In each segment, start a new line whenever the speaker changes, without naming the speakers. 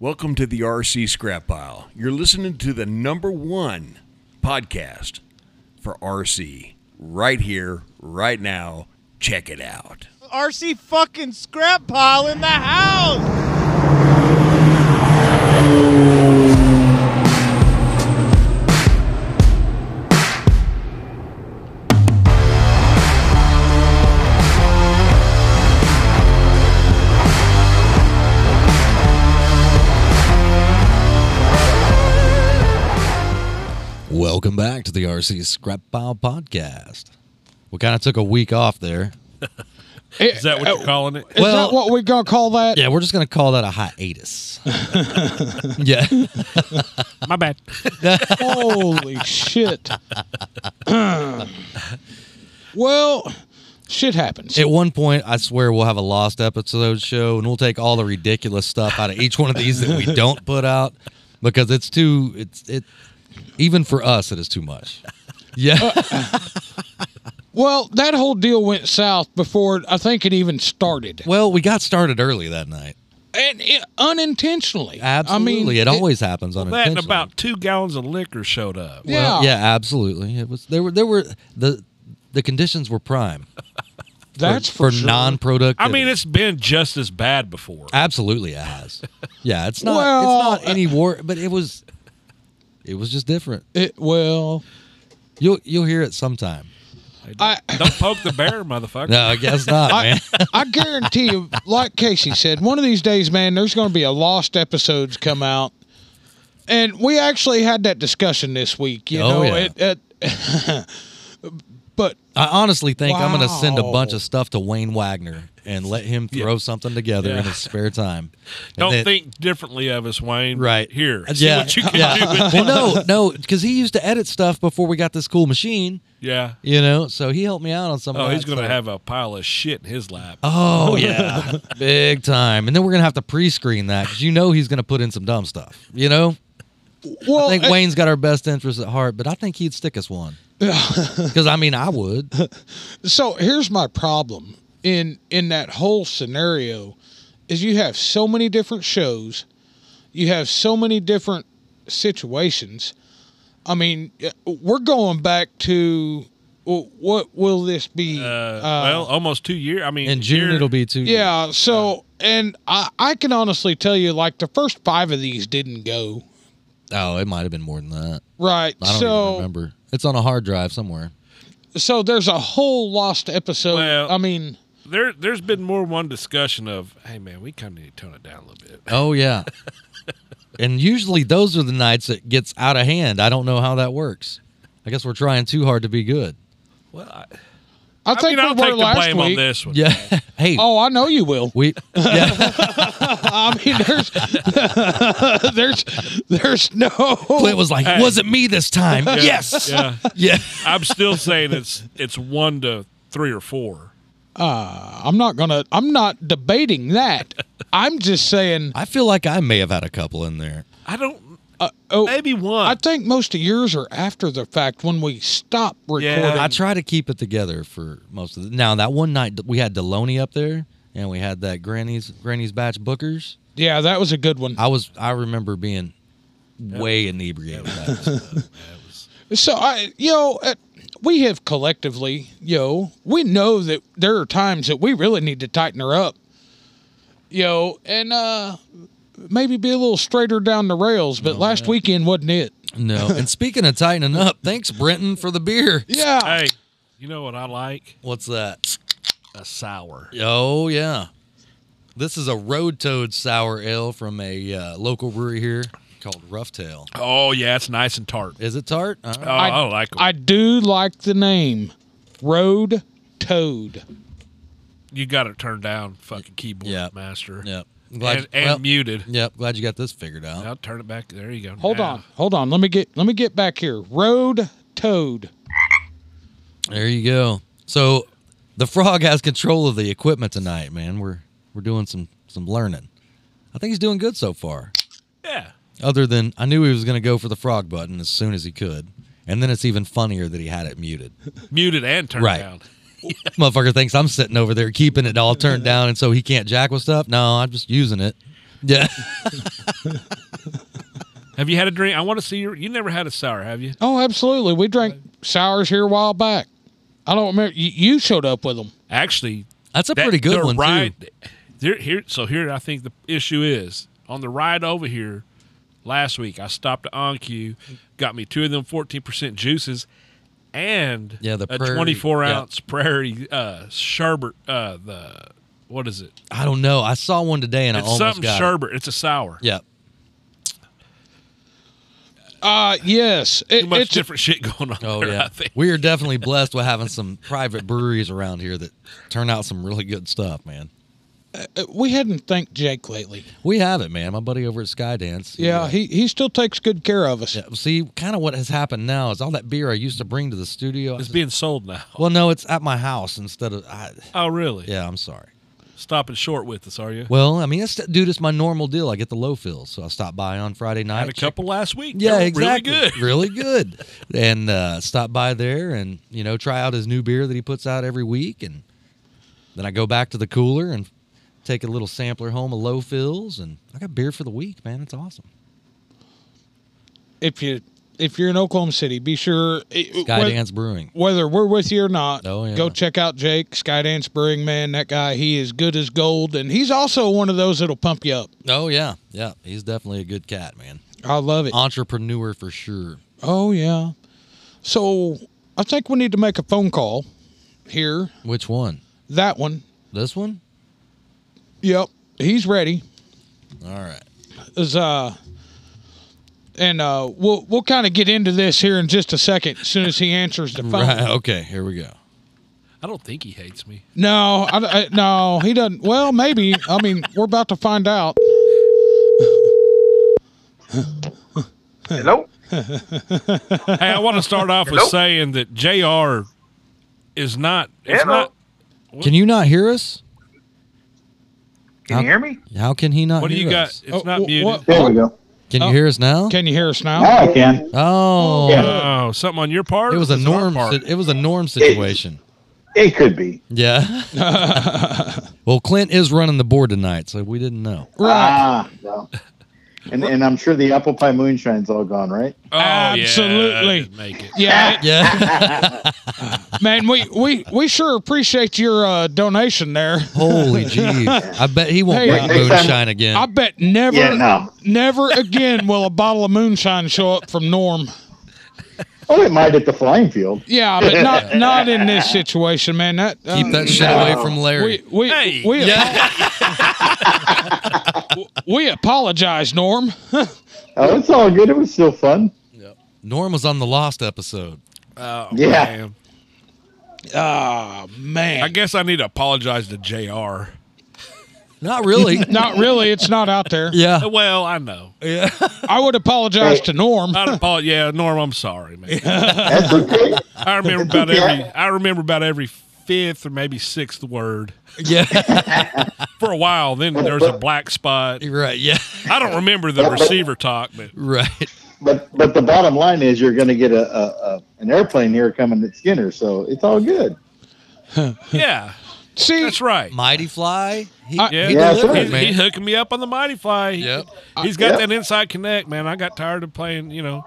Welcome to the RC Scrap Pile. You're listening to the number one podcast for RC right here, right now. Check it out.
RC fucking scrap pile in the house.
Welcome back to the RC Scrap Pile Podcast. We kind of took a week off there.
Is that what you're calling it?
uh, Is
Well-
that what we're gonna call that?
Yeah, we're just going to call that a hiatus. yeah.
My bad.
Holy shit! well, shit happens.
At one point, I swear we'll have a lost episode show and we'll take all the ridiculous stuff out of each one of these that we don't put out because it's too, it's, it, even for us, it is too much. Yeah.
well, that whole deal went south before I think it even started,
Well, we got started early that night.
and it, unintentionally.
Absolutely.
I
it
mean,
always happens on
That and about two gallons of liquor showed up.
Well,
yeah,
yeah, absolutely. It was there were there were the the conditions were prime.
That's
for,
for, sure.
non-productive.
I mean, it's been just as bad before.
absolutely it has. yeah, it's not
Well,
it's not any war, but it was it was just different.
It, well,
You'll you'll hear it sometime.
I
Don't poke the bear, motherfucker.
No, I guess not, man.
I guarantee you, like Casey said, one of these days, man, there's going to be a lost episodes come out. And we actually had that discussion this week, you
Oh,
know.
yeah.
It, it, but
I honestly think I'm going to send a bunch
Wow.
of stuff to Wayne Wagner and let him throw something together
Yeah.
in his spare time. And
Don't
then-
think differently of us, Wayne.
right
here. See
Yeah,
what you can
yeah.
do with
well, no, no, because he used to edit stuff before we got this cool machine.
Yeah.
You know, so he helped me out on some.
Oh,
of
he's
that,
going to
so-
have a pile of shit in his lap.
Oh yeah, big time. And then we're gonna have to pre-screen that because you know he's gonna put in some dumb stuff. You know,
well,
I think
it-
Wayne's got our best interest at heart, but I think he'd stick us one. Because I mean, I would.
so here's my problem in in that whole scenario is you have so many different shows, you have so many different situations. I mean, uh, we're going back to w- what will this be?
Uh, well, almost two years. I mean,
In June
here-
it'll be two.
Yeah. So, and I, I can honestly tell you, like the first five of these didn't go
Oh, it might have been more than that.
right.
I don't
so,
even remember. It's on a hard drive somewhere.
so there's a whole lost episode.
Well-
I mean,
There, there's been more one discussion of, hey, man, we kind of need to tone it down a little bit.
Oh yeah. and usually those are the nights that gets out of hand. I don't know how that works. I guess we're trying too hard to be good.
Well, I,
I
I mean,
think
I'll
we were
take the
last
blame on
week.
this one.
Yeah. hey.
Oh, I know you will.
We. Yeah.
I mean, there's, there's, there's no.
Clint was like, "It wasn't me this time." Yes.
Yeah.
yeah.
I'm still saying it's it's one to three or four.
I'm not gonna. I'm not debating that. I'm just saying.
I feel like I may have had a couple in there.
I don't.
Oh,
Maybe one.
I think most of yours are after the fact when we stop recording.
Yeah.
I try to keep it together for most of the. Now that one night that we had Deloney up there, and we had that Granny's Granny's Batch Bookers.
yeah, that was a good one.
I was I remember being way inebriated. with that.
So I, you know, uh, we have collectively, you know, we know that there are times that we really need to tighten her up, you know, and uh, maybe be a little straighter down the rails. But last weekend wasn't it?
no. And speaking of tightening up, thanks Brenton for the beer.
Yeah.
hey, you know what I like?
What's that?
A sour.
Oh yeah, this is a Road Toad Sour Ale from a uh, local brewery here called Rough Tail.
Oh yeah, it's nice and tart.
Is it tart? Uh-huh. All
Oh,
right.
I, don't like 'em.
I do like the name, Road Toad.
you got it turned down, fucking keyboard
Yeah.
master.
Yep. Glad-
And, and
well,
muted.
Yep. Glad you got this figured out.
Now turn it back. There you go.
Hold
Now.
on, hold on. Let me get let me get back here. Road Toad.
There you go. So the frog has control of the equipment tonight, man. We're we're doing some some learning. I think he's doing good so far.
Yeah.
Other than I knew he was going to go for the frog button as soon as he could. And then it's even funnier that he had it muted.
Muted and turned
Right.
down.
Motherfucker thinks I'm sitting over there keeping it all turned down and so he can't jack with stuff. No, I'm just using it. Yeah.
Have you had a drink? I want to see your. You never had a sour, have you?
Oh, absolutely. We drank sours here a while back. I don't remember. You, you showed up with them.
Actually,
That's a
that-
pretty good
the
one
ride,
too.
There, here, so here, I think the issue is on the ride over here last week. I stopped at OnQ, got me two of them fourteen percent juices, and
Yeah, the
a
prairie-
twenty-four
yeah.
ounce prairie uh, sherbet. Uh, the what is it?
I don't know. I saw one today and I
It's
almost
something
got it.
sherbet. It's a sour.
Yeah.
Uh, yes. It,
Too much
it's
different shit going on.
Oh
there, I
yeah.
think.
We are definitely blessed with having some private breweries around here that turn out some really good stuff, man.
we hadn't thanked Jake lately.
We have it, man. My buddy over at Skydance. he,
Yeah,
uh,
he, he still takes good care of us.
yeah, see, kind of what has happened now is all that beer I used to bring to the studio. I
It's
just-
being sold now.
well, no, it's at my house instead of. I,
Oh, really?
yeah, I'm sorry.
Stopping short with us, are you?
Well, I mean, it's, dude, it's my normal deal. I get the low fills, so I stop by on Friday night.
Had a couple last week. They
Yeah,
were
exactly.
Really good.
Really good. And uh, stop by there and, you know, try out his new beer that he puts out every week. And then I go back to the cooler and take a little sampler home of low fills. And I got beer for the week, man. It's awesome.
If you if you're in Oklahoma City, be sure it- whe-
Skydance Brewing.
whether we're with you or not,
Oh, yeah.
go check out Jake Skydance Brewing Man. That guy, he is good as gold, and he's also one of those that'll pump you up.
Oh, yeah. Yeah. He's definitely a good cat, man.
I love it.
Entrepreneur for sure.
Oh yeah. So I think we need to make a phone call here.
Which one?
That one.
This one?
Yep. He's ready.
All right.
Is uh and uh we'll we'll kind of get into this here in just a second as soon as he answers the phone.
Right. Okay. Here we go.
I don't think he hates me.
No, I, I- no, he doesn't. Well, maybe. I mean, we're about to find out.
Hello?
hey, I want to start off with saying that JR is not. It's
Hello?
not.
Can you not hear us?
Can you hear me?
How can he not
What do
hear
you got?
us?
It's not
Oh,
muted.
what-
There we go.
Can you
Oh.
hear us now?
Can you hear us now?
Now I can.
Oh.
Yeah.
Oh, something on your part?
It was a
Is it our
norm.
part?
si- It was a norm situation.
It could be.
Yeah. well, Clint is running the board tonight, so we didn't know.
Right.
Ah, no. And, and I'm sure the apple pie moonshine's all gone, right?
Oh, yeah, I
Absolutely.
didn't make it.
Yeah,
Yeah.
man, we, we, we sure appreciate your uh, donation there.
Holy jeez. I bet he won't
Hey,
break
uh,
next time-
moonshine again.
I bet never,
Yeah, no.
never again will a bottle of moonshine show up from Norm.
Oh, it might at the flying field.
Yeah, but not not in this situation, man. That uh,
Keep that shit away from Larry.
We we
Hey.
we,
yeah.
we apologize, Norm.
Oh, it's all good. It was still fun.
Norm was on the Lost episode.
Oh,
Yeah.
man.
Ah man,
I guess I need to apologize to JR.
Not really.
not really. It's not out there.
yeah.
Well, I know.
I would apologize to Norm.
I'd apo- yeah, Norm, I'm sorry, man.
That's okay.
I remember about every I remember about every fifth or maybe sixth word.
Yeah.
For a while, then there's a black spot.
You're right. Yeah.
I don't remember the receiver talk, but
Right.
But but the bottom line is you're going to get a, a, a an airplane here coming at Skinner, so it's all good.
yeah,
See,
that's right.
Mighty Fly. He,
I-
Yeah,
he
Yeah,
delivered,
sure.
He-
man.
He hooking me up on the Mighty Fly.
Yep.
He's got
Yep.
that inside connect, man. I got tired of playing, you know,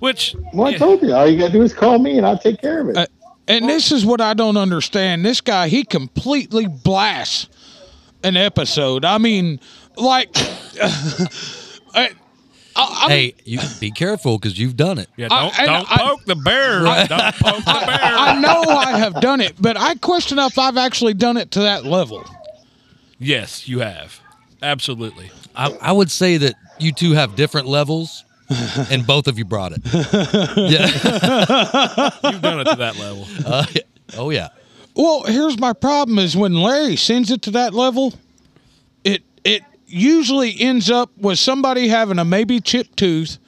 which
Well, I
yeah,
told you, all you got to do is call me, and I'll take care of it.
Uh, and this is what I don't understand. This guy, he completely blasts an episode. I mean, like, I, I, I,
Hey, you be careful because you've done it.
yeah,
I-
don't,
and
don't
I-
poke the bear. Don't poke the bear.
I know I have done it, but I question if I've actually done it to that level.
yes, you have. Absolutely.
I, I would say that you two have different levels, and both of you brought it. Yeah.
You've done it to that level.
Uh, yeah. Oh yeah.
Well, here's my problem: is when Larry sends it to that level, it it usually ends up with somebody having a maybe chipped tooth.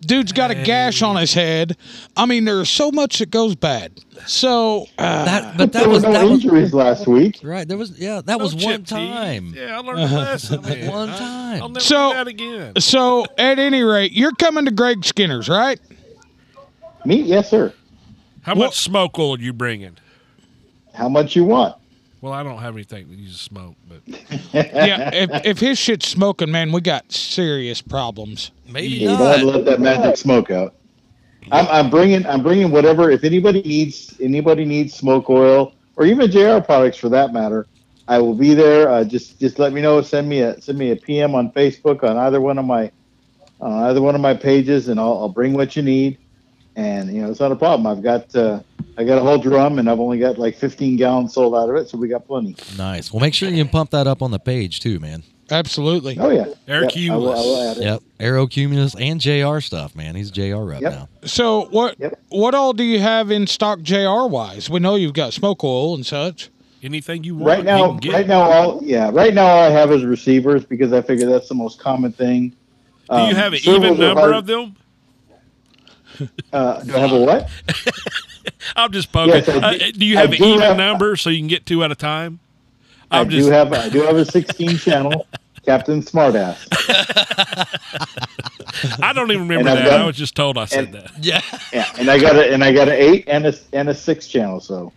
Dude's got a gash on his head. I mean, there's so much that goes bad. So uh,
That, but that
there
was
were
that
no
was
injuries last week.
Right. There was yeah, that was
No
one
chip teeth.
time. Uh-huh.
Yeah, Oh, I learned a lesson. man.
One
I-
time.
I'll never
So-
do that again.
so at any rate, you're coming to Greg Skinner's, right?
Me, yes, sir.
How much smoke oil you bringing?
How much you want?
Well, I don't have anything that uses smoke, but
yeah, if, if his shit's smoking, man, we got serious problems.
Maybe
You don't
not.
let that magic smoke out. I'm, I'm bringing I'm bringing whatever. If anybody needs anybody needs smoke oil or even JR products for that matter, I will be there. Uh, just just let me know. Send me a send me a PM on Facebook on either one of my uh, either one of my pages, and I'll, I'll bring what you need. And you know it's not a problem. I've got uh, I got a whole drum, and I've only got like 15 gallons sold out of it, so we got plenty.
Nice. Well, make sure you pump that up on the page too, man.
Absolutely.
Oh yeah,
Eric
Yep, I will- I will add it.
Yep. Aero Cumulus and JR stuff, man. He's JR rep
Yep.
now.
So what
Yep.
what all do you have in stock JR wise? We know you've got smoke oil and such.
anything you want,
right
you
now
can get.
right now all yeah right now all i have is receivers because i figure that's the most common thing
Do you
um,
have an even number of them?
uh, do i have a what
I'm just poking.
Yes, I
Uh,
do-
do you
I
have an
do
even
have-
number so you can get two at a time?
i
I'm just
do have i do have a 16 channel captain smartass
I don't even remember
And I've
that. I
done-
was just told I said
and-
that.
Yeah.
yeah and i got a and i got an eight and a and a six channel so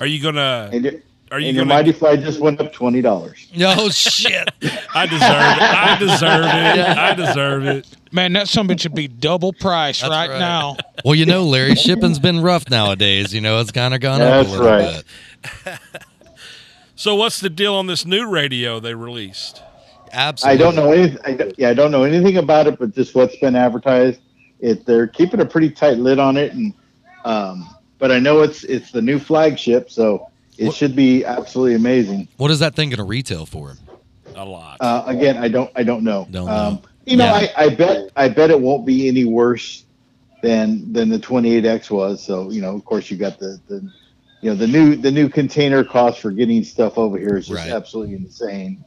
Are you gonna?
and, your-
Are you
and your
gonna?
mighty fly just went up twenty dollars
No shit.
I deserve it. I deserve it. I deserve it.
Man, that something should be double price right,
right.
now.
Well, you know, Larry, shipping's been rough nowadays. You know, it's kind of gone up a
That's
little
right.
bit.
So what's the deal on this new radio they released?
i
Absolutely.
don't know any I, don't- yeah i don't know anything about it but just what's been advertised it they're keeping a pretty tight lid on it and um but i know it's it's the new flagship so it should be absolutely amazing
What is that thing going to retail for?
A lot.
Uh, again, I don't, I don't know.
Don't know.
Um, you know,
Yeah.
I, I bet, I bet it won't be any worse than than the 28x was. So you know, of course, you got the the, you know, the new the new container cost for getting stuff over here is just
Right.
absolutely insane.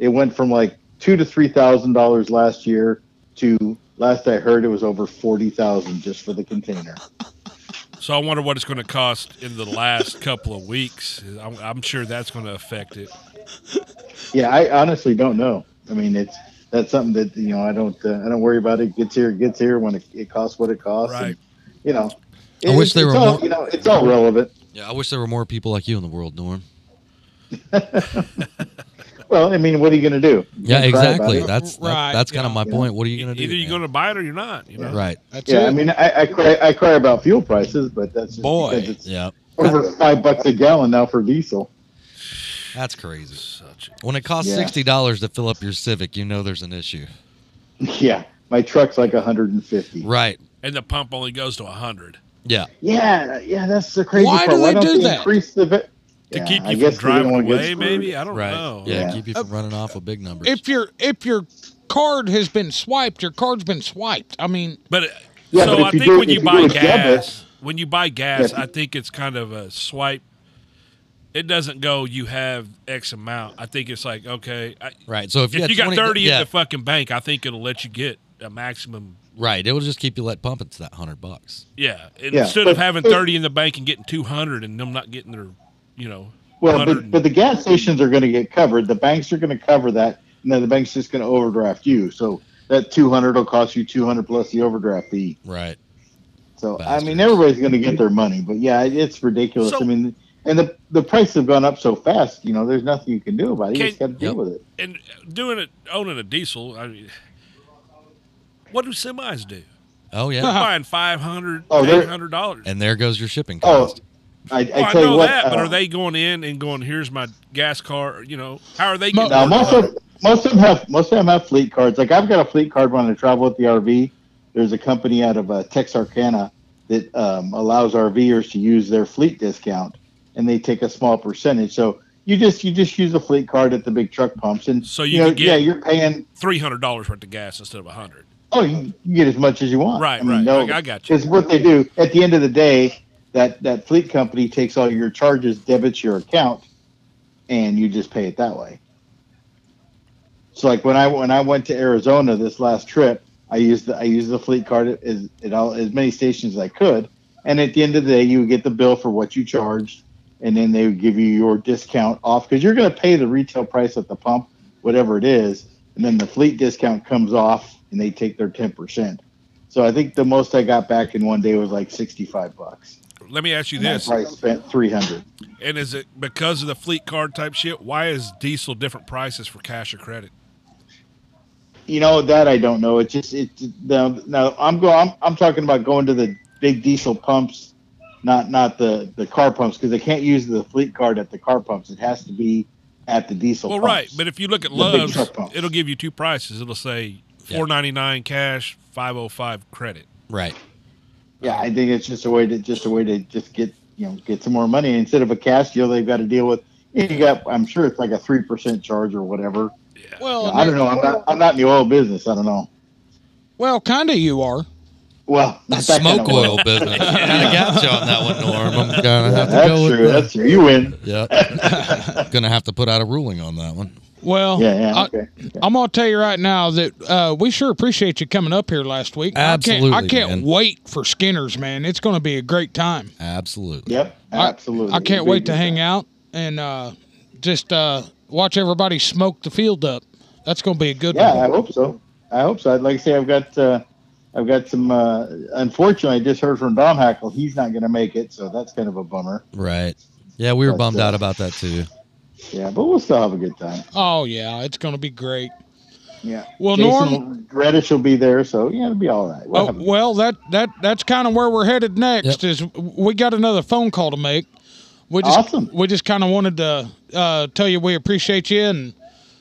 It went from like two to three thousand dollars last year to last I heard it was over forty thousand just for the container.
so I wonder what it's going to cost in the last couple of weeks. I'm, I'm sure that's going to affect it.
Yeah, I honestly don't know. I mean, it's that's something that you know I don't uh, I don't worry about. It gets here, it gets here when it, it costs what it costs.
Right.
and, you know,
I
it-
wish they
it's
were
all,
more-
You know, it's all relevant.
Yeah, I wish there were more people like you in the world, Norm.
Well, I mean, what are you going to do? You
Yeah,
can cry about
exactly.
it.
That's that,
Right,
that's kind of
yeah,
my
yeah.
point. What are you going
E, Either
to do?
you're
man?
going to buy it or you're not. You know.
right.
That's
Yeah,
it.
I mean, I, I cry I cry about fuel prices, but that's just
Boy.
because it's
Yeah,
over five bucks a gallon now for diesel.
that's crazy.
Such a-
When it costs
Yeah.
sixty dollars to fill up your Civic, you know there's an issue.
Yeah, my truck's like 150.
Right.
and the pump only goes to hundred
Yeah.
Yeah, yeah, that's the crazy
Why
part.
do
Why
they
don't
do
they
that?
increase the? va-
to
Yeah,
keep
I
you
guess
from
they don't
driving
wanna get
away.
screwed.
Maybe I don't
Right.
know.
Yeah,
Yeah.
Keep you
Uh,
from running off with big numbers.
If your if your card has been swiped, your card's been swiped. I mean,
But uh,
Yeah,
so
but if
I
you
think
do-
when
if
you
you do
buy
it double-
gas, when you buy gas,
Yeah, if
I think it's kind of a swipe. It doesn't go. You have X amount. I think it's like okay. I,
right. So if you,
if
got
you got
20
thirty
yeah,
in the fucking bank, I think it'll let you get a maximum.
right, it'll just keep you let pumping to that hundred bucks.
Yeah, And
Yeah,
instead
but-
of having
but-
thirty in the bank and getting two hundred and them not getting their, you know,
Well,
100
but, but the gas stations are going to get covered. The banks are going to cover that, and then the bank's just going to overdraft you. So that two hundred will cost you two hundred plus the overdraft fee.
Right.
So I
Bastards.
mean, everybody's going to get their money. But yeah, it- it's ridiculous.
So-
I mean, and the the prices have gone up so fast. You know, there's nothing you can do about it. You
Can-
just got to deal
Yep.
with it.
and doing it owning a diesel. I mean, what do semis do?
Oh yeah.
Buying five hundred,
Oh, they're-
eight hundred dollars.
and there goes your shipping
Oh,
cost.
I, I
Well, I,
tell
know
you what.
that, but
uh,
are they going in and going, here's my gas car? You know, how are they
Mo-
getting
Now
their
most
money?
of most of them have most of them have fleet cards. Like I've got a fleet card when I travel with the RV. There's a company out of uh, Texarkana that um, allows RVers to use their fleet discount, and they take a small percentage. So you just you just use a fleet card at the big truck pumps, and
So you
know,
could get-
yeah you're paying
$300 worth of gas instead of 100
oh you, you get as much as you want.
Right, right. I- I got you.
It's what they do. At the end of the day, that that fleet company takes all your charges, debits your account, and you just pay it that way. So like when I when I went to Arizona this last trip, I used the I used the fleet card at, as at all as many stations as I could, and at the end of the day, you would get the bill for what you charged, and then they would give you your discount off because you're going to pay the retail price at the pump, whatever it is, and then the fleet discount comes off, and they take their ten percent. So I think the most I got back in one day was like sixty five bucks.
let me ask you
And
this:
I probably spent three hundred.
And is it because of the fleet card type shit? Why is diesel different prices for cash or credit?
You know that I don't know. It just it now, now I'm going. I'm, I'm talking about going to the big diesel pumps, not not the the car pumps because they can't use the fleet card at the car pumps. It has to be at the diesel.
Well,
pumps.
right, but if you look at
The big
Love's,
truck pumps.
it'll give you two prices. It'll say
Yeah.
four ninety nine cash, five oh five credit.
Right.
yeah, I think it's just a way to just a way to just get you know get some more money instead of a cash deal. They've got to deal with. You got. I'm sure it's like a three percent charge or whatever.
Well,
I don't know. I'm not. I'm not in the oil business. I don't know.
Well, kind of you are.
Well,
The
not that kind
smoke
of
oil business. Kind of got you on that one, Norm. I'm gonna have to
That's
go
true.
with that.
That's true. You win.
Yeah. gonna have to put out a ruling on that one.
Well,
Yeah. Yeah.
I-
okay. okay.
I'm gonna tell you right now that uh, we sure appreciate you coming up here last week. I can't,
Absolutely,
I can't
man.
wait for Skinner's, man. It's gonna be a great time.
Absolutely.
Yep. Absolutely.
I can't wait to hang out and uh, just uh, watch everybody smoke the field up. That's gonna be a good
Yeah, I
one.
hope so. I hope so. I'd like to say I've got. Uh, I've got some. Uh, unfortunately, I just heard from Dom Hackle. He's not going to make it, so that's kind of a bummer.
Right. Yeah, we were
That's,
bummed
uh,
out about that too.
Yeah, but we'll still have a good time.
Oh yeah, it's gonna be great.
Yeah.
Well,
Jason Reddish will be there, so yeah, it'll be all right. We'll
Oh,
have a-
well, that that that's kind of where we're headed next. Is we got another phone call to make. We just,
Awesome.
We just kind of wanted to uh, tell you we appreciate you and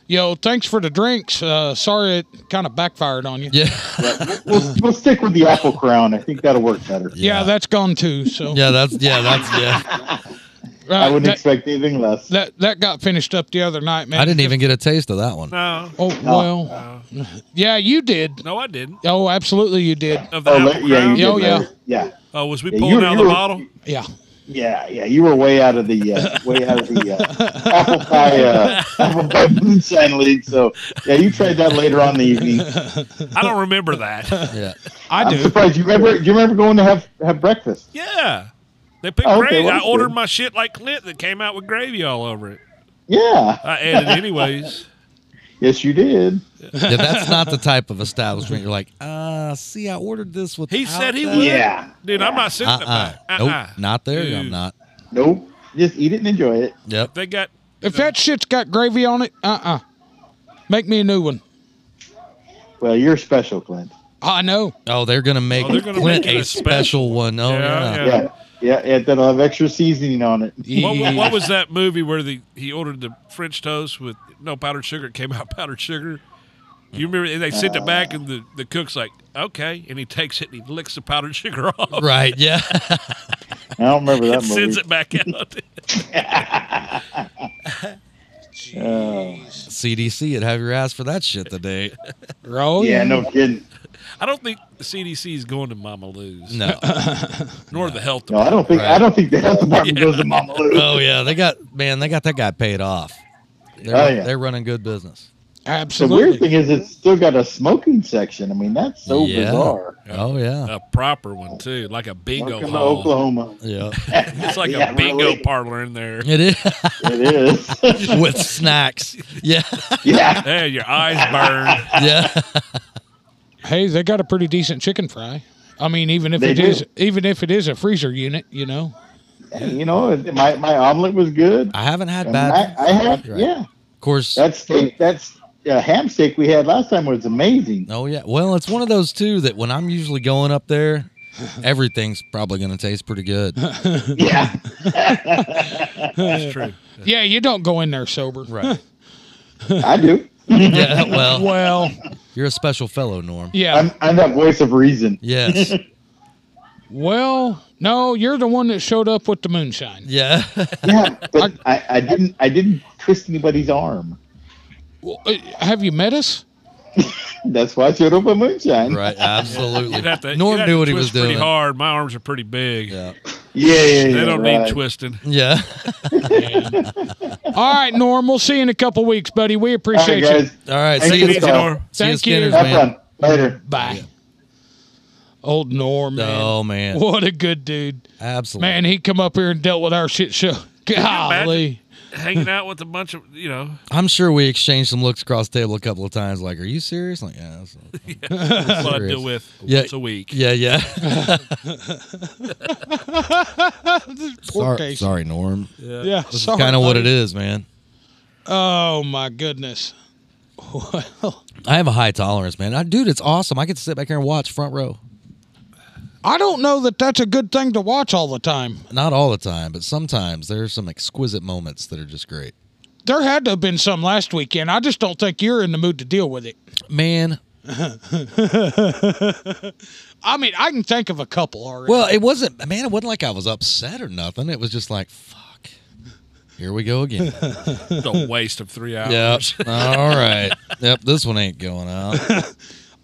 you know thanks for the drinks. Uh, sorry it kind of backfired on you.
Yeah.
we'll, we'll stick with the Apple Crown. I think that'll work better.
Yeah, that's gone too. So
Yeah, that's yeah, that's yeah.
uh,
I wouldn't
that,
expect e- anything less.
that that got finished up the other night, man.
I didn't even get a taste of that one.
No,
Oh well, yeah, you did.
no, I didn't.
Oh, absolutely, you did.
Of the
Oh,
Apple
la- yeah,
Crown?
you
Oh,
did
yeah.
later. yeah,
Oh, was we
Yeah,
pulling
you-
out
you
the
were-
bottle?
Yeah.
yeah, yeah. You were way out of the uh, way out of the uh, apple pie uh, apple pie moonshine league. So yeah, you tried that later on in the evening.
I don't remember that.
Yeah.
I
I'm
do.
surprised. Do you remember? Do you remember going to have have breakfast?
yeah, they picked
Oh, okay,
gravy.
well,
I
that's
ordered
good.
my shit like Clint that came out with gravy all over it.
Yeah.
I added anyways.
Yes, you did.
Yeah, that's not the type of establishment you're like, uh, see, I ordered this with
He said he
that.
would.
Yeah.
Dude, I'm not sitting
Uh-uh.
about. Uh-uh.
Nope, not there.
Dude.
I'm not.
Nope. Just eat it and enjoy it.
Yep.
They got
If that shit's got gravy on it, uh uh make me a new one.
Well, you're special, Clint.
I know.
Oh, they're gonna make
Oh, they're gonna
Clint
make it
a
a
special,
special.
one. Oh yeah.
Yeah, yeah.
Yeah. Yeah, yeah, that'll have extra seasoning on it.
what, what, what was that movie where the he ordered the French toast with no powdered sugar? It came out powdered sugar. You remember? And they sent it back, and the, the cook's like, "Okay," and he takes it and he licks the powdered sugar off
Right. Yeah.
I don't remember that
and sends
movie.
it back out.
CDC would have your ass for that shit today.
Oh
yeah, no kidding.
I don't think the CDC is going to Mama Lou's,
No.
nor the health
No, I
department.
don't think I don't think the health department goes to Mama Lou.
Oh yeah, they got man, they got that guy paid off. They're,
Oh, yeah.
they're running good business.
The
absolutely.
weird thing is, it's still got a smoking section. I mean, that's so
Yeah.
bizarre.
Oh yeah.
A proper one too, like a bingo
Welcome to
hall.
Oklahoma.
Yeah.
It's like
Yeah,
a bingo
really.
parlor in there.
It is
It is.
with snacks. Yeah.
yeah.
Hey, your eyes burn.
Yeah.
Hey, they got a pretty decent chicken fry. I mean, even if
They
it
do.
is, even if it is a freezer unit, you know.
You know, my, my omelet was good.
I haven't had
And
bad.
I, I had,
Right.
yeah.
Of course.
That steak, that's uh, ham steak we had last time was amazing.
Oh yeah. Well, it's one of those too that when I'm usually going up there, everything's probably going to taste pretty good.
Yeah.
That's true.
Yeah, you don't go in there sober.
Right.
I do.
Yeah. Well,
Well,
you're a special fellow, Norm.
yeah.
I'm, I'm that voice of reason.
Yes.
well, no, you're the one that showed up with the moonshine.
Yeah.
Yeah, but I, I didn't I didn't twist anybody's arm.
Well, uh, Have you met us?
That's why I showed up with moonshine.
Right.
You'd have to,
Absolutely.
you'd
Norm
have to
knew what he was
twist Pretty
doing.
hard. My arms are pretty big.
Yeah.
Yeah, yeah, yeah.
They don't
right.
need twisting.
Yeah.
All right, Norm. We'll see you in a couple weeks, buddy. We
All right,
appreciate you.
guys.
All right.
Thank
See
you,
you.
Easy, Norm.
See you,
Thank you.
Skinner's
Have
man.
fun. Later.
Bye. Old Norm, man.
Oh man.
What a good dude.
Absolutely.
Man, he come up here and dealt with our shit show.
imagine?
Golly.
hanging out with a bunch of you know.
I'm sure we exchanged some looks across the table a couple of times. Like, are you serious? Like, yeah, that's-
That's what I
Serious.
deal with
Yeah.
once a week.
yeah, yeah.
Poor
sorry,
Casey.
sorry, Norm.
Yeah,
This is kind of what it is, man.
Oh my goodness. Well,
I have a high tolerance, man. I, dude, it's awesome. I get to sit back here and watch front row.
I don't know that that's a good thing to watch all the time.
Not all the time, but sometimes there are some exquisite moments that are just great.
There had to have been some last weekend. I just don't think you're in the mood to deal with it.
Man,
I mean, I can think of a couple already.
well, it wasn't. Man, it wasn't like I was upset or nothing. It was just like, fuck, here we go again.
It's a waste of three hours.
yep. All right. Yep. This one ain't going out.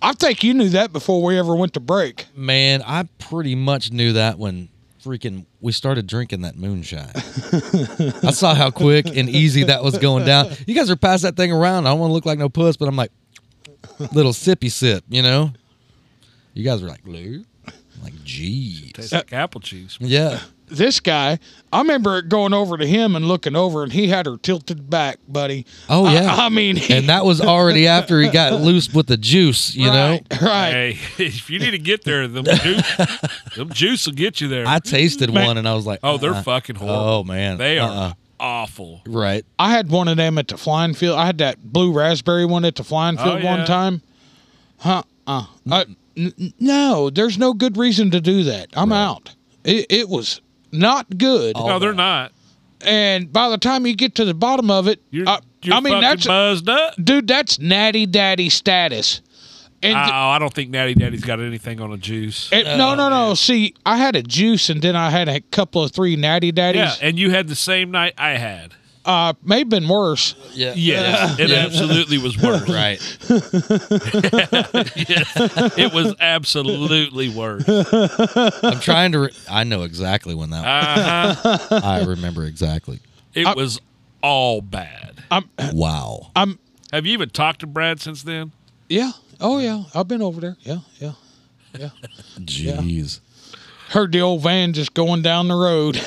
I think you knew that before we ever went to break.
Man, I pretty much knew that when freaking we started drinking that moonshine. I saw how quick and easy that was going down. You guys are passing that thing around. I don't want to look like no puss, but I'm like, little sippy sip, you know? You guys were like, Lou? I'm Like,
Tastes
geez.
like apple juice.
Yeah.
This guy, I remember it going over to him and looking over, and he had her tilted back, buddy.
Oh,
I-
yeah.
I, mean, he,
And that was already after he got loose with the juice, you know?
right, right.
Hey, if you need to get there, them juice, them juice will get you there.
I tasted one and I was like,
oh, they're
uh-uh.
fucking horrible.
Oh, man.
they are
Uh-uh.
awful.
Right.
I had one of them at the flying field. I had that blue raspberry one at the flying
Oh,
field one
yeah.
time. Huh? Uh, I-
Mm.
n- n- no, there's no good reason to do that. I'm out. It, it was not good.
No, they're not.
And by the time you get to the bottom of it,
You're,
Uh,
I,
you're
I mean,
fucking
that's
buzzed up.
dude, that's natty daddy status. And
Oh, I don't think Natty Daddy's got anything on a juice.
and- no, no, no. See, I had a juice, and then I had a couple of three natty
Yeah,
daddies.
and you had the same night I had.
Uh, may have been worse.
Yeah.
Yes, it absolutely was worse.
Right.
It was absolutely worse.
I'm trying to. Re- I know exactly when that
Uh-huh.
was. I remember exactly.
It was all bad.
Wow.
I'm.
Have you even talked to Brad since then?
Yeah. Oh yeah. I've been over there. Yeah. Yeah.
Jeez.
Heard the old van just going down the road.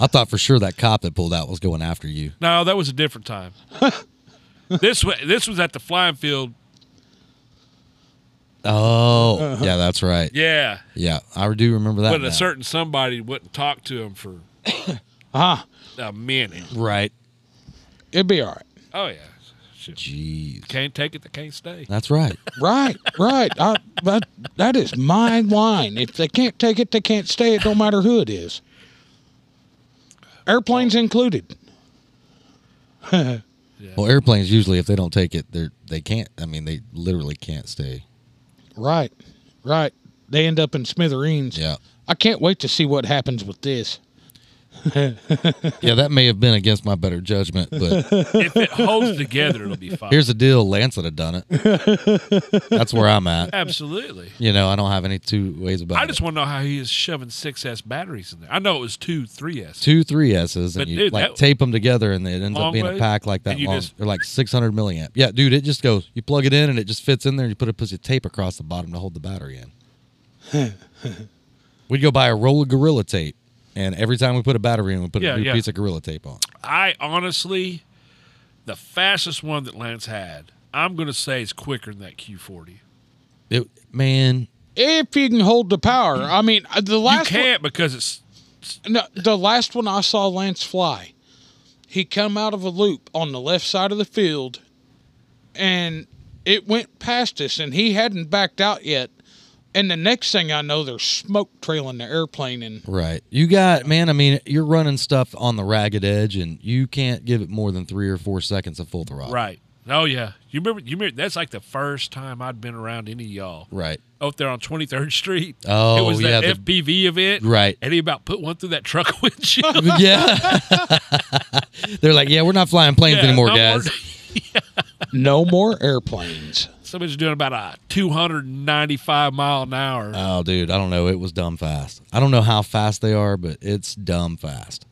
I thought for sure that cop that pulled out was going after you.
No, that was a different time. this wa this was at the flying field.
Oh, yeah, that's right.
Yeah,
Yeah, I do remember that.
but
now.
a certain somebody wouldn't talk to him for
Ah,
a minute.
right.
it'd be all right.
Oh yeah, Shit.
Jeez.
can't take it. They can't stay.
That's right.
Right, right. I, that, that is my line. If they can't take it, they can't stay. It don't matter who it is. Airplanes
Oh.
included.
Well, airplanes usually, if they don't take it, they they can't. I mean, they literally can't stay.
Right, right. They end up in smithereens.
Yeah.
I can't wait to see what happens with this.
Yeah, that may have been against my better judgment, but
if it holds together, it'll be fine.
here's the deal: Lance would have done it. That's where I'm at.
Absolutely.
You know, I don't have any two ways about it.
I just want to know how he is shoving six S batteries in there. I know it was two three S.
two three S's
But
and you
dude,
like
that-
tape them together and it ends up
Long
being a
ways?
pack like that
And you
long.
just-
They're like 600 milliamp. Yeah, dude, it just goes. You plug it in and it just fits in there and you put a piece of tape across the bottom to hold the battery in. We'd go buy a roll of Gorilla tape and every time we put a battery in, we put
Yeah,
a new
yeah.
piece of Gorilla tape on.
I honestly, the fastest one that Lance had, I'm going to say is quicker than that Q40.
It, man,
If you can hold the power. I mean, uh, the
You
last
can't because it's
One, no, the last one I saw Lance fly, he come out of a loop on the left side of the field, and it went past us, and he hadn't backed out yet. And the next thing I know, there's smoke trailing the airplane, and
right. You got, man, I mean, you're running stuff on the ragged edge and you can't give it more than three or four seconds of full throttle.
right. Oh yeah, you remember? You remember? That's like the first time I'd been around any of y'all.
Right.
Out there on 23rd Street.
Oh,
it was
yeah,
that
the-
FPV event.
Right.
And he about put one through that truck windshield.
yeah. They're like, yeah, we're not flying planes
Yeah,
anymore,
no
guys.
more-
no more airplanes.
Somebody's doing about a 295 mile an hour.
Oh, dude, I don't know. It was dumb fast. I don't know how fast they are, but it's dumb fast.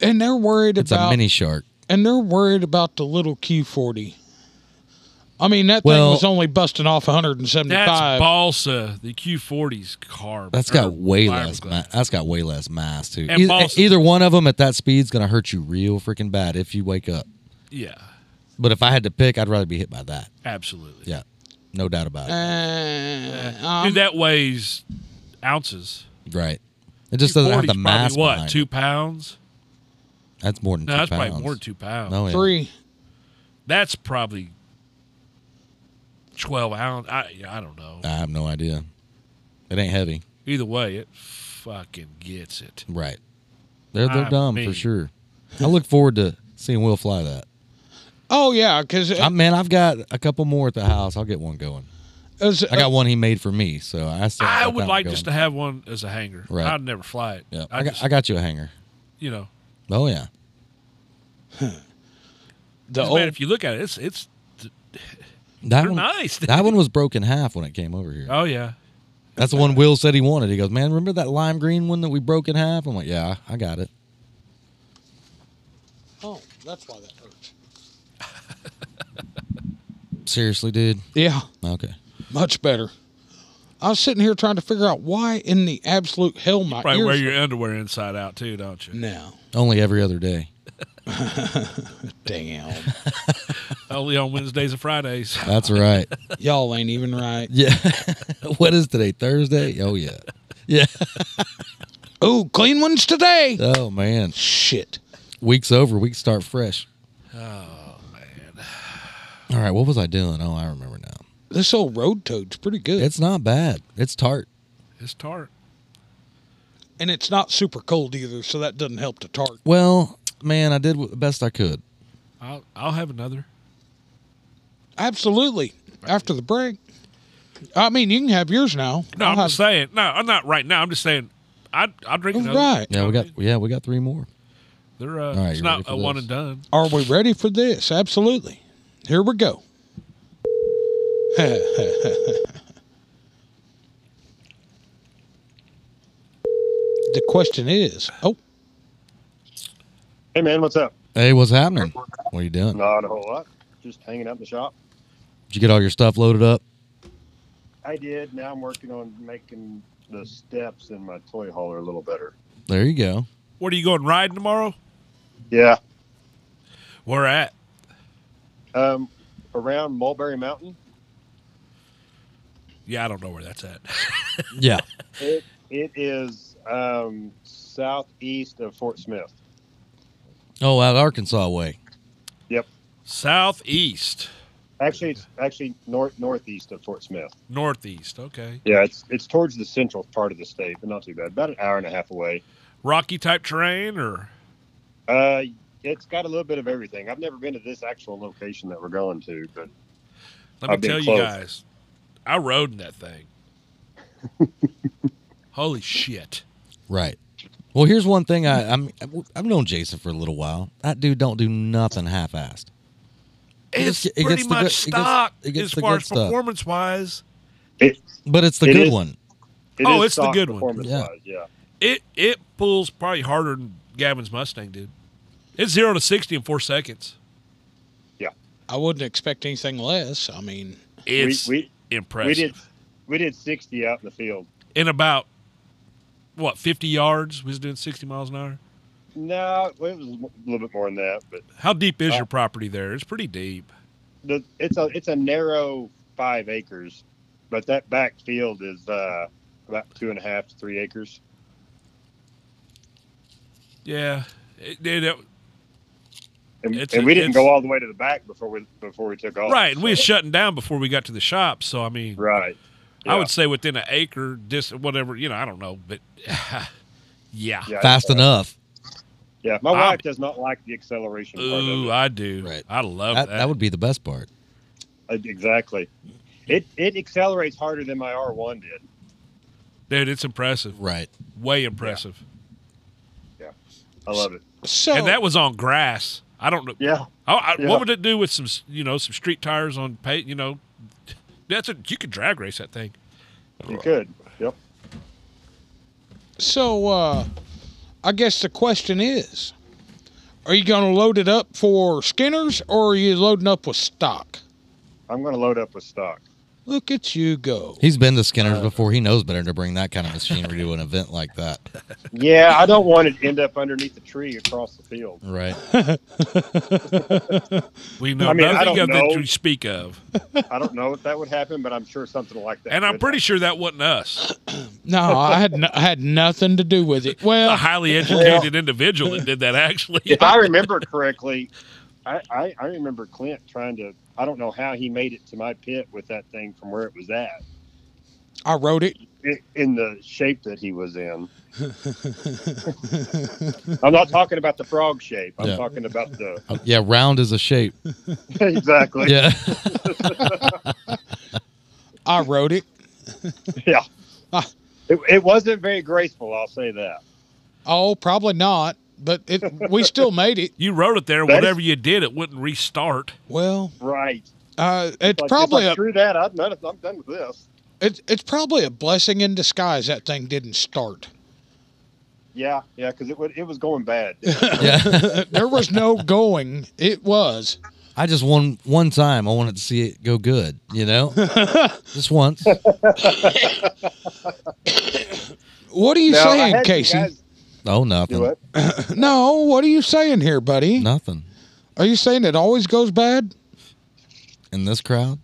And they're worried
It's
about
a mini shark.
and they're worried about the little Q40. I mean, that
Well-
thing was only busting off 175.
That's balsa, the Q40's carb.
That's got
or
way less.
fiberglass.
Ma- that's got way less mass too.
And
Eith-
balsa.
either one of them at that speed's gonna hurt you real freaking bad if you wake up.
Yeah,
But if I had to pick, I'd rather be hit by that.
absolutely.
Yeah, no doubt about
Eh.
it.
Uh,
Dude,
um,
that weighs ounces.
right. It just doesn't have
240's
the
probably
mass.
What?
behind
Two
it.
pounds?
That's more than
No,
two
that's
pounds.
probably more than two pounds.
No, yeah.
three.
That's probably twelve ounce. I I don't know.
I have no idea. It ain't heavy.
Either way, it fucking gets it.
Right. They're they're
I
dumb
mean-
for sure. I look forward to seeing Will fly that.
Oh yeah, because
I, man, I've got a couple more at the house. I'll get one going. I got one he made for me, so I still
I
got that
would
one
like
going.
just to have one as a hanger.
Right.
I'd never fly it.
Yeah,
I,
I,
just,
got, I got you a hanger.
you know,
Oh yeah,
the
'cause,
old
man, if you look at it, it's it's.
that
They're
one.
nice.
That one was broken half when it came over here.
Oh yeah,
That's the one Will said he wanted. He goes, man, remember that lime green one that we broke in half? I'm like, yeah, I got it.
Oh, that's why that hurts.
Seriously, dude.
Yeah,
Okay.
much better. I was sitting here trying to figure out why in the absolute hell my
probably
ears
wear your underwear inside out too, don't you?
now.
Only every other day.
Damn,
Only on Wednesdays and Fridays.
That's right.
y'all ain't even right.
yeah. what is today? Thursday? Oh yeah. Yeah.
Oh, clean ones today.
Oh man.
Shit.
Week's over. We can start fresh. Oh man. All right. What was I doing? Oh, I remember now.
This old road toad's pretty good,
It's not bad. It's tart.
It's tart.
and it's not super cold either, so that doesn't help the tart.
Well, man, I did the best I could.
I'll I'll have another.
Absolutely. After the break, I mean, you can have yours now.
No,
I'll have-
I'm
Uh-huh.
just saying. No, I'm not right now. I'm just saying. I I'll drink another.
Right.
Yeah, we got yeah, we got three more.
They're uh,
right,
it's
you ready
not
for
a one
this?
and done.
Are we ready for this? Absolutely. Here we go. the question is, oh,
Hey man, what's up?
Hey, what's happening? What are you doing?
Not a whole lot. Just hanging out in the shop.
Did you get all your stuff loaded up?
I did. Now I'm working on making the steps in my toy hauler a little better.
There you go.
What are you going riding tomorrow?
Yeah.
Where at?
Um, around Mulberry Mountain,
Yeah, I don't know where that's at.
Yeah.
it it is um, southeast of Fort Smith.
Oh, out Arkansas way.
Southeast,
Actually, it's actually north northeast of Fort Smith.
northeast. Okay.
Yeah, it's it's towards the central part of the state, but not too bad. About an hour and a half away.
Rocky type terrain or
Uh, it's got a little bit of everything. I've never been to this actual location that we're going to, but
Let me
I've been
tell you
close.
guys, I rode in that thing. Holy shit!
Right. Well, here's one thing I, I'm I've known Jason for a little while. That dude don't do nothing half-assed. It
It's
gets- it
pretty
gets the
much
good- it gets-
stock
it gets
as
the
far
good
as
stuff.
performance wise.
it
But it's the
It
good
is-
one.
It
Oh,
is
it's the
stock
good one.
performance-wise, Yeah.
It it pulls probably harder than Gavin's Mustang did. It's zero to sixty in four seconds.
I wouldn't expect anything less. I mean,
It's
we we,
impressive.
we did we did sixty out in the field.
in about what fifty yards. We was doing sixty miles an hour.
No, it was a little bit more than that, but
How deep
Oh.
is your property there? It's pretty deep.
the it's a it's a narrow five acres, but that back field is uh, about two and a half to three acres.
Yeah. It- it- it-
And,
It's-
and we didn't
it's-
go all the way to the back before we before we took off.
right, and we was
so-
shutting down before we got to the shop. So I mean,
right.
I
Yeah.
would say within an acre, dis whatever you know, I don't know, but yeah.
Yeah,
Fast
yeah.
enough.
Yeah, my
I'm-
wife does not like the acceleration part of
Ooh,
it.
I do.
Right.
I love
That,
that.
that would be the best part.
Uh, Exactly. It it accelerates harder than my R one did.
dude. It's impressive.
Right.
Way impressive.
I love it.
so
And that was on grass. I don't know.
Oh.
Oh,
Yeah.
I, I,
yeah.
What would it do with some, s- you know, some street tires on pay? You know, that's a you could drag race that thing.
You could. Yep.
so uh, I guess the question is, are you going to load it up for Skinners or are you loading up with stock?
I'm going to load up with stock.
Look at you go.
He's been to Skinner's before. He knows better to bring that kind of machinery to an event like that,
Yeah, I don't want it to end up underneath the tree across the field.
right?
We know
I mean, I
nothing
don't
of that
know.
you speak of,
I don't know if that would happen, but I'm sure something like that.
and I'm
could
pretty sure that wasn't us.
No, I had no, I had nothing to do with it.
A
Well,
highly educated individual that did that actually.
if I remember correctly, I, I, I remember Clint trying to. I don't know how he made it to my pit with that thing from where it was at,
I wrote it.
i- in the shape that he was in. I'm not talking about the frog shape. I'm
Yeah.
talking about the
Uh, Yeah, round is a shape.
exactly. Yeah.
Yeah,
I wrote it. Ah.
It, it wasn't very graceful. I'll say that.
Oh, probably not, but it we still made it.
You wrote it there.
That is-
Whatever you did, it wouldn't restart.
Well,
Right.
uh, it's
Like,
probably
it's
a
like, screw that. I'm done. I'm done with this.
it's it's probably a blessing in disguise that thing didn't start.
Yeah, yeah, because it would, it was going bad.
yeah.
there was no going. It was.
I just one one time I wanted to see it go good. You know, just once.
What are you
Now, I
saying,
had you
Casey?
guys
Oh,
do
nothing.
it.
No, what are you saying here, buddy?
Nothing
Are you saying it always goes bad?
in this crowd.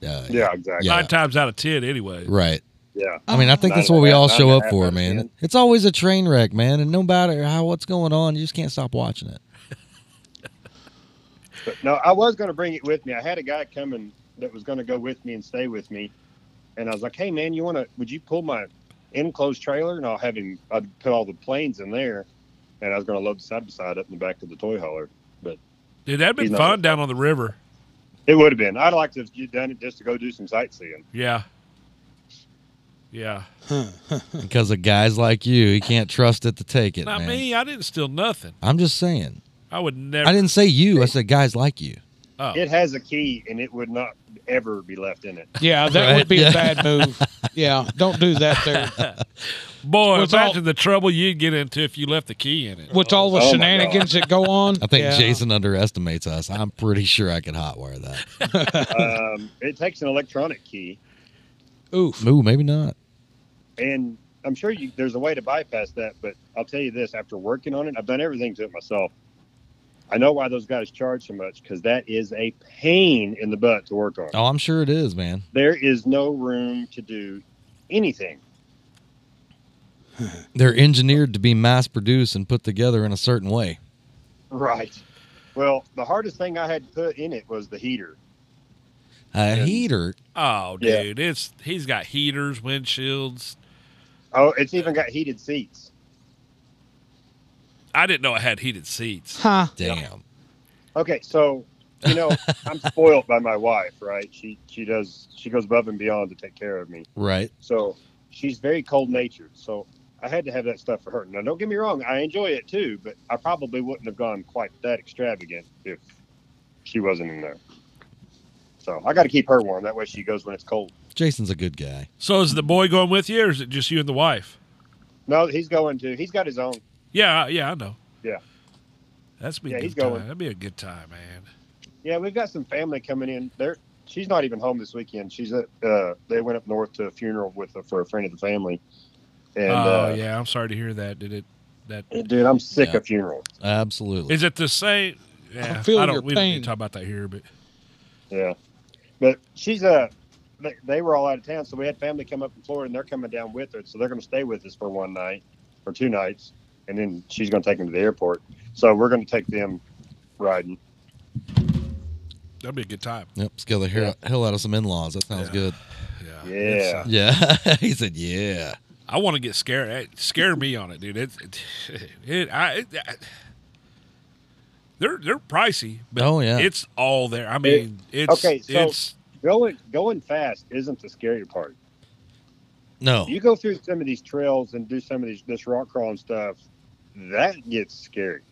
Yeah.
Yeah, exactly.
Yeah.
Nine times out of ten, anyway.
Right.
Yeah.
I mean, I think
Nine
that's what
and a
we
half,
all
nine
show
and a
up
half out
for,
of
man.
ten.
It's always a train wreck, man, and no matter how what's going on, you just can't stop watching it.
But no, I was going to bring it with me. I had a guy coming that was going to go with me and stay with me, and I was like, "Hey, man, you want to? Would you pull my enclosed trailer and I'll have him? I'd put all the planes in there, and I was going to load the side by side up in the back of the toy hauler.
Dude, that'd been
He's not-
fun down on the river.
It would have been. I'd like to have done it just to go do some sightseeing.
Yeah. Yeah.
Because of guys like you, you can't trust it to take it,
Not
man.
me. I didn't steal nothing.
I'm just saying.
I would never.
I didn't say you. I said guys like you.
Oh.
It has a key, and it would not ever be left in it.
Yeah, that
Right,
would be
yeah.
a bad move. Yeah, don't do that there.
Boy,
What's
imagine
all-
the trouble you'd get into if you left the key in it.
With all the
Oh my
shenanigans that go on.
I think
yeah.
Jason underestimates us. I'm pretty sure I could hotwire that.
um, it takes an electronic key,
Oof.
Ooh, maybe not.
and I'm sure you, there's a way to bypass that. But I'll tell you this: after working on it, I've done everything to it myself. I know why those guys charge so much because that is a pain in the butt to work on.
Oh, I'm sure it is, man.
There is no room to do anything.
They're engineered to be mass produced and put together in a certain way.
Right. Well, the hardest thing I had put in it was the heater.
A heater.
Oh,
Yeah.
dude, it's he's got heaters, windshields.
Oh, it's even got heated seats.
I didn't know it had heated seats.
Huh.
Damn.
Okay, so you know I'm spoiled by my wife, right? She she does she goes above and beyond to take care of me.
Right.
So she's very cold natured. So I had to have that stuff for her. Now, don't get me wrong, I enjoy it too, but I probably wouldn't have gone quite that extravagant if she wasn't in there. So I got to keep her warm. That way she goes when it's cold.
Jason's a good guy.
So is the boy going with you, or is it just you and the wife?
No, he's going to. He's got his own.
Yeah, I- yeah, I know.
Yeah.
that's be a
Yeah,
good
he's
time.
going.
That'd be a good time, man.
Yeah, we've got some family coming in. There, she's not even home this weekend. She's at. Uh, they went up north to a funeral with a, for a friend of the family. And
oh
uh,
yeah, I'm sorry to hear that. Did it? That
dude, I'm sick
Yeah.
of funerals.
Absolutely.
is it the same? Yeah,
feel
I don't.
your
we don't need
pain.
to talk about that here, but
Yeah, but she's a. They, they were all out of town, so we had family come up from Florida, and they're coming down with her. So they're going to stay with us for one night or two nights, and then she's going to take them to the airport. So we're going to take them riding.
that'd be a good time.
Yep, scare the hell, hell out of some in-laws. That sounds
Yeah.
good.
Yeah,
Yeah.
It's, uh,
Yeah, he said, "Yeah."
I want to get scared. Hey, Scare me on it, dude. It, it, it, I, it I- they're they're pricey, but
Oh, yeah.
it's all there. I mean, it's
okay, so-
it's
Going going fast isn't the scary part.
No,
You go through some of these trails and do some of these this rock crawling stuff. That gets scary.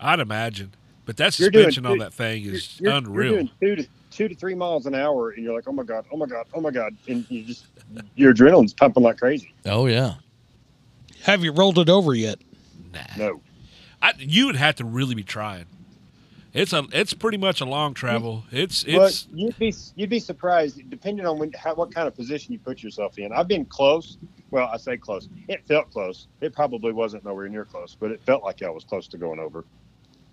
I'd imagine, but that
You're doing
suspension on
two-
that thing is
You're, you're
unreal.
doing two to two to three miles an hour, and you're like, oh my god, oh my god, oh my god, and you just your adrenaline's pumping like crazy.
oh yeah.
Have you rolled it over yet?
No.
I, you would have to really be trying. It's a it's pretty much a long travel. It's
But
it's
you'd be you'd be surprised, depending on when how, what kind of position you put yourself in. I've been close. Well, I say close. It felt close. It probably wasn't nowhere near close, but it felt like I was close to going over.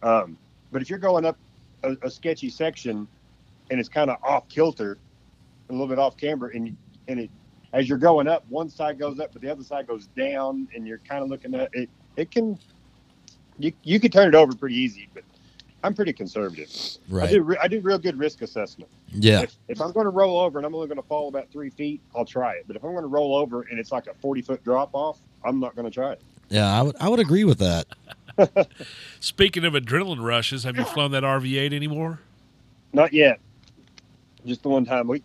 Um, but if you're going up a, a sketchy section, and it's kind of off kilter, a little bit off camber, and you- and it as you're going up, one side goes up, but the other side goes down, and you're kind of looking at it. It can you you could turn it over pretty easy, but I'm pretty conservative. I
Right.
do, re- I do real good risk assessment.
Yeah.
If, if I'm going to roll over and I'm only going to fall about three feet, I'll try it. But if I'm going to roll over and it's like a 40 foot drop off, I'm not going to try it.
Yeah. I would. I would agree with that.
speaking of adrenaline rushes, have you flown that RV8 anymore?
Not yet. Just the one time we,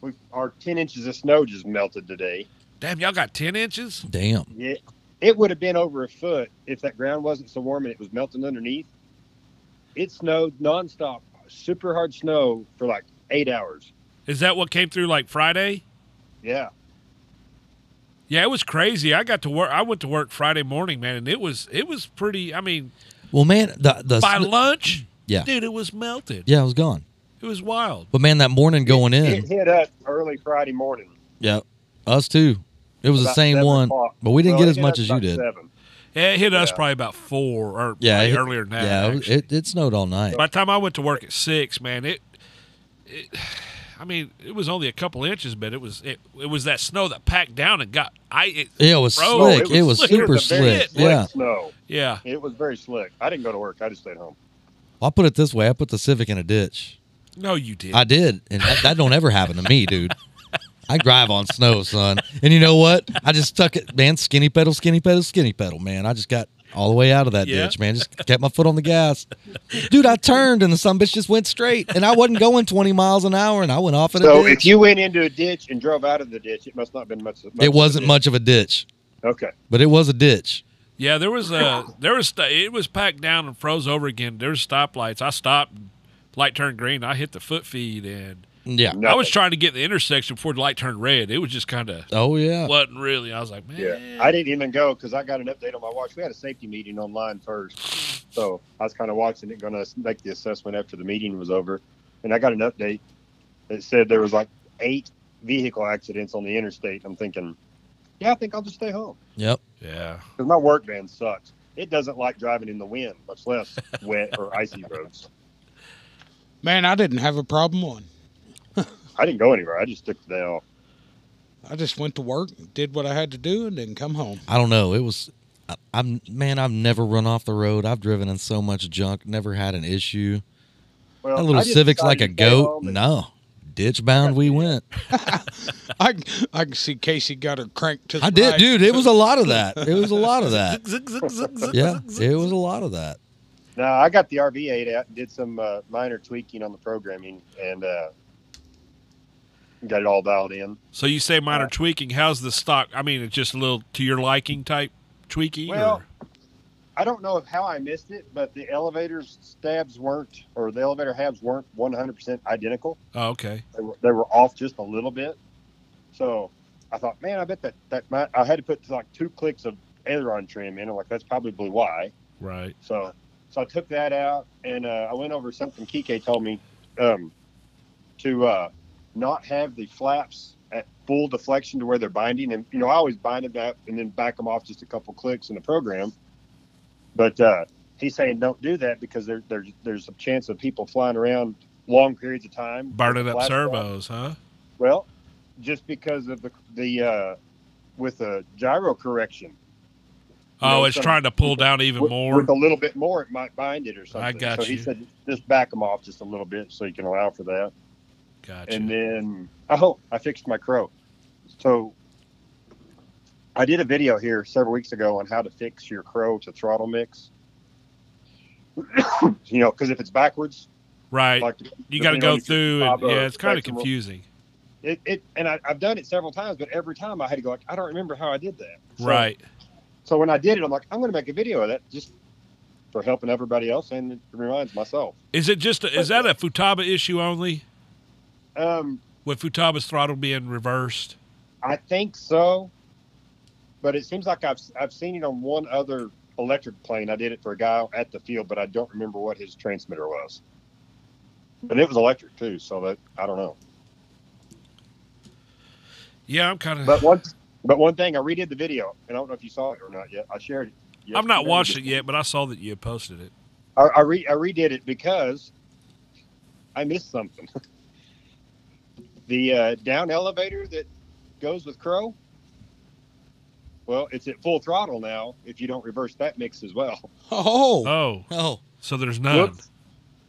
we our 10 inches of snow just melted today.
Damn, y'all got 10 inches?
Damn.
Yeah, it would have been over a foot if that ground wasn't so warm and it was melting underneath. It snowed nonstop, super hard snow for like eight hours.
Is that what came through like Friday?
Yeah,
Yeah, it was crazy. I got to work. I went to work Friday morning, man, and it was it was pretty. I mean,
Well, man, the the
by
sn-
lunch,
Yeah.
dude, it was melted.
yeah, it was gone.
It was wild.
But man, that morning going
it
in,
hit us early Friday morning.
yeah, us too. It was the
about
same
seven
one,
o'clock.
but we didn't
Well,
get
it
as
hit
much
us
as you
about
did.
seven.
Yeah, it hit us
Yeah.
probably about four or
Yeah,
probably
it-
earlier than that.
Yeah, it,
actually.
it, it snowed all night.
By the time I went to work at six, man, it, it I mean, it was only a couple inches, but it was it, it was that snow that packed down and got I it,
Yeah, it was
Bro,
slick.
Oh, it
It was,
was slick.
super
It was a very
slick. Yeah.
Snow.
yeah.
It was very slick. I didn't go to work. I just stayed home.
I'll put it this way: I put the Civic in a ditch.
No, you did.
I did, and that, that don't ever happen to me, dude. I drive on snow, son. And you know what? I just stuck it, man. Skinny pedal, skinny pedal, skinny pedal, man. I just got all the way out of that
Yeah.
ditch, man. Just kept my foot on the gas, dude. I turned and the some bitch just went straight, and I wasn't going twenty miles an hour, and I went off in a
So
ditch.
if you went into a ditch and drove out of the ditch, it must not have been much. much
it wasn't
of a
much of a ditch,
ditch. Okay.
but it was a ditch.
yeah, there was a there was st- it was packed down and froze over again. There was stoplights. I stopped, light turned green. I hit the foot feed, and
Yeah.
No.
I was
Nothing.
trying to get the intersection before the light turned red. It was just kind of
Oh yeah.
wasn't really. I was like, man,
Yeah. I didn't even go because I got an update on my watch. We had a safety meeting online first, so I was kind of watching it, going to make the assessment after the meeting was over, and I got an update that said there was like eight vehicle accidents on the interstate. I'm thinking, yeah, I think I'll just stay home.
Yep.
yeah.
Because my work van sucks. It doesn't like driving in the wind, much less wet or icy roads.
Man, I didn't have a problem one.
I didn't go anywhere. I just took the day off.
I just went to work, did what I had to do, and then come home.
I don't know. It was. I, I'm man. I've never run off the road. I've driven in so much junk. Never had an issue.
Well,
That
I
little
just
Civic's
decided
like a
to stay
goat.
home and-
No, ditch bound we went.
I can- I can see Casey got her cranked to the
I did,
right.
dude. It was a lot of that. It was a lot of that.
Zig, zig, zig, zig,
Yeah,
zig, zig,
it was a lot of that.
No, I got the RV8 out and did some uh, minor tweaking on the programming and uh, got it all dialed in.
So you say
Uh,
minor tweaking. How's the stock? I mean, it's just a little to your liking type tweaking.
Well,
or-
I don't know how I missed it, but the elevator's stabs weren't, or the elevator halves weren't 100% identical.
oh, okay.
They were, they were off just a little bit. So I thought, man, I bet that, that might, I had to put like two clicks of aileron trim in. I'm like, that's probably why.
Right.
So, so I took that out and uh, I went over something Kike told me um, to uh, not have the flaps at full deflection to where they're binding. And you know, I always bind them up and then back them off just a couple clicks in the program. But uh, he's saying don't do that because there, there's there's a chance of people flying around long periods of time
Burning up
Flaps off.
servos, huh?
Well, just because of the the uh, with the gyro correction. You
Oh,
know,
it's
some-
trying to pull down even
with,
more.
with a little bit more, it might bind it or something.
I got
so he
you.
said just back them off just a little bit so you can allow for that.
Gotcha.
And then oh, I fixed my crow. So I did a video here several weeks ago on how to fix your crow to throttle mix. you know, because if it's backwards,
right.
like
you got to
know,
go
you just
through. And,
bob a
yeah, it's kind of
spectrum.
confusing.
it, it and I, I've done it several times, but every time I had to go like, I don't remember how I did that. So-
right.
So when I did it, I'm like, I'm going to make a video of that just for helping everybody else, and it reminds myself.
Is it just? A, is that a Futaba issue only?
Um,
With Futaba's throttle being reversed.
I think so, but it seems like I've I've seen it on one other electric plane, I did it for a guy at the field, but I don't remember what his transmitter was. But it was electric too, so that I don't know.
Yeah, I'm kind
But
of.
one, but one thing, I redid the video, and I don't know if you saw it or not yet. I shared it.
I've not
yesterday.
watched it yet, but I saw that you posted it.
I, I, re, I redid it because I missed something. the uh, down elevator that goes with Crow. Well, it's at full throttle now. If you don't reverse that mix as well.
Oh,
Oh,
Oh,
so there's none.
Whoops.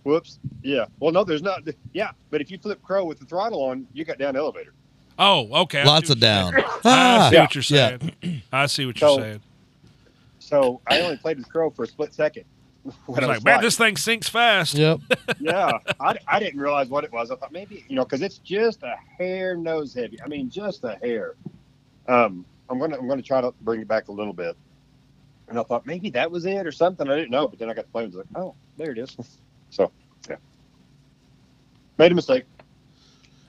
Whoops. Yeah. Well, no, there's not. Yeah, but if you flip Crow with the throttle on, you got down elevator.
Oh, okay. I see
lots
what
of
you're
down.
saying. I
Ah,
see what you're
Yeah.
saying. I see what you're
So,
saying.
So I only played with Crow for a split second. When
It's
I
like,
was
man,
flying.
this thing sinks fast.
yep.
yeah, I, I didn't realize what it was. I thought maybe you know because it's just a hair nose heavy. I mean, just a hair. Um, I'm gonna I'm gonna try to bring it back a little bit. And I thought maybe that was it or something. I didn't know, but then I got the plane. I was like, oh, there it is. So yeah, made a mistake,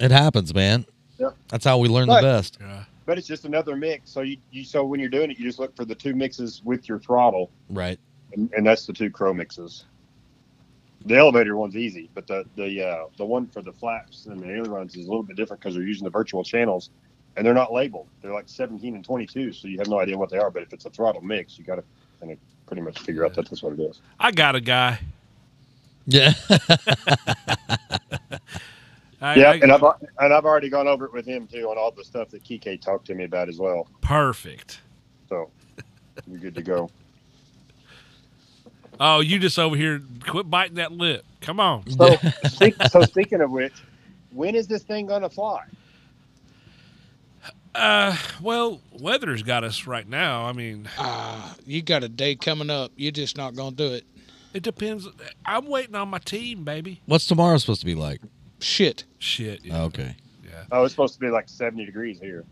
It happens, man.
Yeah.
That's how we learn the
Right.
best.
Yeah.
but it's just another mix. So you, you so when you're doing it, you just look for the two mixes with your throttle,
Right.
and, and that's the two crow mixes. The elevator one's easy, but the the uh, the one for the flaps and the ailerons is a little bit different because they're using the virtual channels, and they're not labeled. They're like 17 and 22, so you have no idea what they are. But if it's a throttle mix, you got to kind of pretty much figure out that that's what it is.
I got a guy.
Yeah.
I,
Yeah,
I-
and I've al- and I've already gone over it with him too on all the stuff that Kike talked to me about as well.
perfect.
So you're good to go.
Oh, you just over here. Quit biting that lip. Come on.
So, speak, so speaking of which, when is this thing going to fly?
Uh, well, weather's got us right now. I mean,
ah, you got a day coming up. You're just not gonna do it.
it depends. I'm waiting on my team, baby.
What's tomorrow supposed to be like?
Shit.
Shit. Yeah.
Okay.
yeah.
Oh, it's supposed to be like 70 degrees here.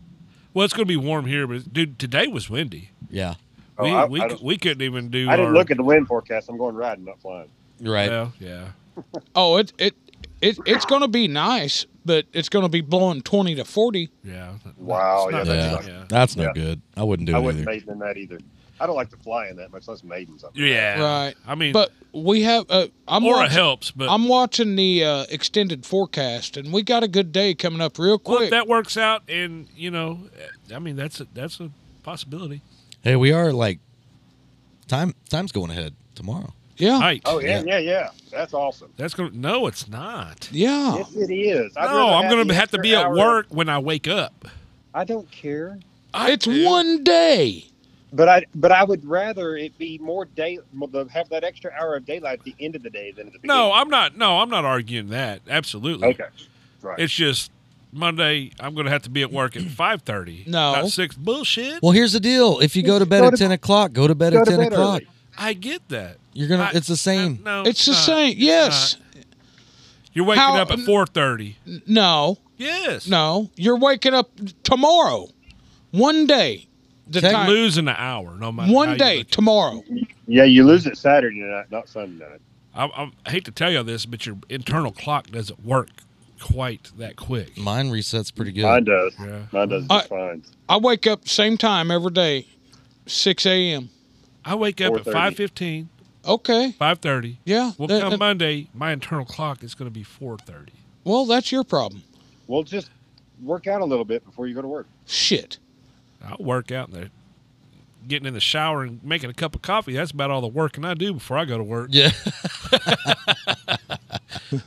Well, it's gonna be warm here, but dude, today was windy.
Yeah.
Oh,
we
I-
we,
I
cou-
don't-
we couldn't even do.
I didn't
our-
look at the wind forecast. I'm going riding, not flying.
Right.
Well, yeah.
Oh, it it it it's gonna be nice, but it's gonna be blowing twenty to forty.
Yeah. It's
Wow,
not
yeah,
bad.
that's-
yeah.
That's no
Yeah.
good. I wouldn't do
I
it
wouldn't
either.
maiden in that either. I don't like to fly in that much. That's maidens. up.
Yeah.
Right.
I mean,
But we have. Uh, I'm
or it
watching,
helps, but
I'm watching the uh, extended forecast, and we got a good day coming up real
well,
quick.
if that works out, and you know, I mean, that's a, that's a possibility.
Hey, we are like time time's going ahead tomorrow.
yeah,
Right.
Oh yeah, yeah, yeah, That's awesome.
That's gonna. No, it's not.
yeah.
Yes, it is. I'd
Oh. no,
rather
I'm gonna
the
have to
extra
be at
hour.
work when I wake up.
I don't care.
I
it's
do.
one day.
But I, but I would rather it be more day, more the- have that extra hour of daylight at the end of the day than at the beginning.
No, I'm not. No, I'm not arguing that. Absolutely.
okay, right.
It's just Monday. I'm gonna have to be at work at five thirty.
No.
not six. Bullshit.
Well, here's the deal. If you go to bed
Go
at
to-
ten o'clock, go to bed
Go
at
to
ten
bed
o'clock.
early.
I get that.
You're gonna
I-
it's the same.
No,
It's the
not.
same. Yes.
You're waking
How-
up at four thirty.
No.
Yes.
No. You're waking up tomorrow. One day. The
Tech
time.
Losing an hour, no matter. how
One
you
day
look.
tomorrow.
yeah, you lose it Saturday night, not Sunday night.
I, I, I hate to tell you this, but your internal clock doesn't work quite that quick.
Mine resets pretty good.
Mine does.
Yeah.
Mine does
I-
just fine.
I wake up same time every day, six a.m.
I wake up at
4:30.
5.15,
Okay.
5.30.
Yeah.
Well,
that-
come
that-
Monday, my internal clock is going to be 4.30.
well, that's your problem.
Well, just work out a little bit before you go to work.
Shit.
I'll work out in there. Getting in the shower and making a cup of coffee, that's about all the working I do before I go to work.
Yeah.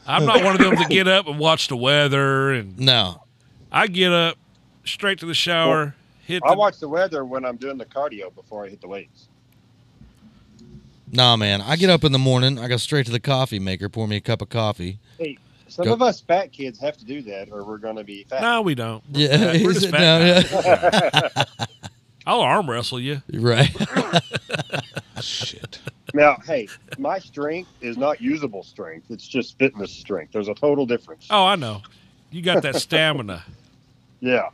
I'm not one of them to get up and watch the weather. And
no.
I get up straight to the shower, hit
I
the
watch the weather when I'm doing the cardio before I hit the weights.
Nah, man. I get up in the morning. I go straight to the coffee maker, pour me a cup of coffee.
Hey, some
Go-
of us fat kids have to do that, or we're going to be fat.
No, we don't. We're
Yeah,
fat. We're
is
just
it?
fat guys. I'll arm wrestle you.
Right.
Shit.
Now, hey, my strength is not usable strength; it's just fitness strength. There's a total difference.
Oh, I know. You got that stamina.
Yeah.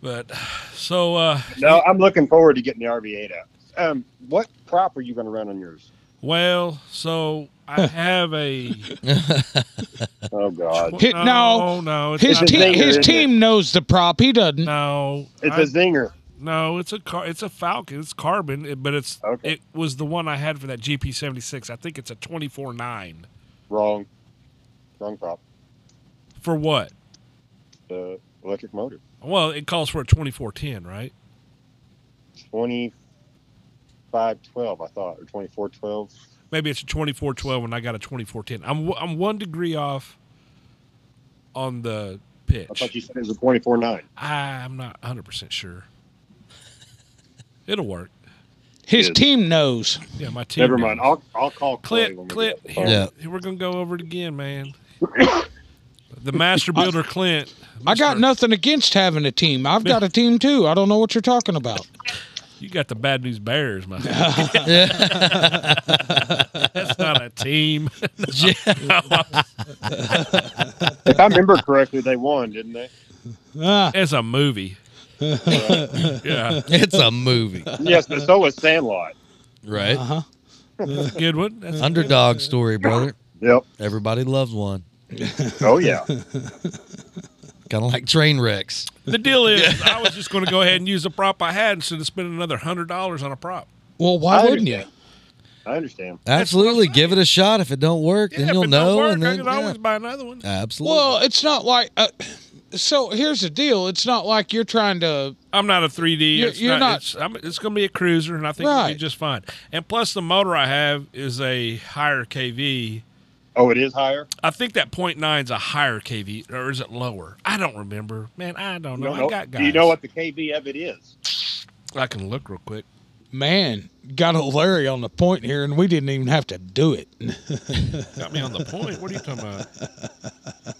But so uh
No, I'm looking forward to getting the RV8 out. Um, what prop are you going to run on yours?
well, so I have a
Oh God,
Hit-
no no it's
His
not
team.
Zinger,
His
isn't it?
team knows the prop. He doesn't.
no
it's
I-
a zinger.
No, it's a car. It's a Falcon. It's carbon, it- but it's
Okay.
it was the one I had for that GP seventy six. I think it's a twenty four nine.
Wrong, wrong prop.
For what?
The electric motor.
Well, it calls for a twenty four ten, right?
Twenty five twelve, I thought, or twenty four twelve.
Maybe it's a twenty four twelve, and I got a twenty four ten. I'm w- I'm one degree off on the pitch.
I thought you said it was a twenty four nine.
I'm not hundred percent sure. It'll work.
His
Good.
team knows.
Yeah, my team.
Never mind.
knows.
I'll I'll call Clay.
Clint,
when we
Clint,
get
here,
off the
Yeah.
here we're gonna go over it again, man. the master builder, Clint.
I got
Mr.
nothing against having a team. I've got a team too. I don't know what you're talking about.
You got the bad news bears, man. That's not a team.
phone. If I remember correctly, they won, didn't they?
Ah,
It's a movie. yeah,
It's a movie,
Yes, but so was Sandlot.
right?
uh-huh.
good one. That's a
Underdog story, brother.
Yep.
Everybody loves one.
Oh yeah.
Kind of like train wrecks.
The deal is, I was just going to go ahead and use the prop I had instead of spending another hundred dollars on a prop.
well, why
I
wouldn't you?
understand. I understand.
Absolutely, give it a shot. If it don't work,
Yeah,
then
if
you'll
it
know.
Don't work,
and
I
then,
could
yeah.
always buy another one.
Absolutely.
Well, it's not like. Uh, so here's the deal. It's not like you're trying to.
I'm not a 3D.
You're-
it's
you're not-
It's, I'm, it's going to be a cruiser, and I think it'll be
Right.
just fine. And plus, the motor I have is a higher KV.
Oh, it is higher.
I think that .9 is a higher KV, or is it lower? I don't remember, man. I don't know.
You don't
I
know-
got guys.
Do you know what the KV of it is?
I can look real quick.
Man, got old Larry on the point here, and we didn't even have to do it.
Got me on the point. What are you talking about?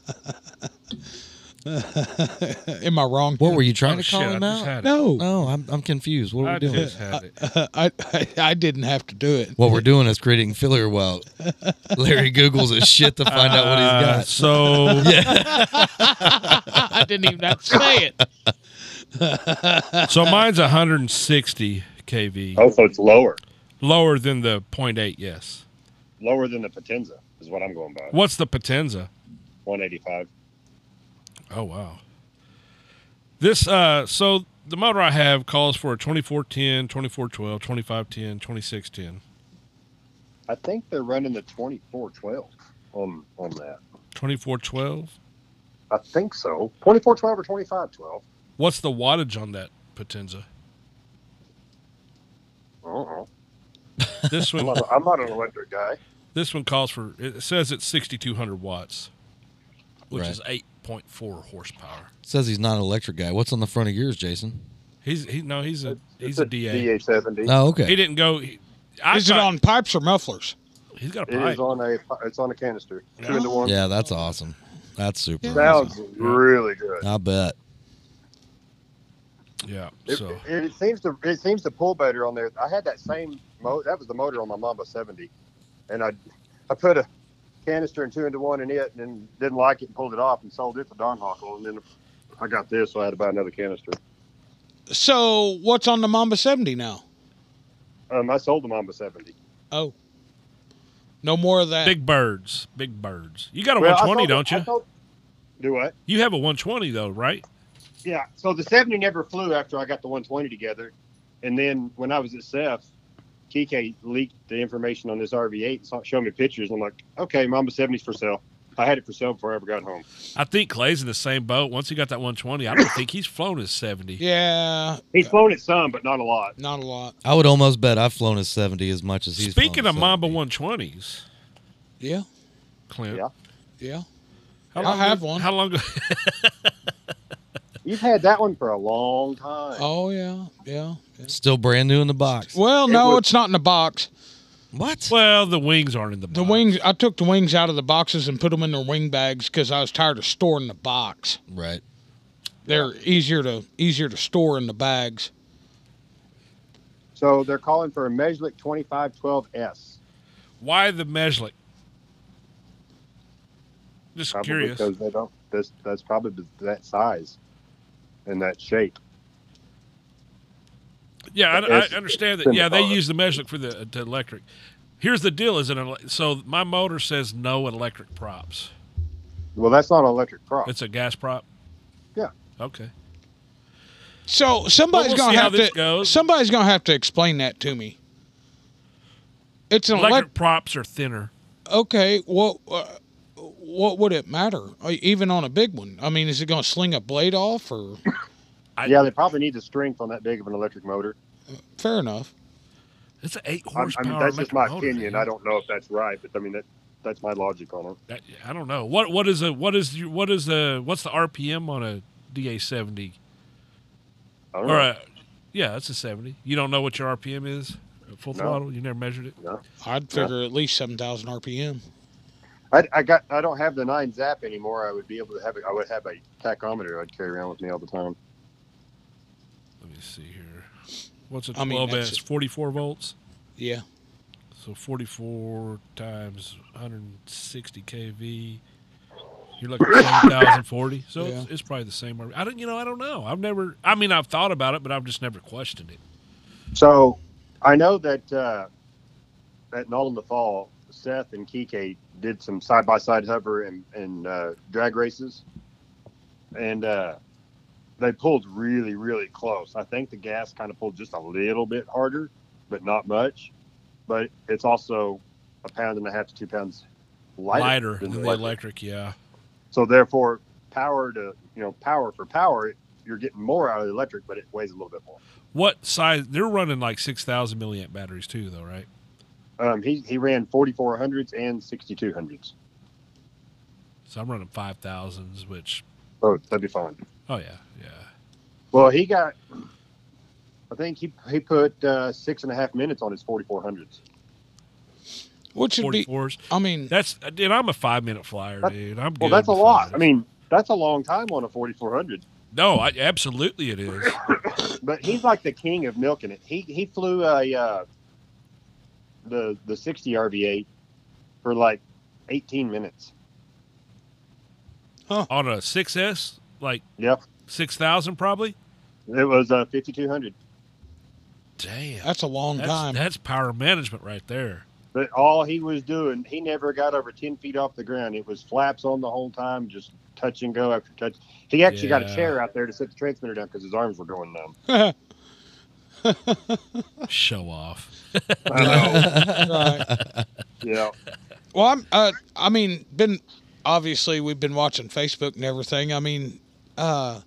Am I wrong?
what were you trying
Oh,
to call
shit,
him
I just
out?
had it.
No,
No, I'm, I'm confused. What are
I
we doing?
just had it.
I, I I didn't have to do it.
What we're doing is creating filler while Larry Googles his shit to find out what he's
Uh,
got.
so
I didn't even have to say it.
so mine's 160 kV,
Oh, so it's lower.
lower than the .8. Yes.
Lower than the Potenza is what I'm going by.
What's the Potenza?
185.
Oh wow. This uh so the motor I have calls for a 2410, 2412, 2510, 2610,
I think they're running the 2412 on on that.
2412.
I think so. 2412 or 2512.
What's the wattage on that Potenza?
I don't know.
This
I'm
one
not, I'm not an electric guy.
this one calls for it says it's 6200 watts, which
Right.
is 8.4 horsepower.
Says he's not an electric guy. What's on the front of yours, Jason?
He's he no, he's a he's a
It's
DA.
DA70.
Oh,
He
okay.
didn't go he, I
Is it
thought-
on pipes or mufflers?
He's got a
It
pipe.
is on a it's on a canister. Two
Yeah.
into one.
Yeah, that's awesome. That's super.
Sounds
awesome.
really good.
I bet.
yeah.
It,
So
it, it seems to it seems to pull better on there. I had that same mo that was the motor on my Mamba 70, and I I put a canister and two into one in it, and didn't like it and pulled it off and sold it to Don Hockle, and then I got this, so I had to buy another canister.
So what's on the Mamba 70 now?
Um, I sold the Mamba 70.
Oh, no more of that.
big birds, big birds. You got a
Well, I
120,
sold it-
don't
I
you?
sold- do what?
You have a 120 though, right?
Yeah. So the 70 never flew after I got the 120 together. And then when I was at Ceph, Kike leaked the information on this RV8 and saw, showed me pictures. And I'm like, okay, Mamba 70's for sale. I had it for sale before I ever got home.
I think Clay's in the same boat. Once he got that 120, I don't think he's flown his 70.
Yeah,
He's flown it some, but not a lot.
not a lot.
I would almost bet I've flown a 70 as much as he's flown
Speaking
a
of Mamba
70.
120s,
Yeah,
Clint,
Yeah.
yeah.
how
I
long
have
ago-
one.
How long? ago-
You've had that one for a long time.
Oh yeah, yeah. yeah.
Still brand new in the box.
Well,
It
no,
was-
it's not in the box.
What?
well, the wings aren't in the
The
box.
wings. I took the wings out of the boxes and put them in their wing bags because I was tired of storing the box.
Right.
They're easier to easier to store in the bags.
So they're calling for a Meslick 2512S.
Why the Meslick? Just
Probably
curious.
because they don't, that's, that's probably that size and that shape.
Yeah, I, I
It's-
understand
it's
that.
in
Yeah,
the
they
box.
use the Meslick for the, uh, to electric. Here's the deal: is an ele- so my motor says no electric props.
Well, that's not an electric prop.
It's a gas prop.
Yeah.
Okay.
So somebody's
we'll see
gonna
how
have
this
to
goes.
somebody's gonna have to explain that to me. It's an
Electric
elect-
props are thinner.
okay. What uh, what would it matter? Uh, Even on a big one, I mean, is it gonna sling a blade off or?
I-
yeah, they probably need the strength on that big of an electric motor.
Fair enough.
It's an eight
I- I
horsepower.
mean, that's just
electric
my
motor,
opinion.
dude.
I don't know if that's right, but I mean that that's my logic on it.
That, I don't know what what is a what is your- what is the what's the RPM on a DA seventy
I don't
or
know.
a yeah it's a seventy. You don't know what your RPM is full
No.
throttle. You never measured it.
I'd figure at least seven thousand RPM.
I, I got I don't have the nine zap anymore. I would be able to have it. I would have a tachometer I'd carry around with me all the time.
Let me see here. What's a
I mean,
twelve
that's
S?
a-
Forty four volts.
Yeah.
So forty four times one hundred and sixty kV. You're looking at seven thousand forty. So it's, it's probably the same. RPM. I don't. You know. I don't know. I've never. I mean, I've thought about it, but I've just never questioned it.
So I know that uh, at Null in the Fall, Seth and Kike did some side by side hover and, and uh, drag races. And uh, they pulled really, really close. I think the gas kind of pulled just a little bit harder, but not much. But it's also a pound and a half to two pounds lighter,
Lighter
than the
than the electric.
electric.
Yeah.
So therefore, power to you know power for power, you're getting more out of the electric, but it weighs a little bit more.
What size? They're running like six thousand milliamp batteries too, though, right?
Um, he he ran 4400s and 6200s,
So I'm running five thousands, which
so that'd be fine.
oh yeah, yeah.
Well, he got, I think he he put uh, six and a half minutes on his 4400s.
Which would
Forty
be.
fours.
I mean,
That's dude. I'm a five minute flyer,
That-
dude. I'm
Well,
good
that's a
with
lot. I
flyers.
mean, that's a long time on a 4400.
no, I, absolutely it is.
But he's like the king of milking it. He he flew a uh, the the 60 RV8 for like 18 minutes.
On a 6S, like
Yep,
six thousand probably.
it was uh, 5200.
Damn,
that's a long
that's,
time.
that's power management right there.
But all he was doing, he never got over ten feet off the ground. It was flaps on the whole time, just touch and go after touch. He actually got
Yeah.
a chair out there to set the transmitter down because his arms were going numb.
Show off.
right.
Yeah,
Well, I'm. Uh, I mean, been obviously we've been watching Facebook and everything. I mean, uh,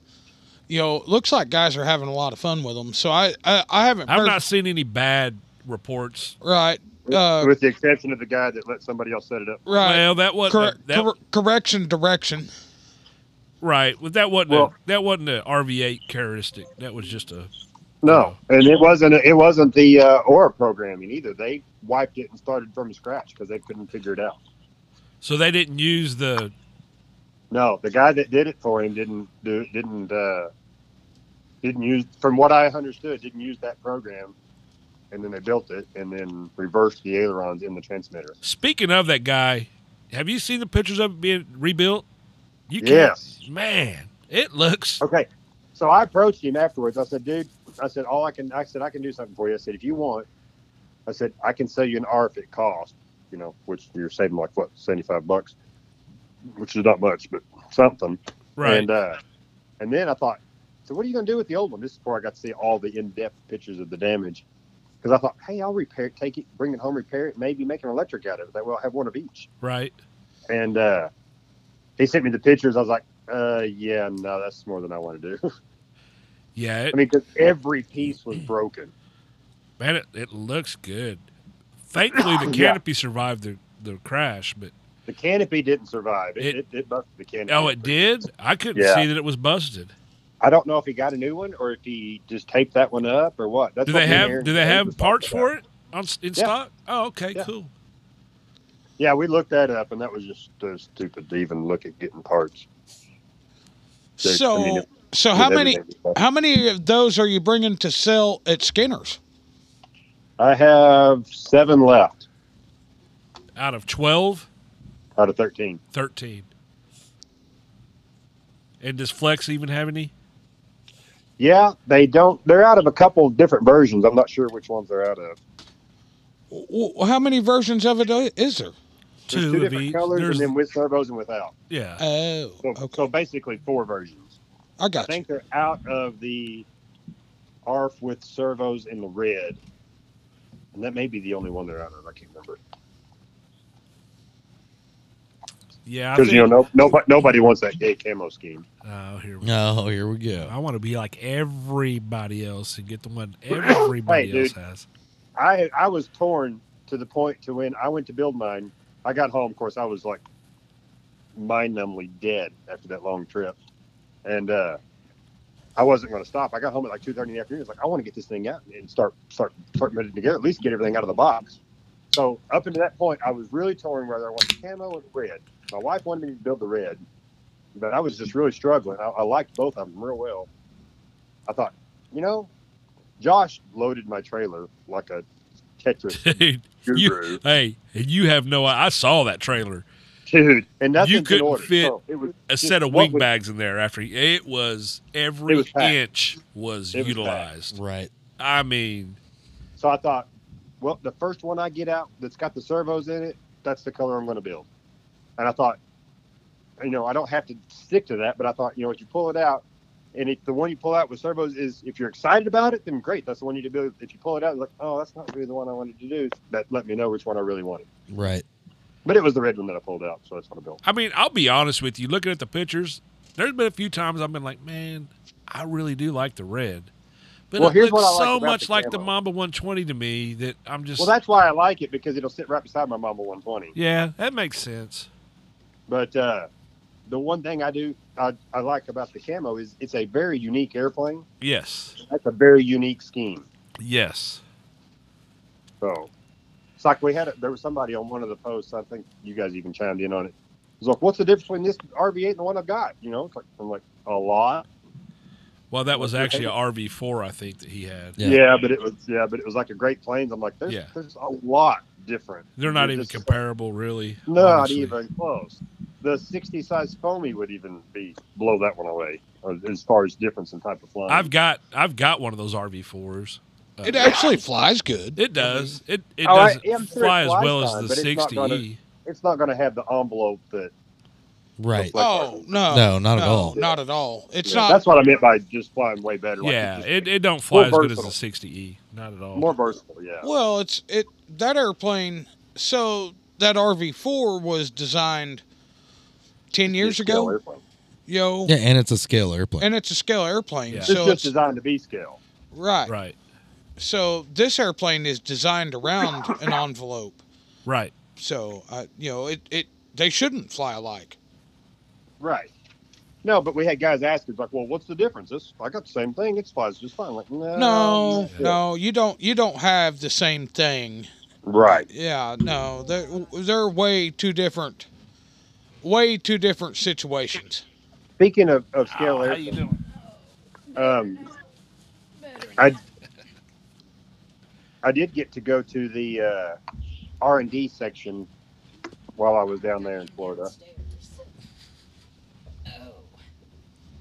you know, it looks like guys are having a lot of fun with them. So I, I, I haven't.
I've
heard,
not seen any bad reports.
Right. Uh,
with the exception of the guy that let somebody else set it up.
right.
well, that wasn't a-
Cor-
that,
cor- correction direction.
right. Well, that wasn't
Well-
a, that wasn't a RV8 characteristic. That was just a
No, and it wasn't. It wasn't the uh, Aura programming either. They wiped it and started from scratch because they couldn't figure it out.
so they didn't use the
No, the guy that did it for him didn't do didn't uh, didn't use from what I understood didn't use that program, and then they built it and then reversed the ailerons in the transmitter.
Speaking of that guy, have you seen the pictures of it being rebuilt? You can't,
Yes.
man, it looks.
Okay. So I approached him afterwards. I said, dude, I said, all I can, I said, I can do something for you. I said, if you want, I said, I can sell you an RF at cost, you know, which you're saving like what, 75 bucks, which is not much, but something.
Right.
And, uh, and then I thought, so what are you going to do with the old one? This is before I got to see all the in-depth pictures of the damage. Cause I thought, Hey, I'll repair it, take it, bring it home, repair it, maybe make an electric out of it. That way I'll have one of each
right.
and uh, he sent me the pictures. I was like, uh, yeah, no, that's more than I want to do.
Yeah.
I
It,
mean, because every piece was broken.
man, it, it looks good. Thankfully, the
Yeah.
canopy survived the, the crash, but
The canopy didn't survive. It,
It-
it, it, busted the canopy.
oh, it did. I couldn't
Yeah.
see that it was busted.
I don't know if he got a new one or if he just taped that one up or what. That's
Do
what
they
me and
have
Aaron
Do they
James
have
was
parts
talking
for
about.
it on s- in
Yeah.
stock? Oh, okay,
Yeah.
cool.
Yeah, we looked that up, and that was just uh, stupid to even look at getting parts. They- I
So,
mean, it-
so how
with
many,
everything.
how many of those are you bringing to sell at Skinner's?
I have seven left
Out of 12,
out of thirteen.
13. And does Flex even have any?
Yeah, they don't. They're out of a couple different versions. I'm not sure which ones they're out of.
W- w- How many versions of it i- is there?
There's
Two
two
of
different
each.
colors,
There's-
and then with turbos and without.
Yeah.
Oh,
So,
okay.
so basically, four versions.
I
I
got you.
think they're out of the ARF with servos in the red, and that may be the only one that I know. I can't remember
Yeah, I
because you know
think-
no, nobody nobody wants that gay camo scheme.
Oh, here we
No, here we go.
I want to be like everybody else and get the one everybody
Hey,
else
dude.
has.
I I was torn to the point to when I went to build mine. I got home, of course, I was like mind numbly dead after that long trip, and uh, I wasn't going to stop. I got home at like two thirty in the afternoon. I was like, I want to get this thing out and start start start putting it together. At least get everything out of the box. So up until that point, I was really torn whether I wanted camo or red. My wife wanted me to build the red, but I was just really struggling. I, I liked both of them real well. I thought, you know, Josh loaded my trailer like a Tetris
Dude,
guru.
you, hey, and you have no. I saw that trailer.
dude. And nothing's
You couldn't
in order.
fit
So it was
A
just
set of
what
wing
was-
bags in there. After it was every
It was packed.
inch was
It was
utilized.
Right.
I mean,
So I thought, well, the first one I get out that's got the servos in it, that's the color I'm going to build. And I thought, you know, I don't have to stick to that, but I thought, you know, if you pull it out, and if the one you pull out with servos is, if you're excited about it, then great, that's the one you need to build. If you pull it out, it's like, oh, that's not really the one I wanted to do. That let me know which one I really wanted.
Right.
But it was the red one that I pulled out, so that's what I built.
I mean, I'll be honest with you. Looking at the pictures, there's been a few times I've been like, man, I really do like the red, but
Well,
it
here's what
looks
I like
so
about
much
the
like the
camo.
Mamba 120 to me that I'm just.
Well, that's why I like it because it'll sit right beside my Mama 120.
yeah, that makes sense.
But uh, the one thing I do I, I like about the camo is it's a very unique airplane.
Yes,
That's a very unique scheme.
yes.
So it's like we had it. There was somebody on one of the posts. I think you guys even chimed in on it. It's like, what's the difference between this RV8 and the one I've got? You know, it's like I'm like a lot.
Well, that was
What's your
actually a
favorite?
RV4, I think that he had.
Yeah.
but it was yeah, but it was like a Great Plains. I'm like, there's
Yeah.
there's a lot different.
They're not
It's
even
just-
comparable, really.
Not
honestly.
even close. The 60 size foamy would even be blow that one away uh, as far as difference in type of flying.
I've got I've got one of those RV fours. Uh,
It actually flies good.
It does. It it
Oh, I-
doesn't
yeah, I'm sure it
fly as
flies
well
fine,
as the
but it's not
sixty
gonna-
E.
it's not going to have the envelope that.
Right.
Like
oh no,
No, not at
no,
all.
Not at all. It's
Yeah,
not.
that's what I meant by just flying way better. Like
Yeah,
it's
it,
just
it don't fly as good as the
versatile.
sixty E. Not at all.
more versatile. Yeah.
Well, it's it that airplane. So that RV4 was designed ten years
It's a scale
ago,
airplane.
yo,
Yeah, and it's a scale airplane.
and it's a scale airplane.
Yeah.
It's
So
just
it's,
designed to be scale.
right.
Right.
So this airplane is designed around an envelope.
Right.
So I, you know, it it they shouldn't fly alike.
Right. No, but we had guys ask us like, "Well, what's the difference?" This I got the same thing. It flies just fine. Like, no,
No,
yeah.
no, you don't you don't have the same thing.
Right.
Yeah, no, they're they're way too different, way too different situations.
Speaking of,
Oh,
of scale airplanes, um, I I did get to go to the uh, R and D section while I was down there in Florida.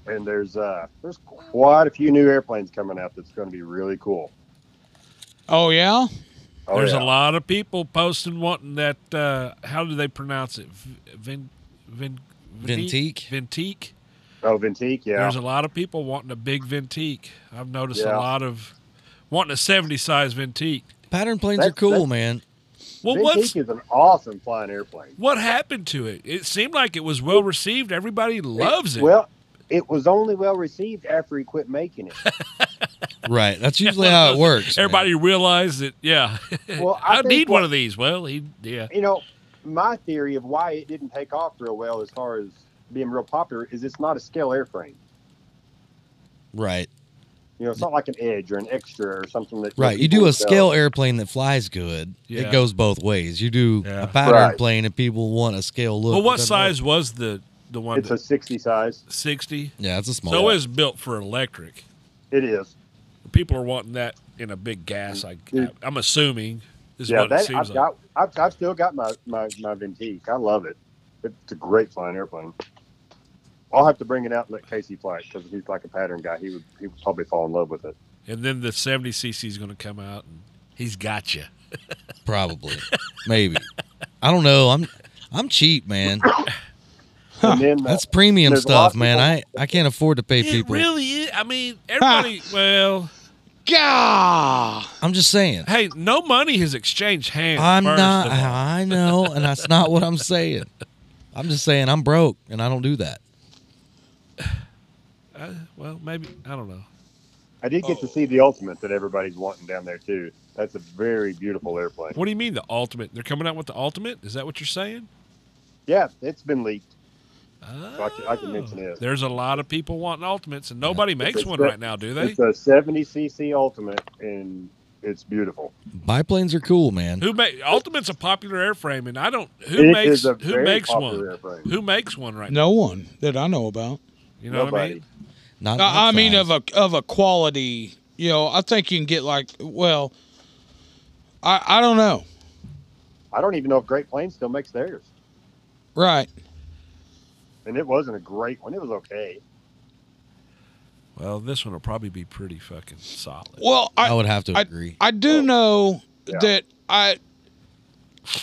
and there's uh there's quite a few new airplanes coming out that's going to be really cool.
Oh yeah,
Oh,
There's
yeah.
a lot of people posting wanting that. Uh, how do they pronounce it? Vin, vin,
Ventique?
Ventique.
Oh, Ventique, yeah.
There's a lot of people wanting a big Ventique. I've noticed a
Yeah.
lot of wanting a seventy size Ventique.
Pattern planes are
That's-
cool,
that's-
man.
Well, what's
Ventique is an awesome flying airplane.
What happened to it? It seemed like it was well received. Everybody loves it.
Well, it was only well received after he quit making it.
Right. That's usually how it works. man.
Everybody realized that. Yeah,
Well,
I,
I think
need one
what-
of these. Well, he yeah.
you know, my theory of why it didn't take off real well as far as being real popular is it's not a scale airframe.
Right.
You know, it's not like an edge or an extra or something that
Right. You
people
do a
would
scale
sell.
airplane that flies good.
Yeah.
It goes both ways. You do
Yeah.
a pattern
Right.
plane and people want a scale look.
Well,
It
what
doesn't work.
size was the the one?
It's a
That,
sixty size.
Sixty.
Yeah, it's a small.
So
one.
it's built for electric.
It is. uh,
Gah!
I'm just saying.
Hey, no money has exchanged hands.
I'm
first
not.
of all.
I know, and that's not what I'm saying. I'm just saying I'm broke and I don't do that.
Uh, well, maybe I don't know.
I did get to see the ultimate that everybody's wanting down there too. That's a very beautiful airplane.
What do you mean the ultimate? They're coming out with the ultimate. Is that what you're saying?
Yeah, it's been leaked.
Oh.
I can- I can mention it.
There's a lot of people wanting ultimates, and nobody makes
It's
one
the-
right now, do they?
It's a 70cc ultimate, and it's beautiful.
Biplanes are cool, man.
Who make ultimate's a popular airframe, and I don't.
It
Who
is
makes
a
who
very
makes
popular
one?
airplane.
Who makes one right now?
No one that I know about.
You know what I
Nobody.
mean?
Not.
Uh, I
not
mean,
five.
of a of a quality. You know, I think you can get like well. I I don't know.
I don't even know if Great Plains still makes theirs,
Right.
and it wasn't a great one. It was okay.
Well, this one will probably be pretty fucking solid.
Well, I
I would have to
I-
agree. Oh.
I do know
Yeah.
that I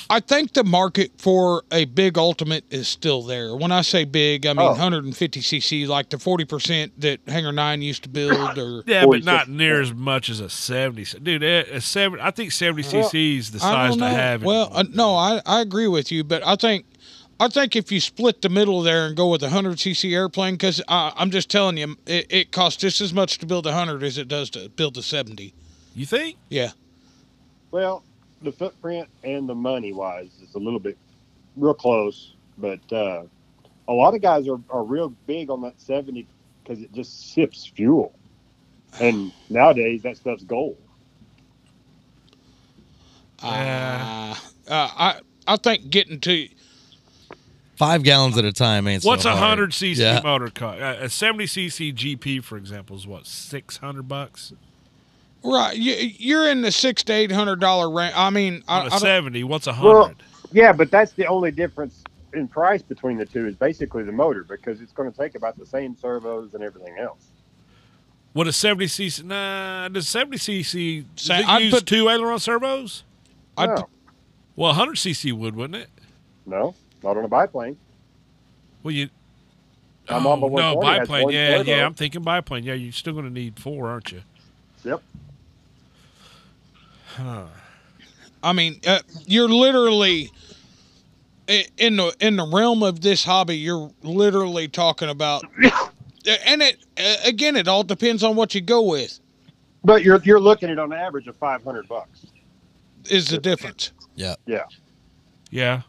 I think the market for a big ultimate is still there. When I say big, I mean
Oh.
150 cc, like the 40 percent that Hangar Nine used to build, or
Yeah, but
46.
not near as much as a seventy. Dude, eh, a a seven. I think seventy cc is the
I
size
don't
to
know.
have.
Well,
anymore.
uh, no, I I agree with you, but I think. I think if you split the middle there and go with a 100cc airplane, because I'm just telling you, it, it costs just as much to build a 100 as it does to build a 70.
you think?
Yeah.
Well, the footprint and the money wise is a little bit real close, but uh, a lot of guys are, are real big on that 70 because it just sips fuel. And nowadays, that stuff's gold.
Uh, uh, I I think getting to
Five gallons at a time ain't. so
What's a
hard.
hundred cc
Yeah.
motor cost? Uh, a seventy cc GP, for example, is what six hundred bucks.
Right, you, you're in the six to eight hundred dollar range. I mean, I,
On
I
a
don't-
seventy, what's a
Well-
hundred?
Yeah, but that's the only difference in price between the two is basically the motor because it's going to take about the same servos and everything else.
What a seventy cc? Nah, does seventy cc does
Say,
it
I'd
use
put-
two aileron servos?
I,
no,
Well, hundred cc would, wouldn't it?
no, not on a biplane.
Well, you.
My Mamba
no,
140 has
biplane.
one
Yeah, yeah.
turbo.
I'm thinking biplane. Yeah, you're still going to need four, aren't you?
Yep.
I mean, uh, you're literally i- in the in the realm of this hobby. You're literally talking about, and it uh, again, it all depends on what you go with.
But you're you're looking at on average of 500 bucks.
Is the difference?
Yeah.
Yeah.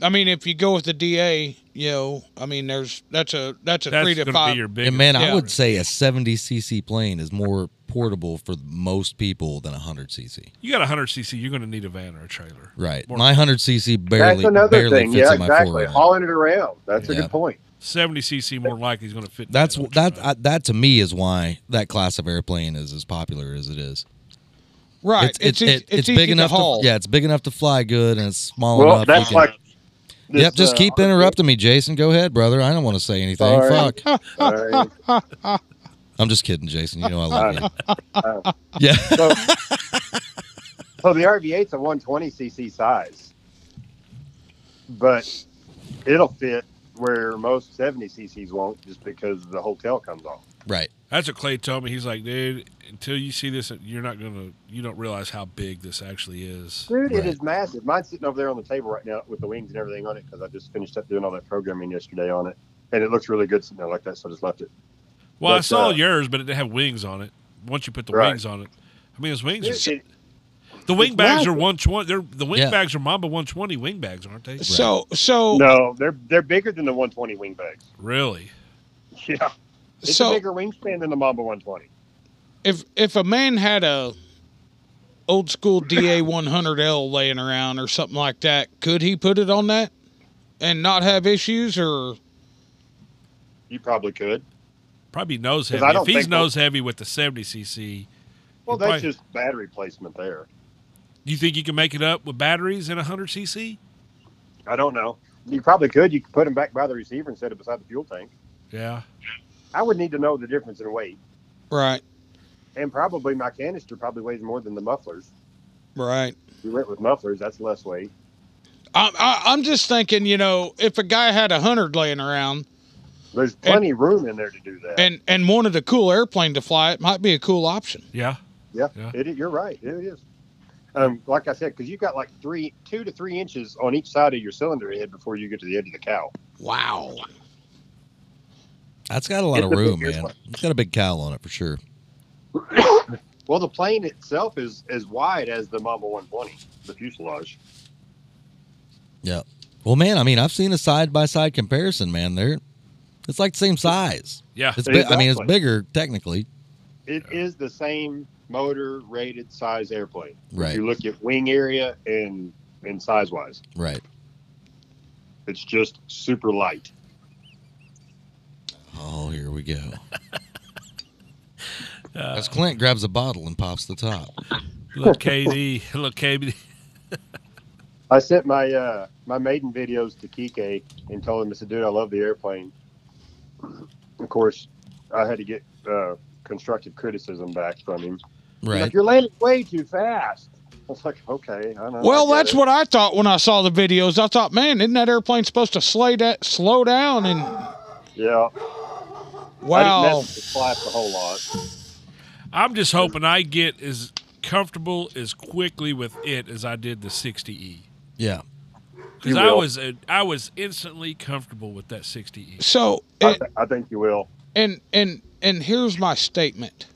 I mean, if you go with the DA, you know, I mean, there's that's a that's a
That's
three
going
to
to
five.
be your biggest.
And man, I
Yeah.
would say a 70 cc plane is more portable for most people than a 100 cc.
You got a hundred cc. You're going to need a van or a trailer.
Right.
More-
My 100 cc barely
That's another
barely
thing.
fits
Yeah,
in my
exactly.
4
Hauling it around. That's a
Yeah.
good point.
Seventy cc more likely is going to fit. in
That's
an
that
ultra.
I, that to me is why that class of airplane is as popular as it is.
right.
It's it's,
eas-
it- it's
easy
big enough
to haul.
yeah, it's big enough to fly good and it's small enough. you can-
this,
yep, just
uh,
keep interrupting me, Jason. Go ahead, brother. I don't want to say anything.
Sorry.
Fuck.
Sorry.
I'm just kidding, Jason. You know I love you.
Uh,
Yeah.
so, so the RV8's a 120cc size, but it'll fit where most 70cc's won't just because the hotel comes off.
Right.
That's what Clay told me. He's like, dude, until you see this, you're not going to. You don't realize how big this actually is.
Dude,
Right.
it is massive. Mine's sitting over there on the table right now with the wings and everything on it because I just finished up doing all that programming yesterday on it. And it looks really good sitting there like that, so I just left it.
Well, I
But,
saw
uh,
yours, but it didn't have wings on it. Once you put the
Right.
wings on it, I mean, those wings.
It-
Are,
it-
the wing bags are
massive.
one twenty. They're the wing
Yeah.
bags are Mamba one twenty wing bags, aren't they?
So so
no, they're they're bigger than the 120 wing bags.
Really?
Yeah, it's
so
a bigger wingspan than the Mamba 120.
if if a man had a old school DA 100L laying around or something like that, could he put it on that and not have issues or
You probably could.
Probably nose
'Cause
heavy.
I don't
If he's
think they'll-
nose heavy with the seventy cc,
Well,
You
that's
probably-
just battery placement there.
Do you think you can make it up with batteries in 100 cc?
I don't know. You probably could. You could put them back by the receiver and set it beside the fuel tank.
Yeah.
I would need to know the difference in weight,
right,
and probably my canister probably weighs more than the mufflers.
right.
If you went with mufflers, that's less weight.
I, I, I'm just thinking, you know, if a guy had a hundred laying around,
There's plenty of room in there to do that.
and and wanted a cool airplane to fly, it might be a cool option.
Yeah.
Yeah,
Yeah.
It, is- you're right. It is. Um, like I said, because you've got like three, two to three inches on each side of your cylinder head before you get to the edge of the cow.
Wow.
That's got a lot
It's
of
a big
room, man.
airplane.
It's got a big cowl on it for sure.
Well, the plane itself is as wide as the Mamba 120, the fuselage.
Yeah. Well, man, I mean, I've seen a side by side comparison, man. They're it's like the same size.
Yeah.
It's big I mean, it's
Exactly.
bigger technically.
It is the same motor rated size airplane.
Right.
You look at wing area and and size wise,
Right.
it's just super light.
Oh, here we go. As Clint grabs a bottle and pops the top.
Uh, Little KD. Little KD.
I sent my uh, my maiden videos to Kike and told him, I said, dude, I love the airplane. Of course, I had to get uh, constructive criticism back from him. He's
Right.
Like, You're landing way too fast. I was like, okay, I know.
Well,
I get
that's
it."
what I thought when I saw the videos. I thought, man, isn't that airplane supposed to slay that, slow down? And
Yeah. I didn't
wow,
mess with the flap a whole lot.
I'm just hoping I get as comfortable as quickly with it as I did the 60E.
Yeah.
Because
You
I
will.
was uh, I was instantly comfortable with that E. 60E.
so
I,
and,
th- I think you will.
and and and here's my statement.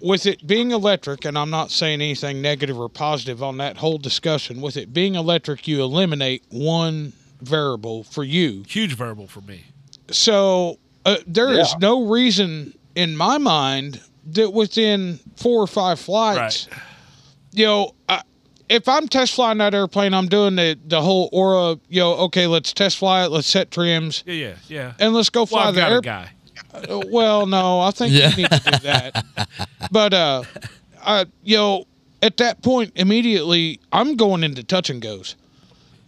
With it being electric, and I'm not saying anything negative or positive on that whole discussion. With it being electric, you eliminate one variable for you
Huge verbal for me.
So uh, there is
Yeah.
no reason in my mind that within four or five flights, you know, I, if I'm test flying that airplane, I'm doing the, the whole aura, you know, okay, let's test fly it, let's set trims,
Yeah, yeah, yeah.
and let's go
Well,
fly
I've got a
the
guy.
airplane. well, no, I think
Yeah.
you need to do that. but, uh, I, you know, at that point, immediately, I'm going into touch and goes.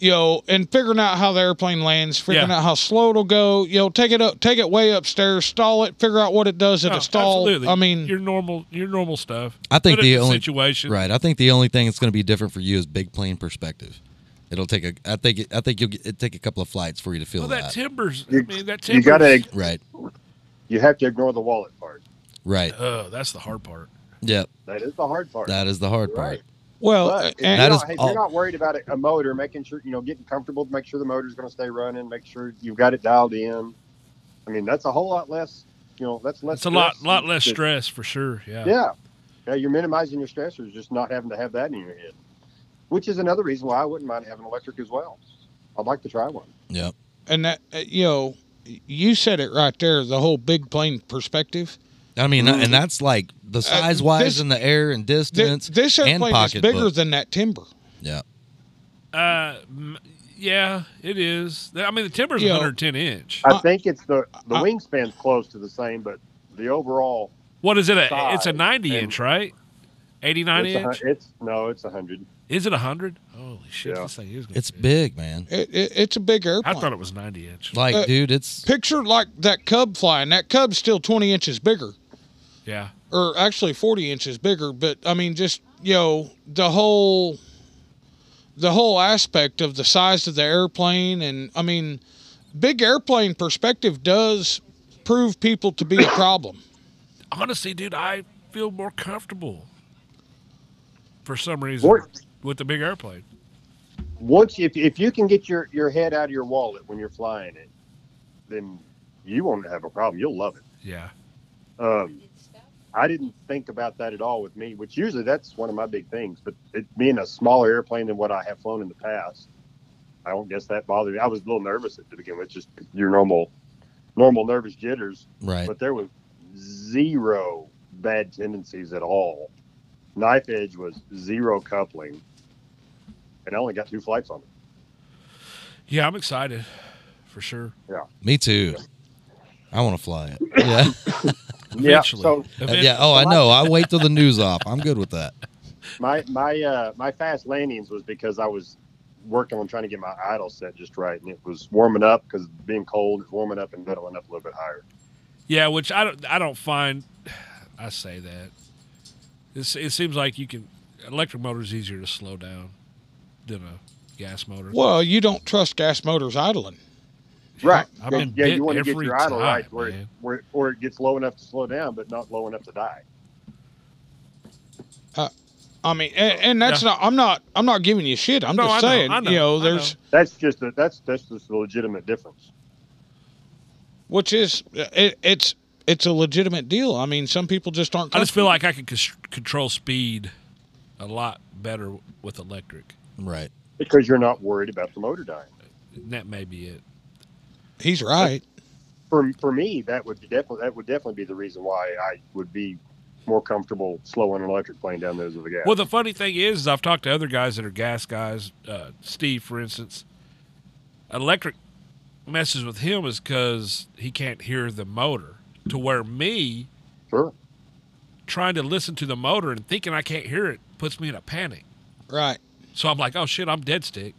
you know, and figuring out how the airplane lands, figuring
Yeah.
out how slow it'll go, you know, take it up, take it way upstairs, stall it, figure out what it does at
No,
a stall.
Oh, absolutely.
I mean,
your normal, your normal stuff.
I think
But
the
it's a
only-
situation,
Right. I think the only thing that's going to be different for you is big plane perspective. It'll take a. I think. It, I think you'll get, it'll take a couple of flights for you to feel
Well, that
that.
timbers. I
You-
mean, that timbers.
You gotta,
right.
you have to ignore the wallet part.
Right.
Oh, that's the hard part.
Yep.
That is the hard part.
That is the hard part.
Right.
well,
But if,
and-
That
you're
is
not, if
all-
you're not worried about a motor, making sure you know, getting comfortable, make sure the motor's going to stay running, make sure you've got it dialed in. I mean, that's a whole lot less. You know, that's less.
It's a lot,
stress.
lot less stress for sure. Yeah.
Yeah. yeah, you're minimizing your stressors, just not having to have that in your head, which is another reason why I wouldn't mind having electric as well. I'd like to try one.
Yep.
and that, uh, you know, you said it right there, the whole big plane perspective.
I mean, and that's like the size wise
Uh, this-
in the air and
Th-
distance
this
and
airplane is
pocket
bigger than that timber.
yeah.
Uh, m- yeah, it is. I mean, the timber's
Yeah.
110 inch.
I
Uh,
think it's the the
uh,
wingspan's close to the same, but the overall
What is it? A,
Size
it's a 90
and-
inch, right? 89
it's, a hun-
inch.
it's no, it's a hundred.
Is it 100? Holy shit!
Yeah.
This thing is. gonna
It's
be
big, man.
It, it, it's a big
I
airplane.
thought it was 90 inch.
Like,
Uh,
dude, it's
Picture like that cub flying. That cub's still 20 inches bigger.
Yeah.
or actually 40 inches bigger but i mean just you know the whole the whole aspect of the size of the airplane and i mean big airplane perspective does prove people to be a problem
Honestly, dude, I feel more comfortable for some reason
Or-
with the big airplane.
Once if if you can get your your head out of your wallet when you're flying it, then you won't have a problem. You'll love it.
Yeah.
Um, I didn't think about that at all with me, which usually that's one of my big things. But it being a smaller airplane than what I have flown in the past, I don't guess that bothered me. I was a little nervous at the beginning, with, just your normal, normal nervous jitters.
right.
But there was zero bad tendencies at all. Knife edge was zero coupling, and I only got two flights on it.
Yeah, I'm excited for sure.
Me too. I want to fly it. Yeah.
Eventually.
So Uh,
Eventually.
yeah. Oh, I know. I wait till the news off. I'm good with that.
my my uh my fast landings was because I was working on trying to get my idle set just right, and it was warming up because being cold, it's warming up and middling up a little bit higher.
Yeah, which I don't. I don't find. I say that. It's, it seems like you can. Electric motor's easier to slow down than a gas motor.
well you don't trust gas motors idling
Right.
I've been
yeah,
bit
you want to get
every
your idle
time,
right where, it-
man.
where it- where it gets low enough to slow down, but not low enough to die.
I mean, and, and that's not. I'm not. I'm not giving you shit. I'm
No,
just
I know,
saying.
I know,
you know,
I
there's
That's just a, that's that's just a legitimate difference.
which is it, it's it's a legitimate deal. I mean, some people just aren't.
I just feel like I can cons- control speed a lot better with electric.
Right.
Because you're not worried about the motor dying.
And that may be it.
comfortable. He's right.
For for me, that would be definitely that would definitely be the reason why I would be more comfortable slowing an electric plane down those with a gas.
Well, the funny thing is, is I've talked to other guys that are gas guys. Uh, Steve, for instance, electric messes with him is because he can't hear the motor. To where me
sure.
trying to listen to the motor and thinking I can't hear it puts me in a panic.
Right.
So I'm like, oh shit, I'm dead stick.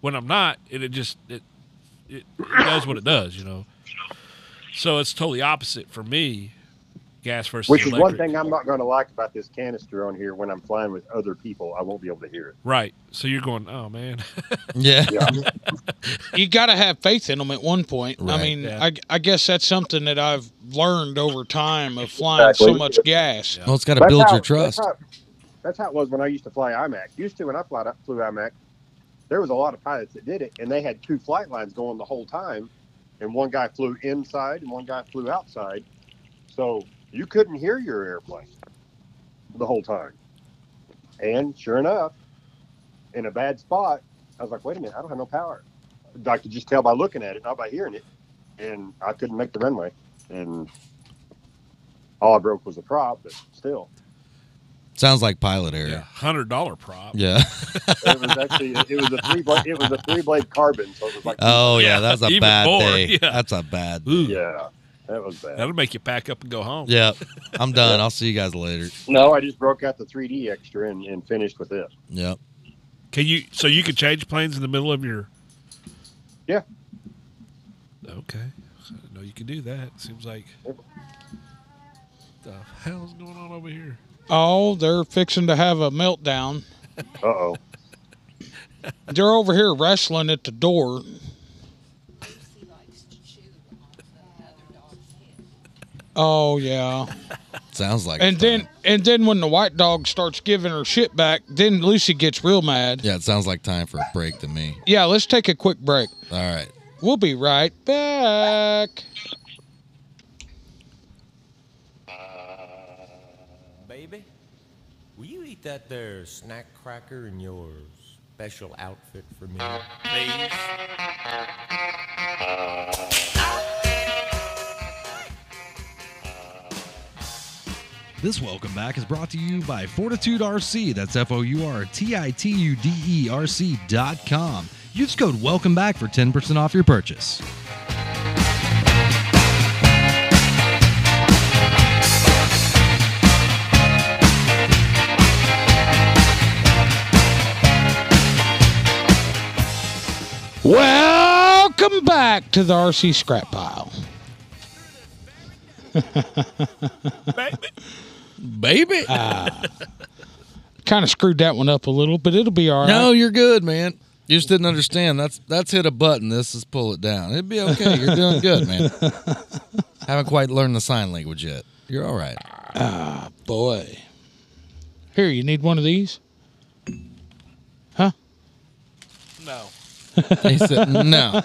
When I'm not, and it just it it, it does what it does, you know. So it's totally opposite for me, gas versus
Which is
electric.
one thing I'm not going to like about this canister on here. When I'm flying with other people, I won't be able to hear it.
Right. So you're going, oh man,
Yeah.
You got to have faith in them at one point.
Right.
I mean,
Yeah.
I, I guess that's something that I've learned over time of flying so
Exactly.
much gas.
Yeah.
Well, it's got to build
how-
your trust.
That's how, that's how it was when I used to fly IMAC. Used to when I fly, flew IMAC, there was a lot of pilots that did it, and they had two flight lines going the whole time, and one guy flew inside and one guy flew outside, so you couldn't hear your airplane the whole time. And sure enough, in a bad spot, I was like, "Wait a minute, I don't have no power." I could just tell by looking at it, not by hearing it, and I couldn't make the runway, and all I broke was the prop, but still.
Sounds like pilot
yeah,
error.
hundred dollar prop.
Yeah.
it was actually it was a three blade it was a three blade carbon, so it was like
Oh yeah,
Yeah,
that's a
even
bad
more,
day.
yeah.
That's a bad.
Ooh,
yeah, that was bad.
that'll make you pack up and go home.
Yeah. I'm done. I'll see you guys later.
No, I just broke out the 3D extra and, and finished with this.
Yep.
Can you? So you can change planes in the middle of your.
Yeah.
Okay. I didn't know you can do that. Seems like. The hell's going on over here?
Oh, they're fixing to have a meltdown.
Uh oh,
They're over here wrestling at the door.
He likes to chew on the other dog's head.
Oh yeah.
Sounds like.
And
fun.
then and then when the white dog starts giving her shit back, then Lucy gets real mad.
Yeah, it sounds like time for a break to me.
Yeah, let's take a quick break.
All right.
We'll be right back.
Baby, will you eat that there snack cracker in your special outfit for me, please?
This welcome back is brought to you by Fortitude RC. That's F O U R T I T U D E R C dot com. Use code welcome back for 10% off your purchase.
Welcome back to the RC scrap pile.
Baby.
Kind of Ah. screwed that one up a little, but it'll be all right.
no, you're good, man. You just didn't understand. That's that's hit a button. This is pull it down. It'd be okay. You're doing good, man. Haven't quite learned the sign language yet. You're all right.
boy. Here, you need one of these? Huh?
No.
He said, no.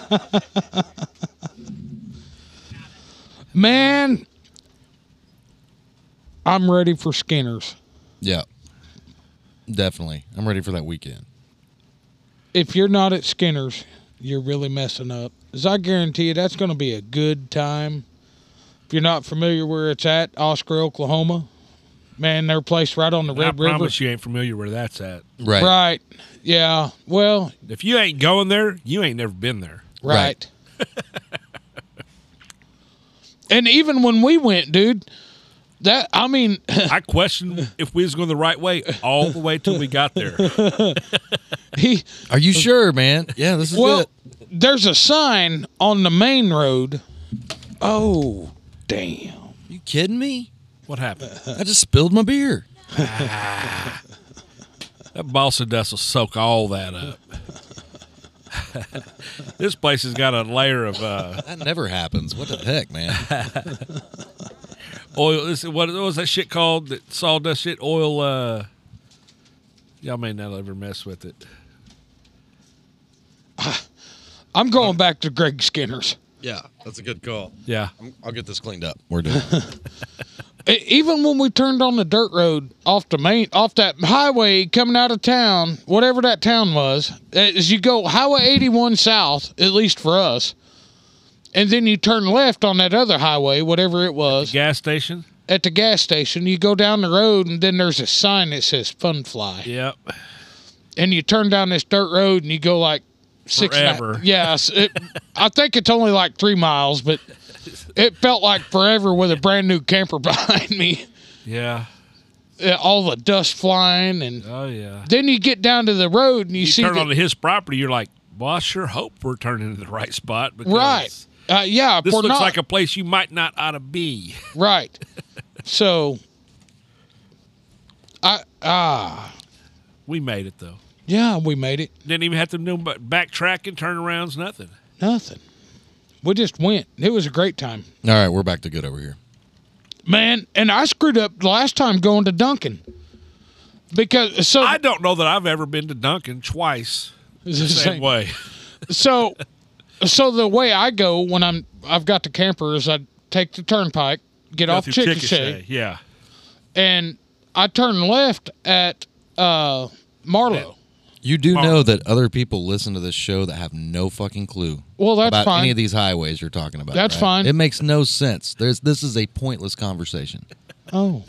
Man, I'm ready for Skinners.
Yeah. Definitely. I'm ready for that weekend.
If you're not at Skinners, you're really messing up. As I guarantee you, that's going to be a good time. If you're not familiar where it's at, Oscar, Oklahoma, man, their place right on the
I
Red River.
promise you ain't familiar where that's at.
Right.
Right. Yeah. Well,
If you ain't going there, you ain't never been there.
Right. and even when we went, dude, that I mean,
I questioned if we was going the right way all the way till we got there.
he
Are you sure, man? Yeah, this is
well,
it.
there's a sign on the main road. Oh, damn.
You kidding me?
What happened?
I just spilled my beer.
That balsa dust will soak all that up. this place has got a layer of. Uh,
that never happens. What the heck, man?
oil. This, what, what was that shit called? That sawdust shit. Oil. Uh, y'all may not ever mess with it.
I'm going back to Greg Skinner's.
Yeah, that's a good call.
Yeah.
I'm, I'll get this cleaned up. We're done.
E- Even when we turned on the dirt road off the main, off that highway coming out of town, whatever that town was, as you go Highway 81 south, at least for us, and then you turn left on that other highway, whatever it was,
Gas station.
at the gas station, you go down the road and then there's a sign that says Fun Fly.
Yep.
and you turn down this dirt road and you go like six and a-
Forever.
yeah, s- it, I think it's only like three miles, but it felt like forever with a brand new camper behind me.
Yeah.
Yeah, uh, All the dust flying, and
Oh yeah.
then you get down to the road and you,
You,
see
turn
the-
onto his property. You're like, well, I sure hope we're turning to the right spot. Because
right. Uh, yeah,
This
we're
looks
not-
like a place you might not ought to be.
right. So, I ah
We made it though.
yeah, we made it.
Didn't even have to do but backtracking, turnarounds, nothing.
Nothing. We just went. It was a great time.
All right, we're back to good over here.
Man, and I screwed up last time going to Duncan. Because so
I don't know that I've ever been to Duncan twice. The
It's the
same,
same.
way.
so so the way I go when I'm I've got the camper is I take the turnpike, get
Go
off
through
Chickasha,
Yeah.
and I turn left at uh Marlow.
You do know that other people listen to this show that have no fucking clue.
Well, that's
about
fine.
Any of these highways you're talking about.
That's
right?
fine.
It makes no sense. There's this is a pointless conversation.
Oh.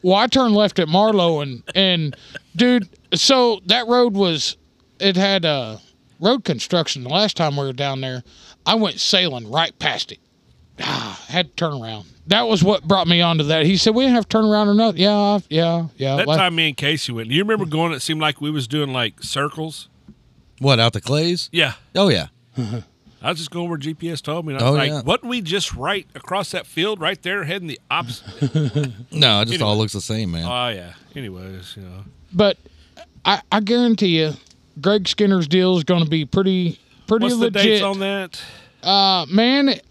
Well, I turned left at Marlow and and dude, so that road was it had uh road construction the last time we were down there. I went sailing right past it. Ah, had to turn around. That was what brought me onto that. He said we didn't have to turn around or nothing. Yeah, I've- yeah, yeah.
That
la-
time me and Casey went. You remember going? It seemed like we was doing like circles.
What out the clays?
Yeah.
Oh yeah.
I was just going where GPS told me. And I was
Oh,
like,
yeah.
wasn't we just right across that field right there heading the opposite?
No, it just all
Anyway.
looks the same, man.
oh, yeah. Anyways, you know.
But I, I guarantee you, Greg Skinner's deal is going to be pretty, pretty
What's
legit.
the dates on that?
uh, man, it-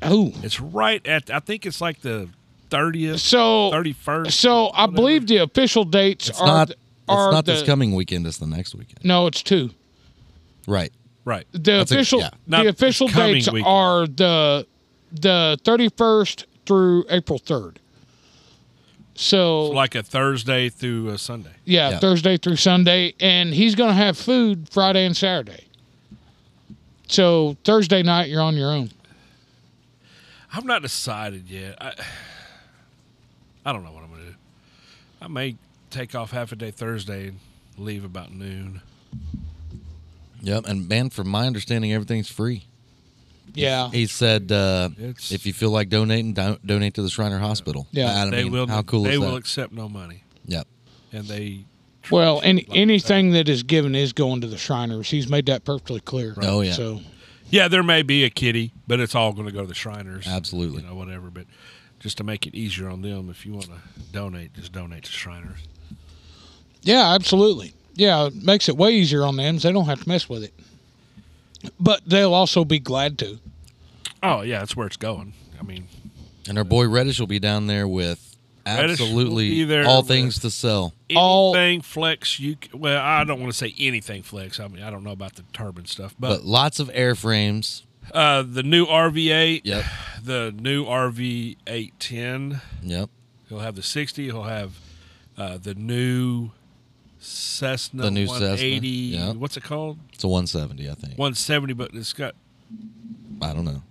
oh,
It's right at, I think it's like the 30th,
so
31st.
so I believe the official dates
It's
are
not.
th-
it's
are
not
the,
this coming weekend. It's the next weekend.
No, it's two.
Right.
right.
The
a-
official
yeah.
Not
the
this
official
coming
dates
weekend.
are the the thirty first through April third. So,
Like a Thursday through a Sunday.
yeah,
yeah.
Thursday through Sunday, and he's going to have food Friday and Saturday. So Thursday night you're on your own.
I'm not decided yet. I, I don't know what I'm going to do. I may take off half a day Thursday and leave about noon.
Yep. And man, from my understanding, everything's free.
Yeah.
He said, uh,
It's-
if you feel like donating, don- donate to the Shriner Hospital.
Yeah.
I
They
mean,
will
How cool
they
is
will
that?
accept no money.
yep.
And they
Well, any anything that is given is going to the Shriners. He's made that perfectly clear.
Oh, yeah.
So
Yeah, there may be a kitty, but it's all going to go to the Shriners.
Absolutely.
You know, whatever. But just to make it easier on them, if you want to donate, just donate to Shriners.
yeah, absolutely. Yeah, it makes it way easier on them. So they don't have to mess with it. But they'll also be glad to.
Oh, yeah, that's where it's going. I mean,
And our boy Reddish will be down there with
Reddish will
absolutely
be there
all
with-
things to sell.
All-
anything flex you. c- Well, I don't want to say anything flex. I mean, I don't know about the turbine stuff, but,
But lots of airframes.
uh, the new RV8,
Yep.
the new RV810.
Yep.
He'll have the 60. He'll have uh, the new Cessna
The new Cessna,
180.
yeah.
What's it called?
It's a 170, I think.
170, but it's got
I don't know.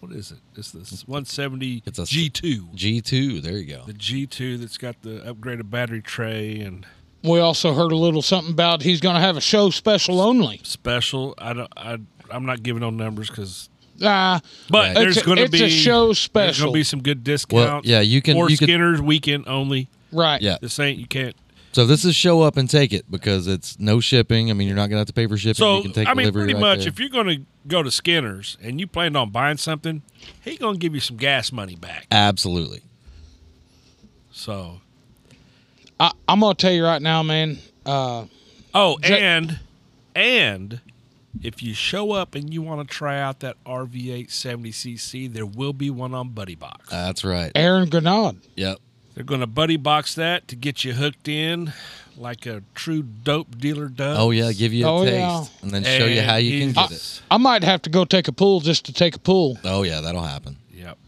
what is it? It's this 170
It's a s-
G2.
G2. There you go.
The G2 that's got the upgraded battery tray and
We also heard a little something about he's going to have a show special only.
special. I don't. I, I'm not giving on numbers because.
Ah,
But
Right.
there's
It's a-
going to
it's a
be
show
There's going
special.
to be some good discounts.
Well, yeah, you can-
Or
you can-
Skinner's weekend only.
right.
Yeah.
This ain't you can't.
So this is show up and take it because it's no shipping. I mean, you're not gonna have to pay for shipping.
So
you can take
I mean,
delivery
pretty
right
much,
there.
if you're going to go to Skinner's and you planned on buying something, he going to give you some gas money back.
absolutely.
So
I, I'm going to tell you right now, man. Uh,
oh,
that-
and And if you show up and you want to try out that RV8 70cc, there will be one on Buddy Box.
That's right.
Aaron Grenade.
Yep.
They're going to buddy box that to get you hooked in like a true dope dealer does.
Oh yeah, give you a
Oh,
taste
yeah.
and then show you how you can
Uh, And
get
he's-
it.
I might have to go take a pull just to take a pull.
Oh yeah, that'll happen.
Yep.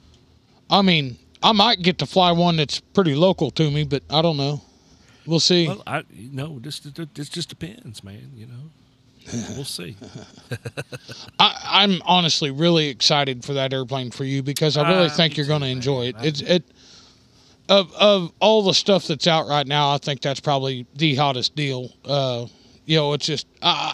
I mean, I might get to fly one that's pretty local to me, but I don't know. We'll see.
Well, I you know this this just depends, man. You know, we'll see.
I, I'm honestly really excited for that airplane for you because I really
Ah,
think you're going to enjoy it. It's it of of all the stuff that's out right now. I think that's probably the hottest deal. Uh, you know, it's just uh,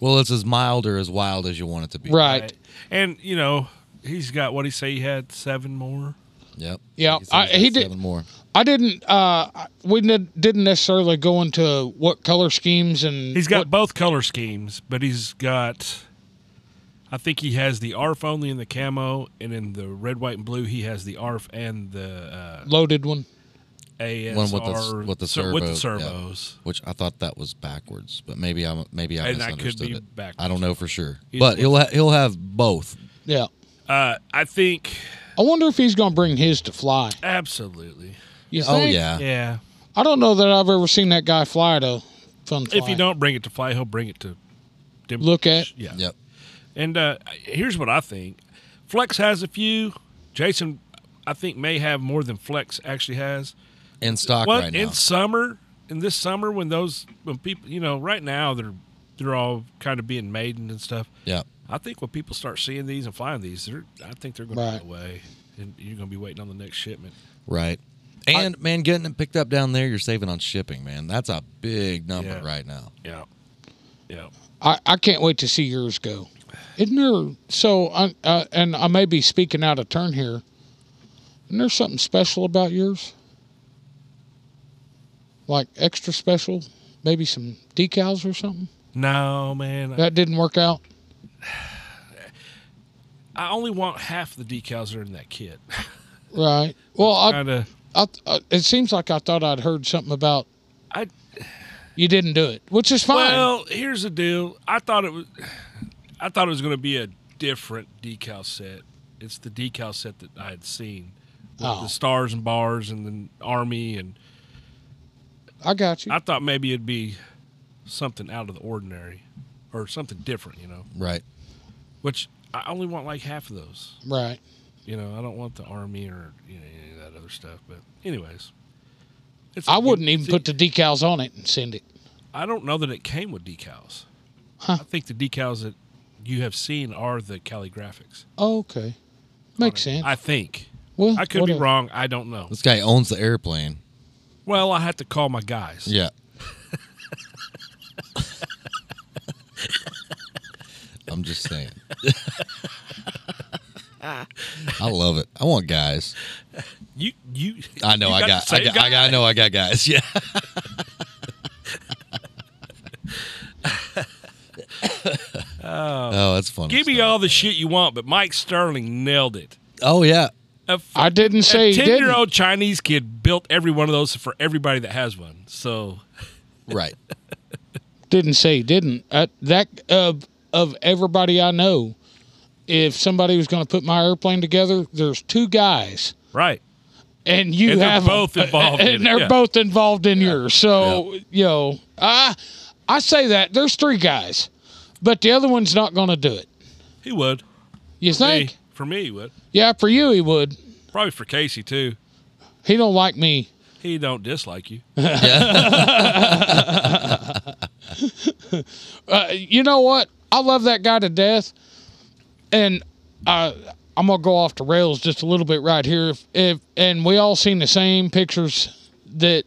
Well, it's as mild or as wild as you want it to be.
right.
And you know, he's got what he say he had seven more.
Yep.
Yeah,
He said
I,
he's got
he did.
seven more.
I didn't. Uh, I- we did, didn't necessarily go into what color schemes and
He's got
what-
both color schemes, but he's got. I think he has the ARF only in the camo, and in the red, white, and blue, he has the ARF and the uh,
loaded one.
ASR
One with the with the
ser-
servo,
with the
yeah.
servos.
which I thought that was backwards, but maybe I maybe I
And that could
misunderstood
be
it.
backwards.
I don't know for sure,
Either
but
way.
he'll ha- he'll have both.
Yeah,
Uh, I think
I wonder if he's going to bring his to fly.
absolutely.
You think?
Oh yeah,
Yeah.
I don't know that I've ever seen that guy fly to fun fly.
If you don't bring it to fly, he'll bring it to dim-
Look at.
Yeah.
yep.
And uh, here's what I think: Flex has a few. Jason, I think, may have more than Flex actually has.
In stock
Well,
right now.
in summer, in this summer, when those when people, you know, right now they're they're all kind of being maiden and stuff.
Yep.
I think when people start seeing these and flying these, they're I think they're going
Right.
to go away, and you're going to be waiting on the next shipment.
Right. And man, getting it picked up down there, you're saving on shipping, man. That's a big number
Yeah.
right now.
Yeah. Yeah.
I, I can't wait to see yours go. Isn't there so? I, uh, and I may be speaking out of turn here. Isn't there something special about yours? Like extra special, maybe some decals or something
No, man. I-
that didn't work out.
I only want half the decals that are in that kit.
Right. Well, I,
kind of.
I, I, it seems like I thought I'd heard something about
I
you didn't do it, which is fine.
Well, here's the deal. I thought it was, I thought it was going to be a different decal set. It's the decal set that I had seen, with
Oh.
the stars and bars and the army, and
I got you.
I thought maybe it'd be something out of the ordinary, or something different, you know.
Right.
Which I only want like half of those.
right.
You know, I don't want the army or you know any of that other stuff. But anyways, it's
I wouldn't even
see,
put the decals on it and send it.
I don't know that it came with decals.
Huh.
I think the decals that you have seen are the calligraphics.
Oh, okay. Makes sense.
I think.
well,
I could be
whatever.
wrong. I don't know.
This guy owns the airplane.
Well, I had to call my guys.
Yeah. I'm just saying. I love it. I want guys.
You you
I know
you
I
the
got, I
same
got, I got I know I got guys. Yeah. oh, that's funny.
Give me
stuff.
all the shit you want, but Mike Sterling nailed it.
Oh yeah.
A
I didn't say you
ten
didn't.
year old Chinese kid built every one of those for everybody that has one. So
Right.
Didn't say he didn't. Uh, that of of everybody I know, if somebody was going to put my airplane together, there's two guys,
right.
and you
And they're
have
both
'em.
involved
and
in it,
they're
yeah.
both involved in yours. So you know, I I say that there's three guys, but the other one's not going to do it.
He would.
You think?
Me, for me he would.
Yeah, for you he would.
Probably for Casey too.
He don't like me.
He don't dislike you.
Uh, you know what? I love that guy to death, and uh, I'm gonna go off the rails just a little bit right here. If, if and we all seen the same pictures that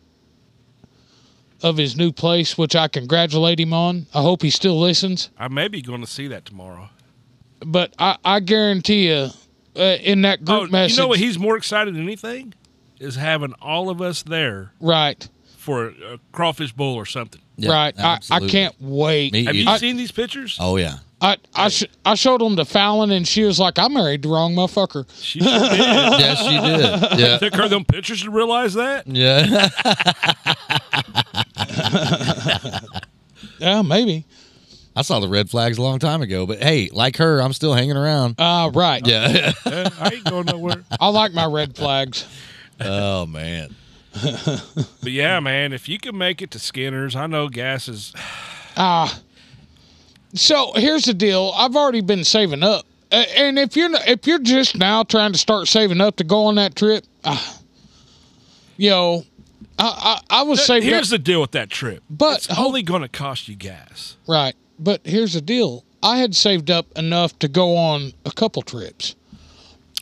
of his new place, which I congratulate him on. I hope he still listens.
I may be going to see that tomorrow.
But I, I guarantee you, uh, in that group
oh,
message,
you know what? He's more excited than anything is having all of us there
right,
for a, a crawfish bowl or something.
Yeah,
right. I, I
absolutely.
can't wait.
Me
Have you
either.
seen these pictures?
Oh yeah.
I I, sh- I showed him to Fallon, and she was like, "I married the wrong motherfucker."
She sure did.
Yes, she did. Yeah.
took her them pictures to realize that.
Yeah.
Yeah, maybe.
I saw the red flags a long time ago, but hey, like her, I'm still hanging around.
Ah, right.
Yeah.
Uh, I ain't going nowhere.
I like my red flags.
oh man.
But yeah, man, if you can make it to Skinner's, I know gas is.
Ah. so here's the deal. I've already been saving up, uh, and if you're not, if you're just now trying to start saving up to go on that trip, uh, you know, I I, I was saving up.
Here's the deal with that trip.
But-
it's only going to cost you gas.
Right. But here's the deal. I had saved up enough to go on a couple trips.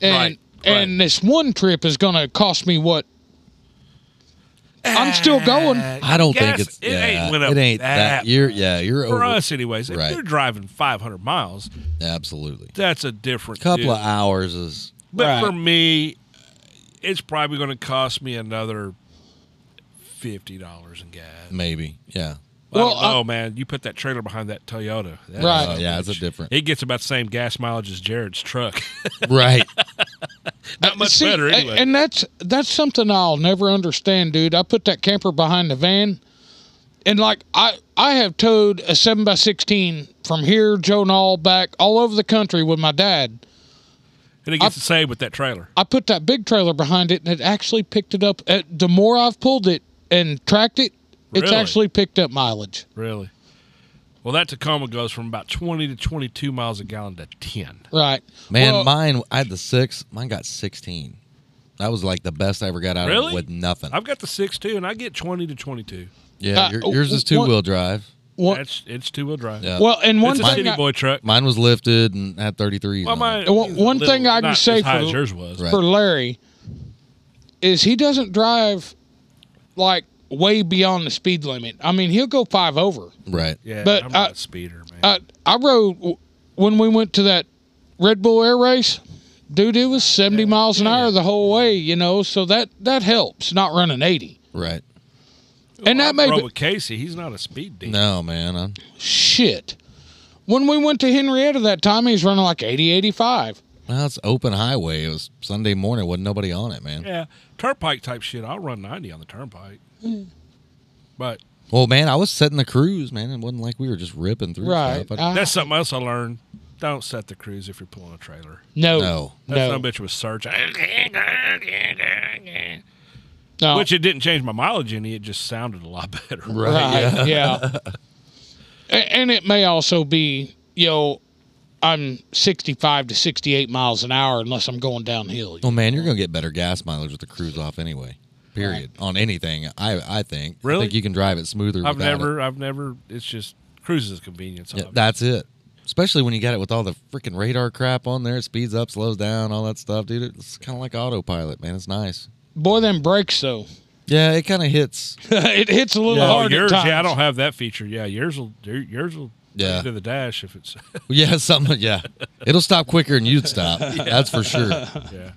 And
Right,
and this one trip is going to cost me what I'm still going.
I don't think
Gas-
it's
it
yeah,
ain't went up
it ain't
that
that, you're yeah,
Oh,
you're
For
over
us, anyways, if
Right.
you're driving 500 miles,
absolutely.
that's a different
Couple
deal.
of hours is
But
Right.
for me, it's probably going to cost me another fifty dollars in gas.
maybe. Yeah.
Mm.
Well,
Well, I-
oh man, you put that trailer behind that Toyota. That-
Right.
Oh, yeah, it's a different.
It gets about the same gas mileage as Jared's truck.
right.
Not much
Uh, See,
better
a-
anyway.
And that's that's something I'll never understand, dude. I put that camper behind the van and like I I have towed a 7 by 16 from here Joe and all back all over the country with my dad.
and it gets the same with that trailer.
I put that big trailer behind it, and it actually picked it up. Uh, the more I've pulled it and tracked it, it's
Really?
actually picked up mileage.
Really. Well, that Tacoma goes from about twenty to twenty-two miles a gallon to ten.
Right,
Man,
Well,
mine I had the six, mine got sixteen. That was like the best I ever got out of
Really?
it with nothing.
I've got the six two, and I get twenty to twenty-two.
yeah,
Uh,
your- yours is
what-
two wheel drive.
one-
That's it's two-wheel drive.
Yeah.
well, and one
it's a
thing,
city
I,
boy truck.
Mine was lifted and had thirty three.
Well, mine-
Uh, one- one
little-
thing I can
not
say
as high
for-
as yours was.
Right.
for Larry is he doesn't drive like way beyond the speed limit. I mean, he'll go five over.
Right.
Yeah,
But
I'm not
I-
a speeder, man.
I I rode w- when we went to that Red Bull Air Race. Dude, it was seventy miles an hour the whole way, you know. So that that helps not running eighty.
Right.
Oh,
and that may
Bro,
be,
with Casey, he's not a speed demon.
No, man. I'm,
shit. When we went to Henrietta that time, he was running like 80, 85.
well, it's open highway. It was Sunday morning. Wasn't nobody on it, man.
Yeah, turnpike type shit. I'll run ninety on the turnpike.
Hmm.
But
Well, man, I was setting the cruise, man. It wasn't like we were just ripping through
Right.
stuff. I-
I-
that's something else I learned. Don't set the cruise if you're pulling a trailer.
No.
No.
That
No.
son of a bitch was searching,
no.
which it didn't change my mileage any. It just sounded a lot better.
Right.
right. Yeah. A- and it may also be, you know, I'm 65 to 68 miles an hour unless I'm going downhill.
Well, Oh, man, you're gonna get better gas mileage with the cruise off anyway. Period. On anything, I I think. I
Really?
think you can drive it smoother.
I've
without
never,
It.
I've never. It's just cruise is a convenience.
Yeah,
I'm-
that's it. Especially when you got it with all the freaking radar crap on there, it speeds up, slows down, all that stuff, dude. It's kind of like autopilot, man. It's nice.
Boy, them brakes, though.
Yeah, it kind of hits.
it hits a little
Oh,
hard
yours,
at times.
yeah, I don't have that feature. Yeah, yours will, yours will
Yeah.
to the dash if it's.
yeah, something. Yeah, it'll stop quicker than you'd stop. That's for sure.
yeah.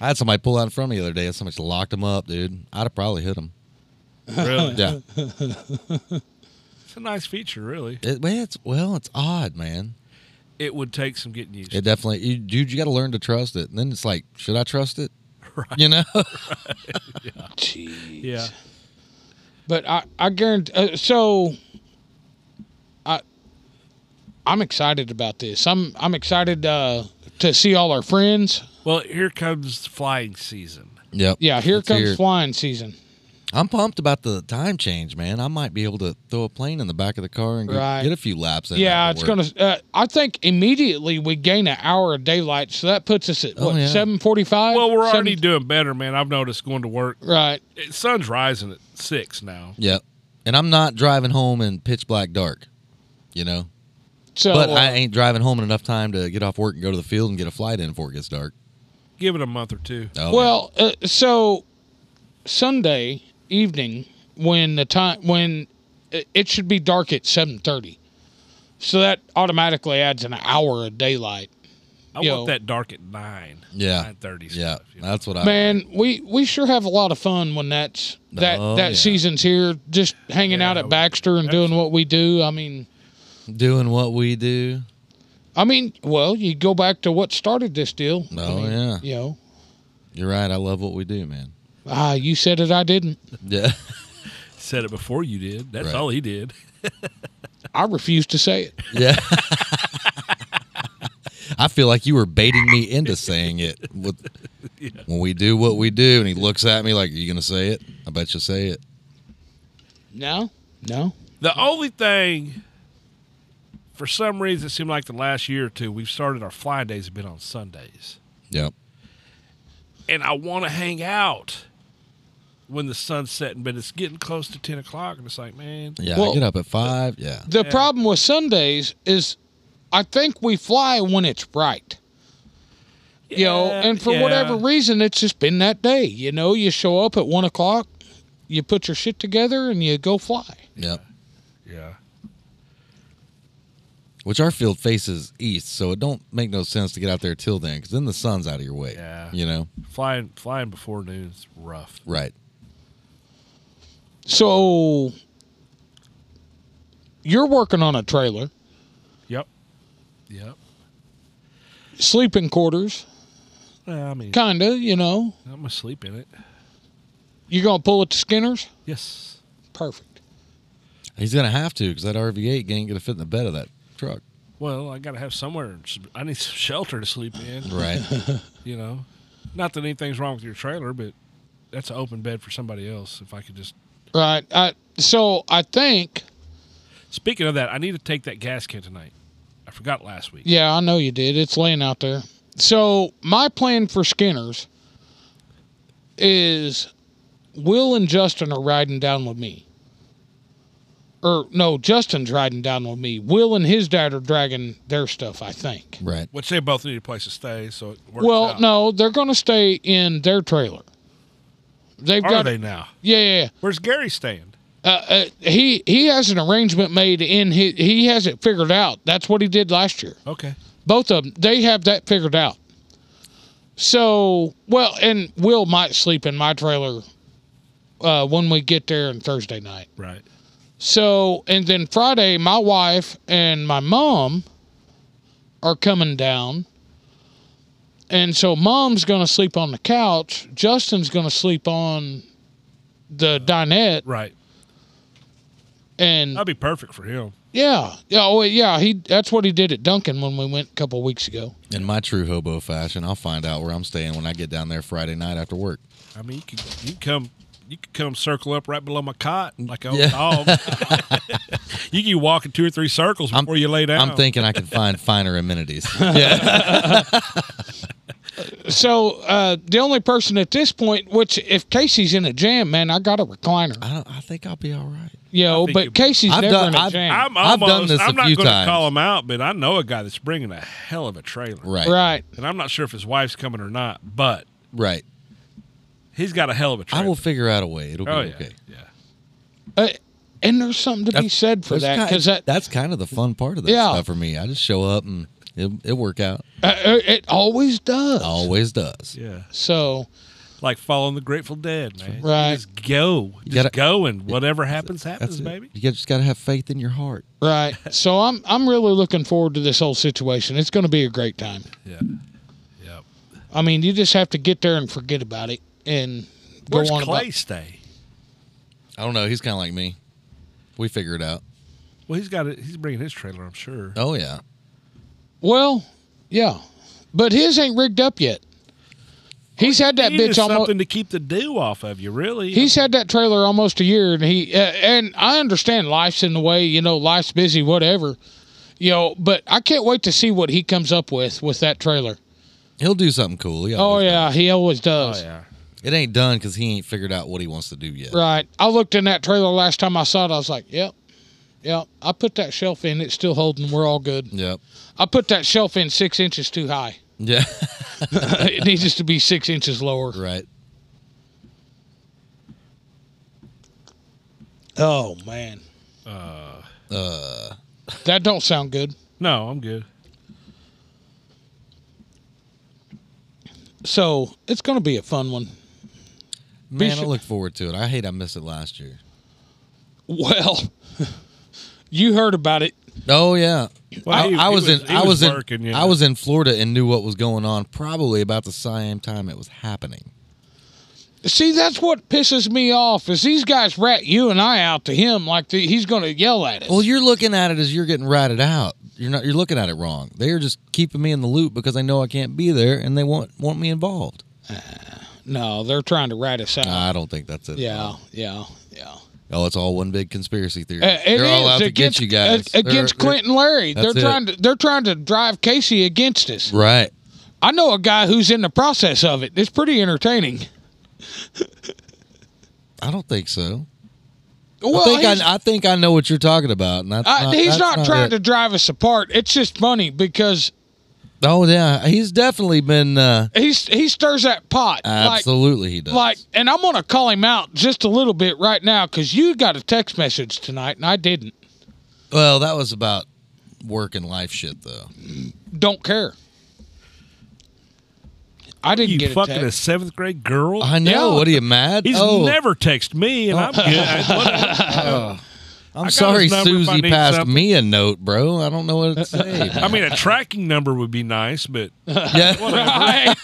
I had somebody pull out in front of me the other day, and somebody just locked him up, dude. I'd have probably hit him.
Really?
Yeah.
It's a nice feature, really.
It, well, it's well, it's odd, man.
It would take some getting used to.
It definitely, you, dude. You got to learn to trust it. And then it's like, should I trust it? You know?
Jeez.
Yeah.
But I, I guarantee. Uh, so, I, I'm excited about this. I'm, I'm excited uh, to see all our friends.
Well, here comes flying season.
yep.
Yeah, here
It's
comes flying season.
I'm pumped about the time change, man. I might be able to throw a plane in the back of the car and get,
Right.
get a few laps. in
yeah,
after
it's
work.
gonna. Uh, I think immediately we gain an hour of daylight, so that puts us at
Oh,
what
yeah.
seven forty-five.
Well, we're already doing better, man. I've noticed going to work.
right.
It, sun's rising at six now.
Yep. And I'm not driving home in pitch black dark. You know,
So,
but I
uh,
ain't driving home in enough time to get off work and go to the field and get a flight in before it gets dark.
Give it a month or two.
Oh,
well, uh, so Sunday evening when the time when it it should be dark at seven thirty, so that automatically adds an hour of daylight.
I
Yo.
want that dark at nine.
Yeah.
Nine thirty.
yeah, that's what I.
Man, we we sure have a lot of fun when that's that
Oh,
that
yeah.
season's here. Just hanging
Yeah,
out at Baxter and doing what we do. I mean.
doing what we do.
I mean, well, you go back to what started this deal. I
Oh,
mean,
yeah.
You know,
You're right. I love what we do, man.
ah, you said it, I didn't.
Yeah.
Said it before you did. That's
Right.
all he did.
I refuse to say it.
Yeah. I feel like you were baiting me into saying it. With, When we do what we do, and he looks at me like, "Are you gonna say it?" I bet you say it.
No, no.
The only thing, for some reason, it seemed like the last year or two, we've started our fly days have been on Sundays,
Yep.
and I want to hang out when the sun's setting, but it's getting close to ten o'clock, and it's like, man,
Yeah.
Well-
I get up at five. Yeah.
The
Yeah.
problem with Sundays is I think we fly when it's right. you know,
Yeah,
and for
yeah.
whatever reason, it's just been that day. You know, you show up at one o'clock, you put your shit together, and you go fly.
Yep.
yeah,
Which our field faces east, so it don't make no sense to get out there till then, because then the sun's out of your way.
Yeah.
You know.
flying flying before noon is rough.
Right.
So you're working on a trailer,
Yep, yep.
sleeping quarters,
Well, I mean,
kinda. You know,
I'm gonna sleep in it.
you gonna pull at the Skinners?
Yes,
Perfect.
He's gonna have to, because that RV8 ain't gonna fit in the bed of that truck.
Well, I gotta have somewhere. I need some shelter to sleep in.
Right.
You know, not that anything's wrong with your trailer, but that's an open bed for somebody else. If I could just.
Right. I, so I think.
Speaking of that, I need to take that gas can tonight. I forgot last week.
Yeah, I know you did. It's laying out there. So my plan for Skinners is Will and Justin are riding down with me. Or no, Justin's riding down with me. Will and his dad are dragging their stuff, I think.
right.
Which they both need a place to stay, so it works
well,
out.
no, they're gonna stay in their trailer. They've
Are
got
they now?
yeah, yeah, yeah.
Where's Gary staying?
Uh, uh, he he has an arrangement made in his, he has it figured out. That's what he did last year.
Okay.
Both of them, they have that figured out. So, well, and Will might sleep in my trailer uh, when we get there on Thursday night.
Right.
So, and then Friday, my wife and my mom are coming down. And so, mom's going to sleep on the couch. Justin's going to sleep on the dinette.
Right.
And
That'd be perfect for him.
yeah, yeah, oh, yeah, he that's what he did at Duncan when we went a couple weeks ago.
In my true hobo fashion, I'll find out where I'm staying when I get down there Friday night after work.
I mean, you could you could come you could come circle up right below my cot like an old
Yeah.
dog. you can walk in two or three circles
I'm-
before you lay down.
I'm thinking I can find finer amenities. yeah.
So uh, the only person at this point, which if Casey's in a jam, man, I got a recliner.
I, don't, I think I'll be all right.
You know,
think you'll
but
be-
Casey's
I've
never
done-
in a
I've-
jam.
I'm
I've
almost,
done this a
I'm not
few
gonna
times.
call him out, but I know a guy that's bringing a hell of a trailer.
Right.
right.
And I'm not sure if his wife's coming or not, but
Right.
he's got a hell of a
I
trailer.
will figure out a way. It'll be
Oh yeah.
okay.
Yeah.
Uh, and there's something to be said for
There's
that
kind-
because that
that's kind of the fun part of that
Yeah.
stuff for me. I just show up and it it work out.
uh, uh, it always does.
Always does.
Yeah.
So
Like following the Grateful Dead, man.
Right.
Just go. Just
gotta-
go and whatever happens, happens,
it.
baby.
You just got to have faith in your heart.
right. So I'm I'm really looking forward to this whole situation. It's going to be a great time.
Yeah. Yep.
I mean, you just have to get there and forget about it and go
Where's
on
Clay
about.
stay?
I don't know. He's kind of like me. We figure it out.
Well, he's got it. He's bringing his trailer, I'm sure.
Oh yeah.
Well, yeah, but his ain't rigged up yet. He's had that
You need
bitch almost.
something to keep the dew off of you, really.
He's had that trailer almost a year, and he uh, and I understand life's in the way, you know, life's busy, whatever, you know. But I can't wait to see what he comes up with with that trailer.
He'll do something cool. He
Oh
always does.
yeah, he always does.
yeah.
It ain't done because he ain't figured out what he wants to do yet.
Right. I looked in that trailer last time I saw it. I was like, yep, yep. I put that shelf in; it's still holding. We're all good.
Yep.
I put that shelf in six inches too high.
Yeah.
it needs us to be six inches lower.
right.
Oh man,
Uh.
that don't sound good.
No, I'm good.
So it's gonna be a fun one.
Man, I
should-
look forward to it. I hate I missed it last year.
Well, you heard about it.
Oh yeah.
Well,
I,
he-
I
he
was,
was-
in
he
I
was
was, in
working, yeah.
I was in Florida and knew what was going on probably about the same time it was happening.
See, that's what pisses me off is these guys rat you and I out to him like the, he's going to yell at us.
Well, you're looking at it as you're getting ratted out. You're not. You're looking at it wrong. They are just keeping me in the loop because they know I can't be there, and they want want me involved.
No, they're trying to rat us out.
I don't think that's it.
yeah, yeah, yeah.
Oh, it's all one big conspiracy theory.
Uh, it
they're all
is
out to
against
get you guys.
ag- against
They're- they're-
Clinton Larry. They're
That's it.
trying to they're trying to drive Casey against us.
Right.
I know a guy who's in the process of it. It's pretty entertaining.
I don't think so.
Well,
I think
he's-
I, I think I know what you're talking about. And that's
I,
not,
he's
Uh, that's
not,
not
trying
it.
to drive us apart. It's just funny because
Oh yeah, he's definitely been. Uh,
he's he stirs that pot. like-
absolutely, he does.
Like, and I'm gonna call him out just a little bit right now because you got a text message tonight and I didn't.
well, that was about work and life shit, though.
Don't care. I didn't
you
get a
fucking a,
text.
seventh grade girl.
I know. What are you mad?
He's
Oh.
never texted me, and I'm good. I- I
I'm
got
sorry,
his number if I
Susie
need
passed
something.
me a note, bro. I don't know what to say.
what- I mean, a tracking number would be nice, but
Right.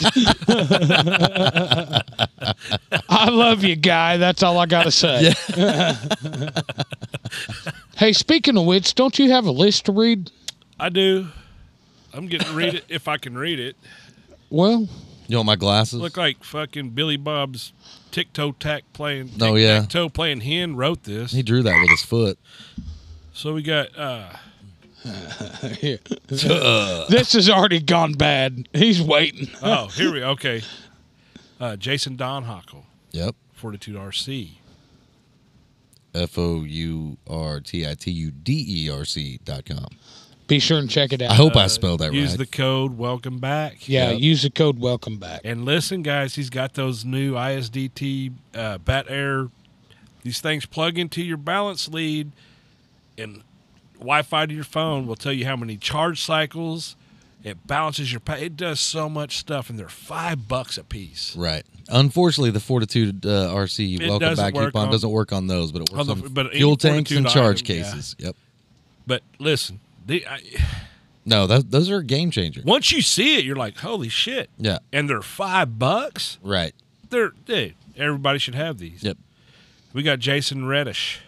I love you, guy. That's all I gotta say. hey, speaking of which, don't you have a list to read?
I do. I'm getting to read it if I can read it.
Well,
you want my glasses?
Look like fucking Billy Bob's tic toe tack playing.
Oh, yeah.
tic toe playing hen wrote this.
He drew that with his foot.
So we got uh
Here. this has already gone bad. He's waiting.
oh here we okay. Uh, Jason Donhockle,
Yep.
forty two RC.
F O U R T I T U D E R C dot com.
Be sure and check it out.
I hope I spelled Oh, that
Uh, Use
right.
the code welcome back.
yeah, use the code welcome back.
And listen, guys, he's got those new ISDT uh, Bat Air. These things plug into your balance lead, and Wi-Fi to your phone will tell you how many charge cycles. It balances your. Pa- it does so much stuff, and they're five bucks a piece.
right. Unfortunately, the Fortitude uh, RC
It
welcome
doesn't
back
work
coupon
on-
doesn't work on those, but it works
on
on,
the- but any
fuel tanks and
Fortitude
charge
item, yeah.
cases. Yep.
But listen, the, I,
No, that, those are a game changer.
once you see it, you're like, holy shit!
Yeah.
And they're five bucks.
Right.
They're dude, everybody should have these.
Yep.
We got Jason Reddish,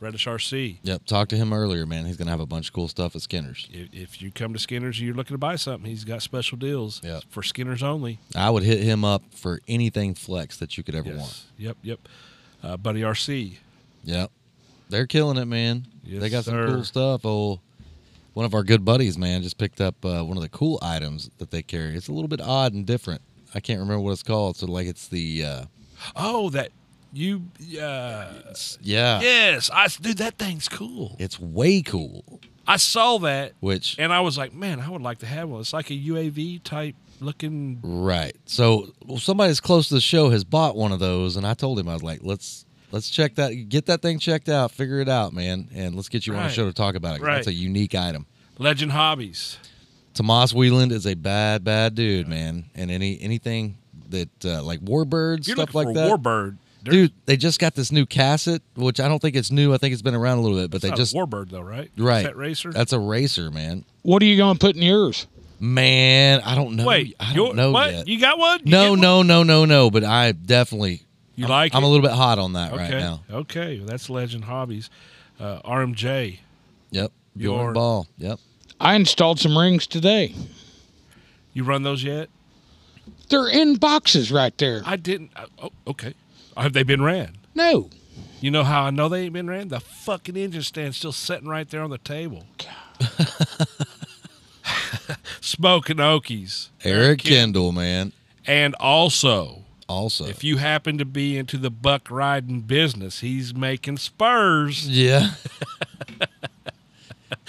Reddish RC.
Yep. Talked to him earlier, man. He's gonna have a bunch of cool stuff at Skinner's.
if, if you come to Skinner's and you're looking to buy something, he's got special deals
Yeah.
for Skinner's only.
I would hit him up for anything flex that you could ever want.
Yep, yep. Uh, Buddy RC.
Yep. They're killing it, man.
Yes,
they got some
sir.
cool stuff. Oh, one of our good buddies, man, just picked up uh, one of the cool items that they carry. It's a little bit odd and different. I can't remember what it's called. So like, it's the uh,
Oh, that you. Uh,
yeah,
Yes, I dude, that thing's cool.
it's way cool.
I saw that,
Which
and I was like, man, I would like to have one. It's like a UAV type looking.
right. So well, somebody that's close to the show has bought one of those, and I told him I was like, let's let's check that, get that thing checked out, figure it out, man, and let's get you on
Right.
the show to talk about it. 'cause That's a
Right.
unique item.
Legend Hobbies.
Tomas Wheeland is a bad, bad dude, man. And any anything that uh, like warbirds,
You're
stuff like
looking for
that.
a Warbird. There's-
Dude, they just got this new cassette, which I don't think it's new. I think it's been around a little bit, but
it's
they
not a
just
Warbird though, right?
right.
Set racer.
That's a racer, man.
What are you going to put in yours?
Man, I don't know.
Wait,
I
you're-
don't know
what?
yet.
You got one? You
no,
get one?
no, no, no, no. But I definitely.
You
I'm,
like
I'm a
it?
little bit hot on that
Okay.
right now.
Okay, well, that's Legend Hobbies. Uh, RMJ.
Yep.
You
Bjorn
are-
Ball. Yep.
I installed some rings today.
You run those yet?
They're in boxes right there.
I didn't. I, oh, okay. Have they been ran?
No.
You know how I know they ain't been ran? The fucking engine stand's still sitting right there on the table. Smoking Okies.
Eric Kendall, man.
And also,
Also.
if you happen to be into the buck riding business, he's making spurs.
Yeah.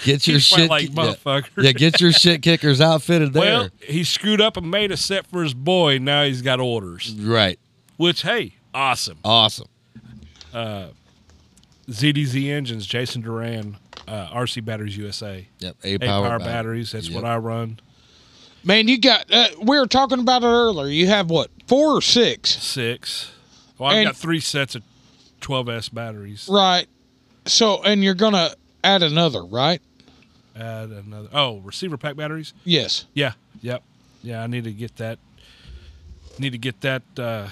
get your
He's quite
shit
like
yeah.
motherfucker.
Yeah. get your shit kickers outfitted there.
Well, he screwed up and made a set for his boy. Now he's got orders,
right.
which, hey, awesome.
Awesome.
ZDZ Engines, Jason Duran, uh, RC Batteries USA.
Yep. A
Eight
power,
power
battery.
batteries. That's what
Yep.
I run.
Man, you got, uh, we were talking about it earlier. You have what, four or six?
six. Well, I've
And-
got three sets of 12S batteries.
Right. So, and you're going to add another, right?
Add another. Oh, receiver pack batteries.
Yes.
Yeah. Yep. Yeah. I need to get that. Need to get that uh,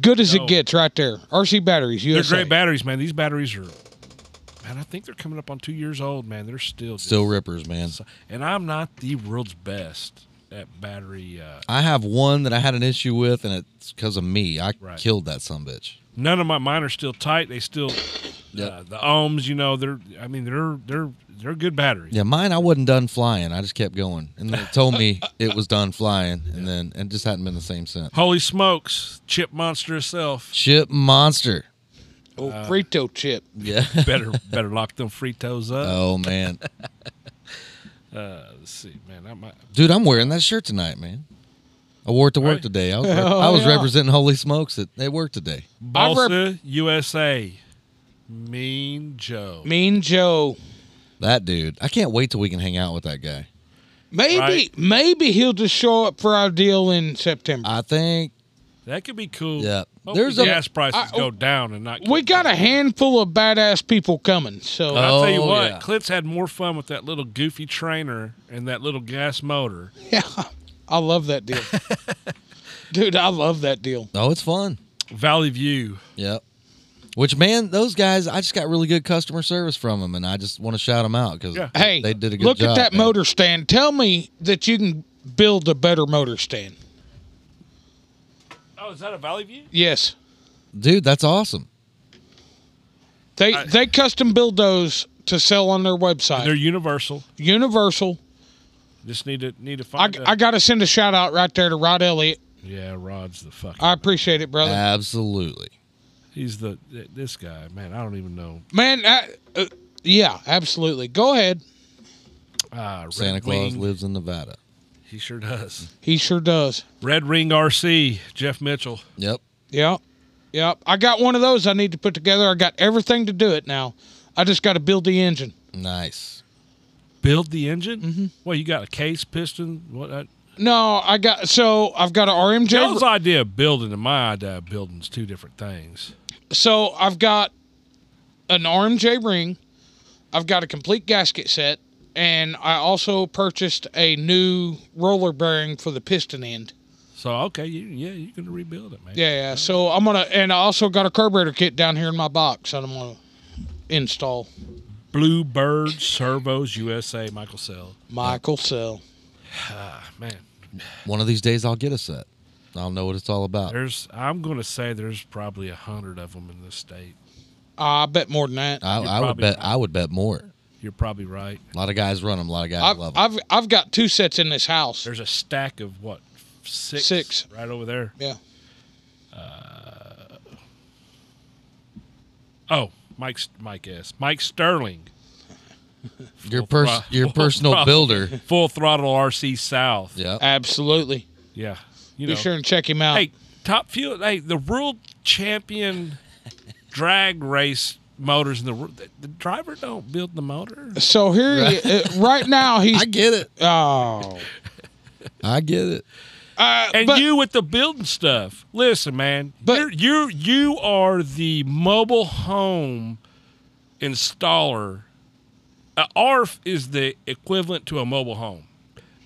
Good as
No.
it gets, right there. RC batteries,
They're
USA.
great batteries, man. These batteries are, man. I think they're coming up on two years old, man. They're still just-
Still rippers, man.
And I'm not the world's best at battery. Uh,
I have one that I had an issue with, and it's because of me. I
Right.
killed that son bitch.
none of my mine are still tight. They still, uh, the ohms. You know, they're. I mean, they're they're they're good batteries.
Yeah, mine I wasn't done flying. I just kept going, and then it told me it was done flying, and then it just hadn't been the same since.
Holy smokes, Chip Monster herself.
Chip monster.
Oh,
Uh,
Frito chip.
Yeah.
better better lock them fritos up.
Oh man,
Uh, let's see, man. I might.
dude, I'm wearing that shirt tonight, man. I wore it to work today. I was, rep-
Oh,
I was
yeah.
representing Holy Smokes at, at work today.
Balsa USA. Mean Joe.
Mean Joe.
That dude. I can't wait till we can hang out with that guy.
Maybe,
Right.
maybe he'll just show up for our deal in September.
I think
That could be cool.
Yeah.
Hope
There's
the
a- oh,
gas prices
I-
go down and not.
we got a handful of badass people coming. So
I'll tell you
Oh,
what,
yeah.
Clint's had more fun with that little goofy trainer and that little gas motor.
yeah, I love that deal, dude. I love that deal.
Oh, it's fun.
Valley View.
Yep. Which man, those guys, I just got really good customer service from them, and I just want to shout them out because
Yeah.
Hey,
they did a good
look
job.
at that
man.
motor stand. Tell me that you can build a better motor stand.
Oh, is that a Valley View?
Yes,
dude. That's awesome.
they
I-
they custom build those to sell on their website.
They're universal.
Universal.
Just need to need to
I,
find. a-
I got to send a shout out right there to Rod Elliott.
yeah, Rod's the fucking.
I appreciate it, brother.
Absolutely.
he's the th- this guy, man. I don't even know.
Man, I, uh, yeah, absolutely. Go ahead.
Ah, Red
Santa Claus
Wing.
lives in Nevada.
He sure does.
He sure does.
Red Ring RC. Jeff Mitchell.
Yep.
Yep. Yep. I got one of those I need to put together. I got everything to do it now. I just got to build the engine.
Nice.
Build the engine. Mm-hmm. Well, you got a case piston. What? Uh,
No, I got so I've got an RMJ.
Joe's idea of building and my idea of building is two different things.
So I've got an RMJ ring. I've got a complete gasket set, and I also purchased a new roller bearing for the piston end.
So okay, you, yeah, you can rebuild it, man.
Yeah, yeah. So I'm gonna, and I also got a carburetor kit down here in my box that I'm gonna install.
Bluebird Servos USA, Michael Sell.
Michael Sell.
Man,
One of these days, I'll get a set. I'll know what it's all about.
there's I'm going to say there's probably a hundred of them in this state.
I bet more than that.
I,
you're
I would
probably
bet.
right.
I would bet more.
You're probably right.
A lot of guys run them. A lot of guys
I've,
love them.
I've I've got two sets in this house.
There's a stack of what six,
Six.
right over there.
Yeah.
Oh, Mike's Mike S. Mike Sterling,
your pers-
thro-
your
full
personal
throttle.
builder.
Full Throttle RC South.
Yep.
Absolutely.
yeah. You
Be
know,
sure and check him out.
hey, top fuel. Hey, the world champion drag race motors in the world. The, the driver don't build the motor.
So here, right, uh, right now
I
he's
get it.
oh,
I get it.
uh,
And
but
you with the building stuff. Listen, man,
But-
you're, you're you are the mobile home installer. A ARF is the equivalent to a mobile home.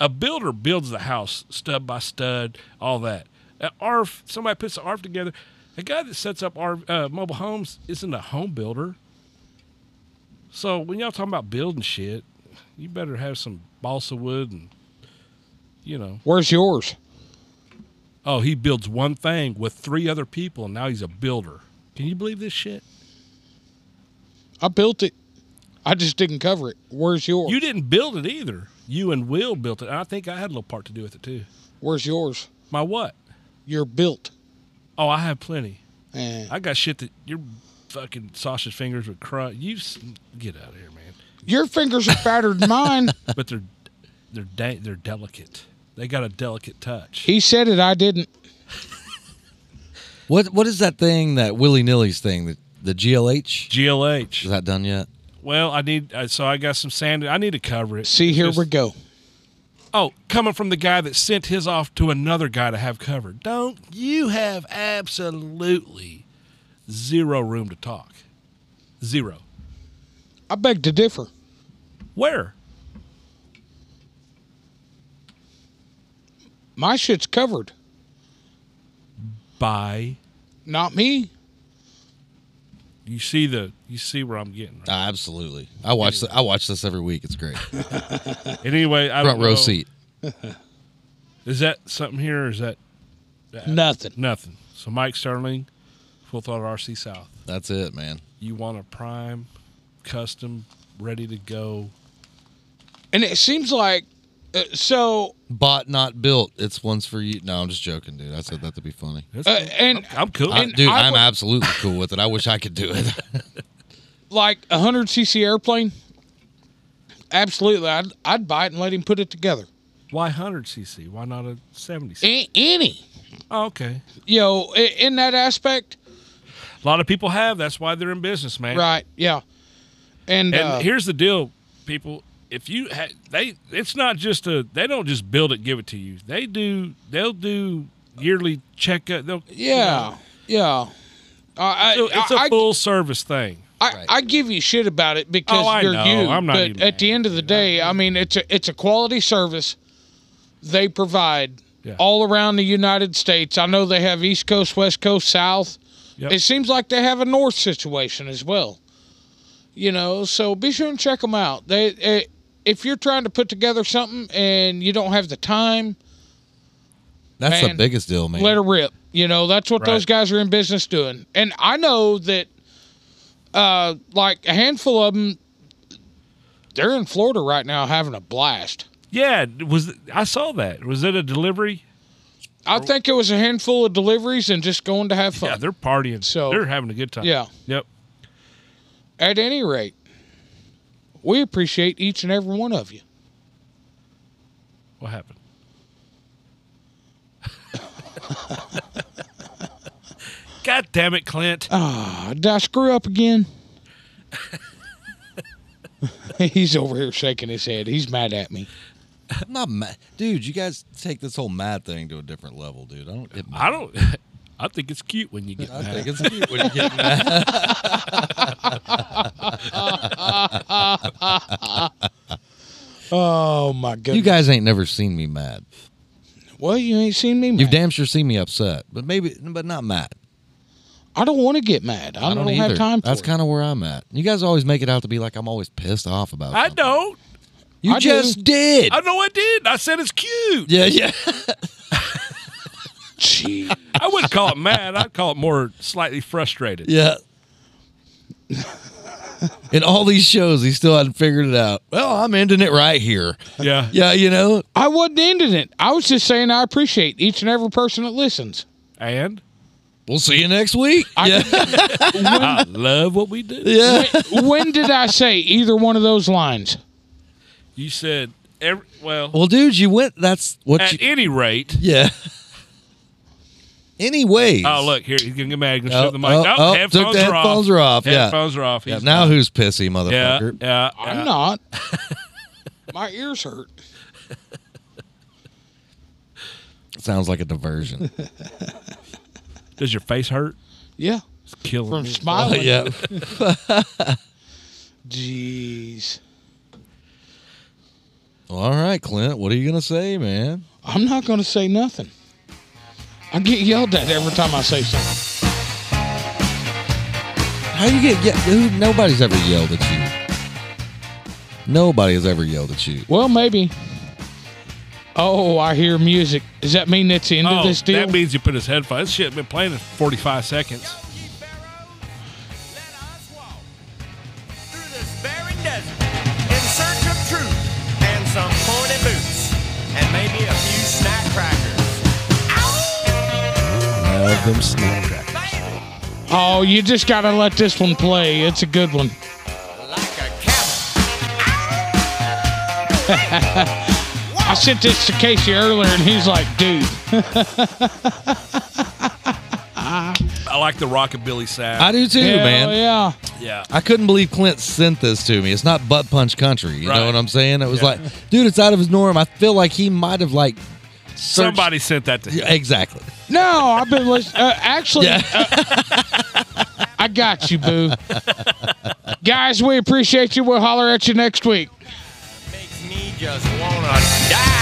A builder builds the house stud by stud, all that. An ARF, somebody puts an ARF together. The guy that sets up ARF, uh, mobile homes isn't a home builder. So when y'all talking about building shit, you better have some balsa wood and, you know,
where's yours?
Oh, he builds one thing with three other people, and now he's a builder. Can you believe this shit?
I built it. I just didn't cover it. Where's yours?
You didn't build it either. You and Will built it. And I think I had a little part to do with it too.
Where's yours?
My what?
You're built.
Oh, I have plenty.
Eh,
I got shit that your fucking sausage fingers would cry. You s- get out of here, man.
your fingers are fatter than mine.
But they're they're da- they're delicate. They got a delicate touch.
He said it. I didn't.
What What is that thing? That willy nilly's thing? The the GLH? Is
GLH.
that done yet?
Well, I need uh, so I got some sand. I need to cover it.
See, here
Just-
we go.
Oh, coming from the guy that sent his off to another guy to have covered. Don't you have absolutely zero room to talk? Zero.
I beg to differ.
Where?
My shit's covered.
By
Not me.
You see the you see where I'm getting.
Ah, absolutely. I watch th- I watch this every week. It's great.
Right? And anyway, I
Ah, Front
don't
row
know-
seat.
Is that something here, or is that
nothing?
Nothing. So Mike Sterling, Full Thought RC South.
That's it, man.
You want a prime, custom, ready to go.
And it seems like uh, so.
Bought not built. It's one's for you. No, I'm just joking, dude. I said that to be funny.
Uh, and
I'm cool.
I- dude,
I
I'm
would-
absolutely cool with it. I wish I could do it.
like a hundred cc airplane. Absolutely, I'd I'd buy it and let him put it together.
Why 100cc? Why not a 70cc?
A- any,
Oh, okay.
you know, i- in that aspect,
A lot of people have. That's why they're in business, man.
right? Yeah, and,
And
uh,
here's the deal, people. If you ha- they, it's not just a. They don't just build it, give it to you. They do. They'll do yearly checkup. They'll
yeah, yeah. Uh, I,
So it's a
I- I-
full service thing.
I, I give you shit about it because
Oh, I
you're
know.
you.
I'm not
but
even
at the end of the day, I mean, it's a it's a quality service they provide
Yeah.
all around the United States. I know they have East Coast, West Coast, South.
Yep.
It seems like they have a North situation as well. You know, so be sure and check them out. They, eh, if you're trying to put together something and you don't have the time,
That's the
Man.
biggest deal, man.
let her rip. You know, that's what
Right.
those guys are in business doing. And I know that, uh, like a handful of them, they're in Florida right now having a blast.
Yeah, was I saw that? Was it a delivery?
I think it was a handful of deliveries and just going to have
Yeah,
fun.
they're partying.
So-
they're having a good time.
Yeah.
Yep.
At any rate, we appreciate each and every one of you.
What happened? God damn it, Clint!
Ah, did I screw up again? He's over here shaking his head. He's mad at me.
I'm not mad, dude. You guys take this whole mad thing to a different level, dude. I don't get mad.
I don't. I think it's cute when you get.
I
mad.
think it's cute when you get mad.
Oh my goodness.
you guys ain't never seen me mad.
well, you ain't seen me mad.
You've damn sure seen me upset, but maybe, but not mad.
I don't want to get mad. I, don't,
either.
have time for
That's
it.
kind of where I'm at. You guys always make it out to be like I'm always pissed off about.
I
something.
don't.
You
I do.
just did.
I know I did. I said it's cute.
yeah, yeah.
Gee.
I wouldn't call it mad. I'd call it more slightly frustrated.
Yeah. In all these shows, he still hadn't figured it out. Well, I'm ending it right here.
Yeah.
Yeah, you know,
I wasn't ending it. I was just saying I appreciate each and every person that listens.
And
we'll see you next week.
I-
yeah,
I love what we do.
yeah.
when did I say either one of those lines?
You said every well.
Well, dude, you went. That's what
at E-
you.
any rate.
yeah. Anyways,
Oh look here. He's gonna get mad. He's gonna
Oh,
shut the mic.
oh,
Oh,
oh, took
headphones,
the
are
headphones
off.
are off, yeah.
Headphones are off.
Yeah,
He's
now
done.
who's pissy,
Yeah,
motherfucker?
yeah, yeah.
I'm not. My ears hurt.
Sounds like a diversion.
Does your face hurt?
Yeah.
It's killing
From
me.
oh,
smiling.
yeah.
Jeez.
Well, all right, Clint. What are you gonna say, man?
I'm not going to say nothing. I get yelled at every time I say something.
How you get? Yeah, dude, nobody's ever yelled at you. Nobody has ever yelled at you.
Well, maybe. Oh, I hear music. Does that mean that's the end
Oh,
of this deal?
that means you put his headphones. This shit been playing in 45 seconds.
Ye pharaohs, let us walk through this barren desert in search of truth and some pointy boots and maybe a few snack crackers.
Love them snack crackers.
Baby,
oh, you just got to let this one play. It's a good one.
like a camel.
I sent this to Casey earlier, and he's like, dude.
I like the rockabilly sound.
I do too,
Hell
man.
yeah.
yeah.
I couldn't believe Clint sent this to me. It's not butt punch country. You know
Right.
what I'm saying? It was
Yeah.
like, dude, it's out of his norm. I feel like he might have like searched-
Somebody sent that to him.
Yeah, exactly.
No, I've been listening. Uh, actually,
Yeah.
uh, I got you, boo. Guys, we appreciate you. We'll holler at you next week.
Makes me just wanna die.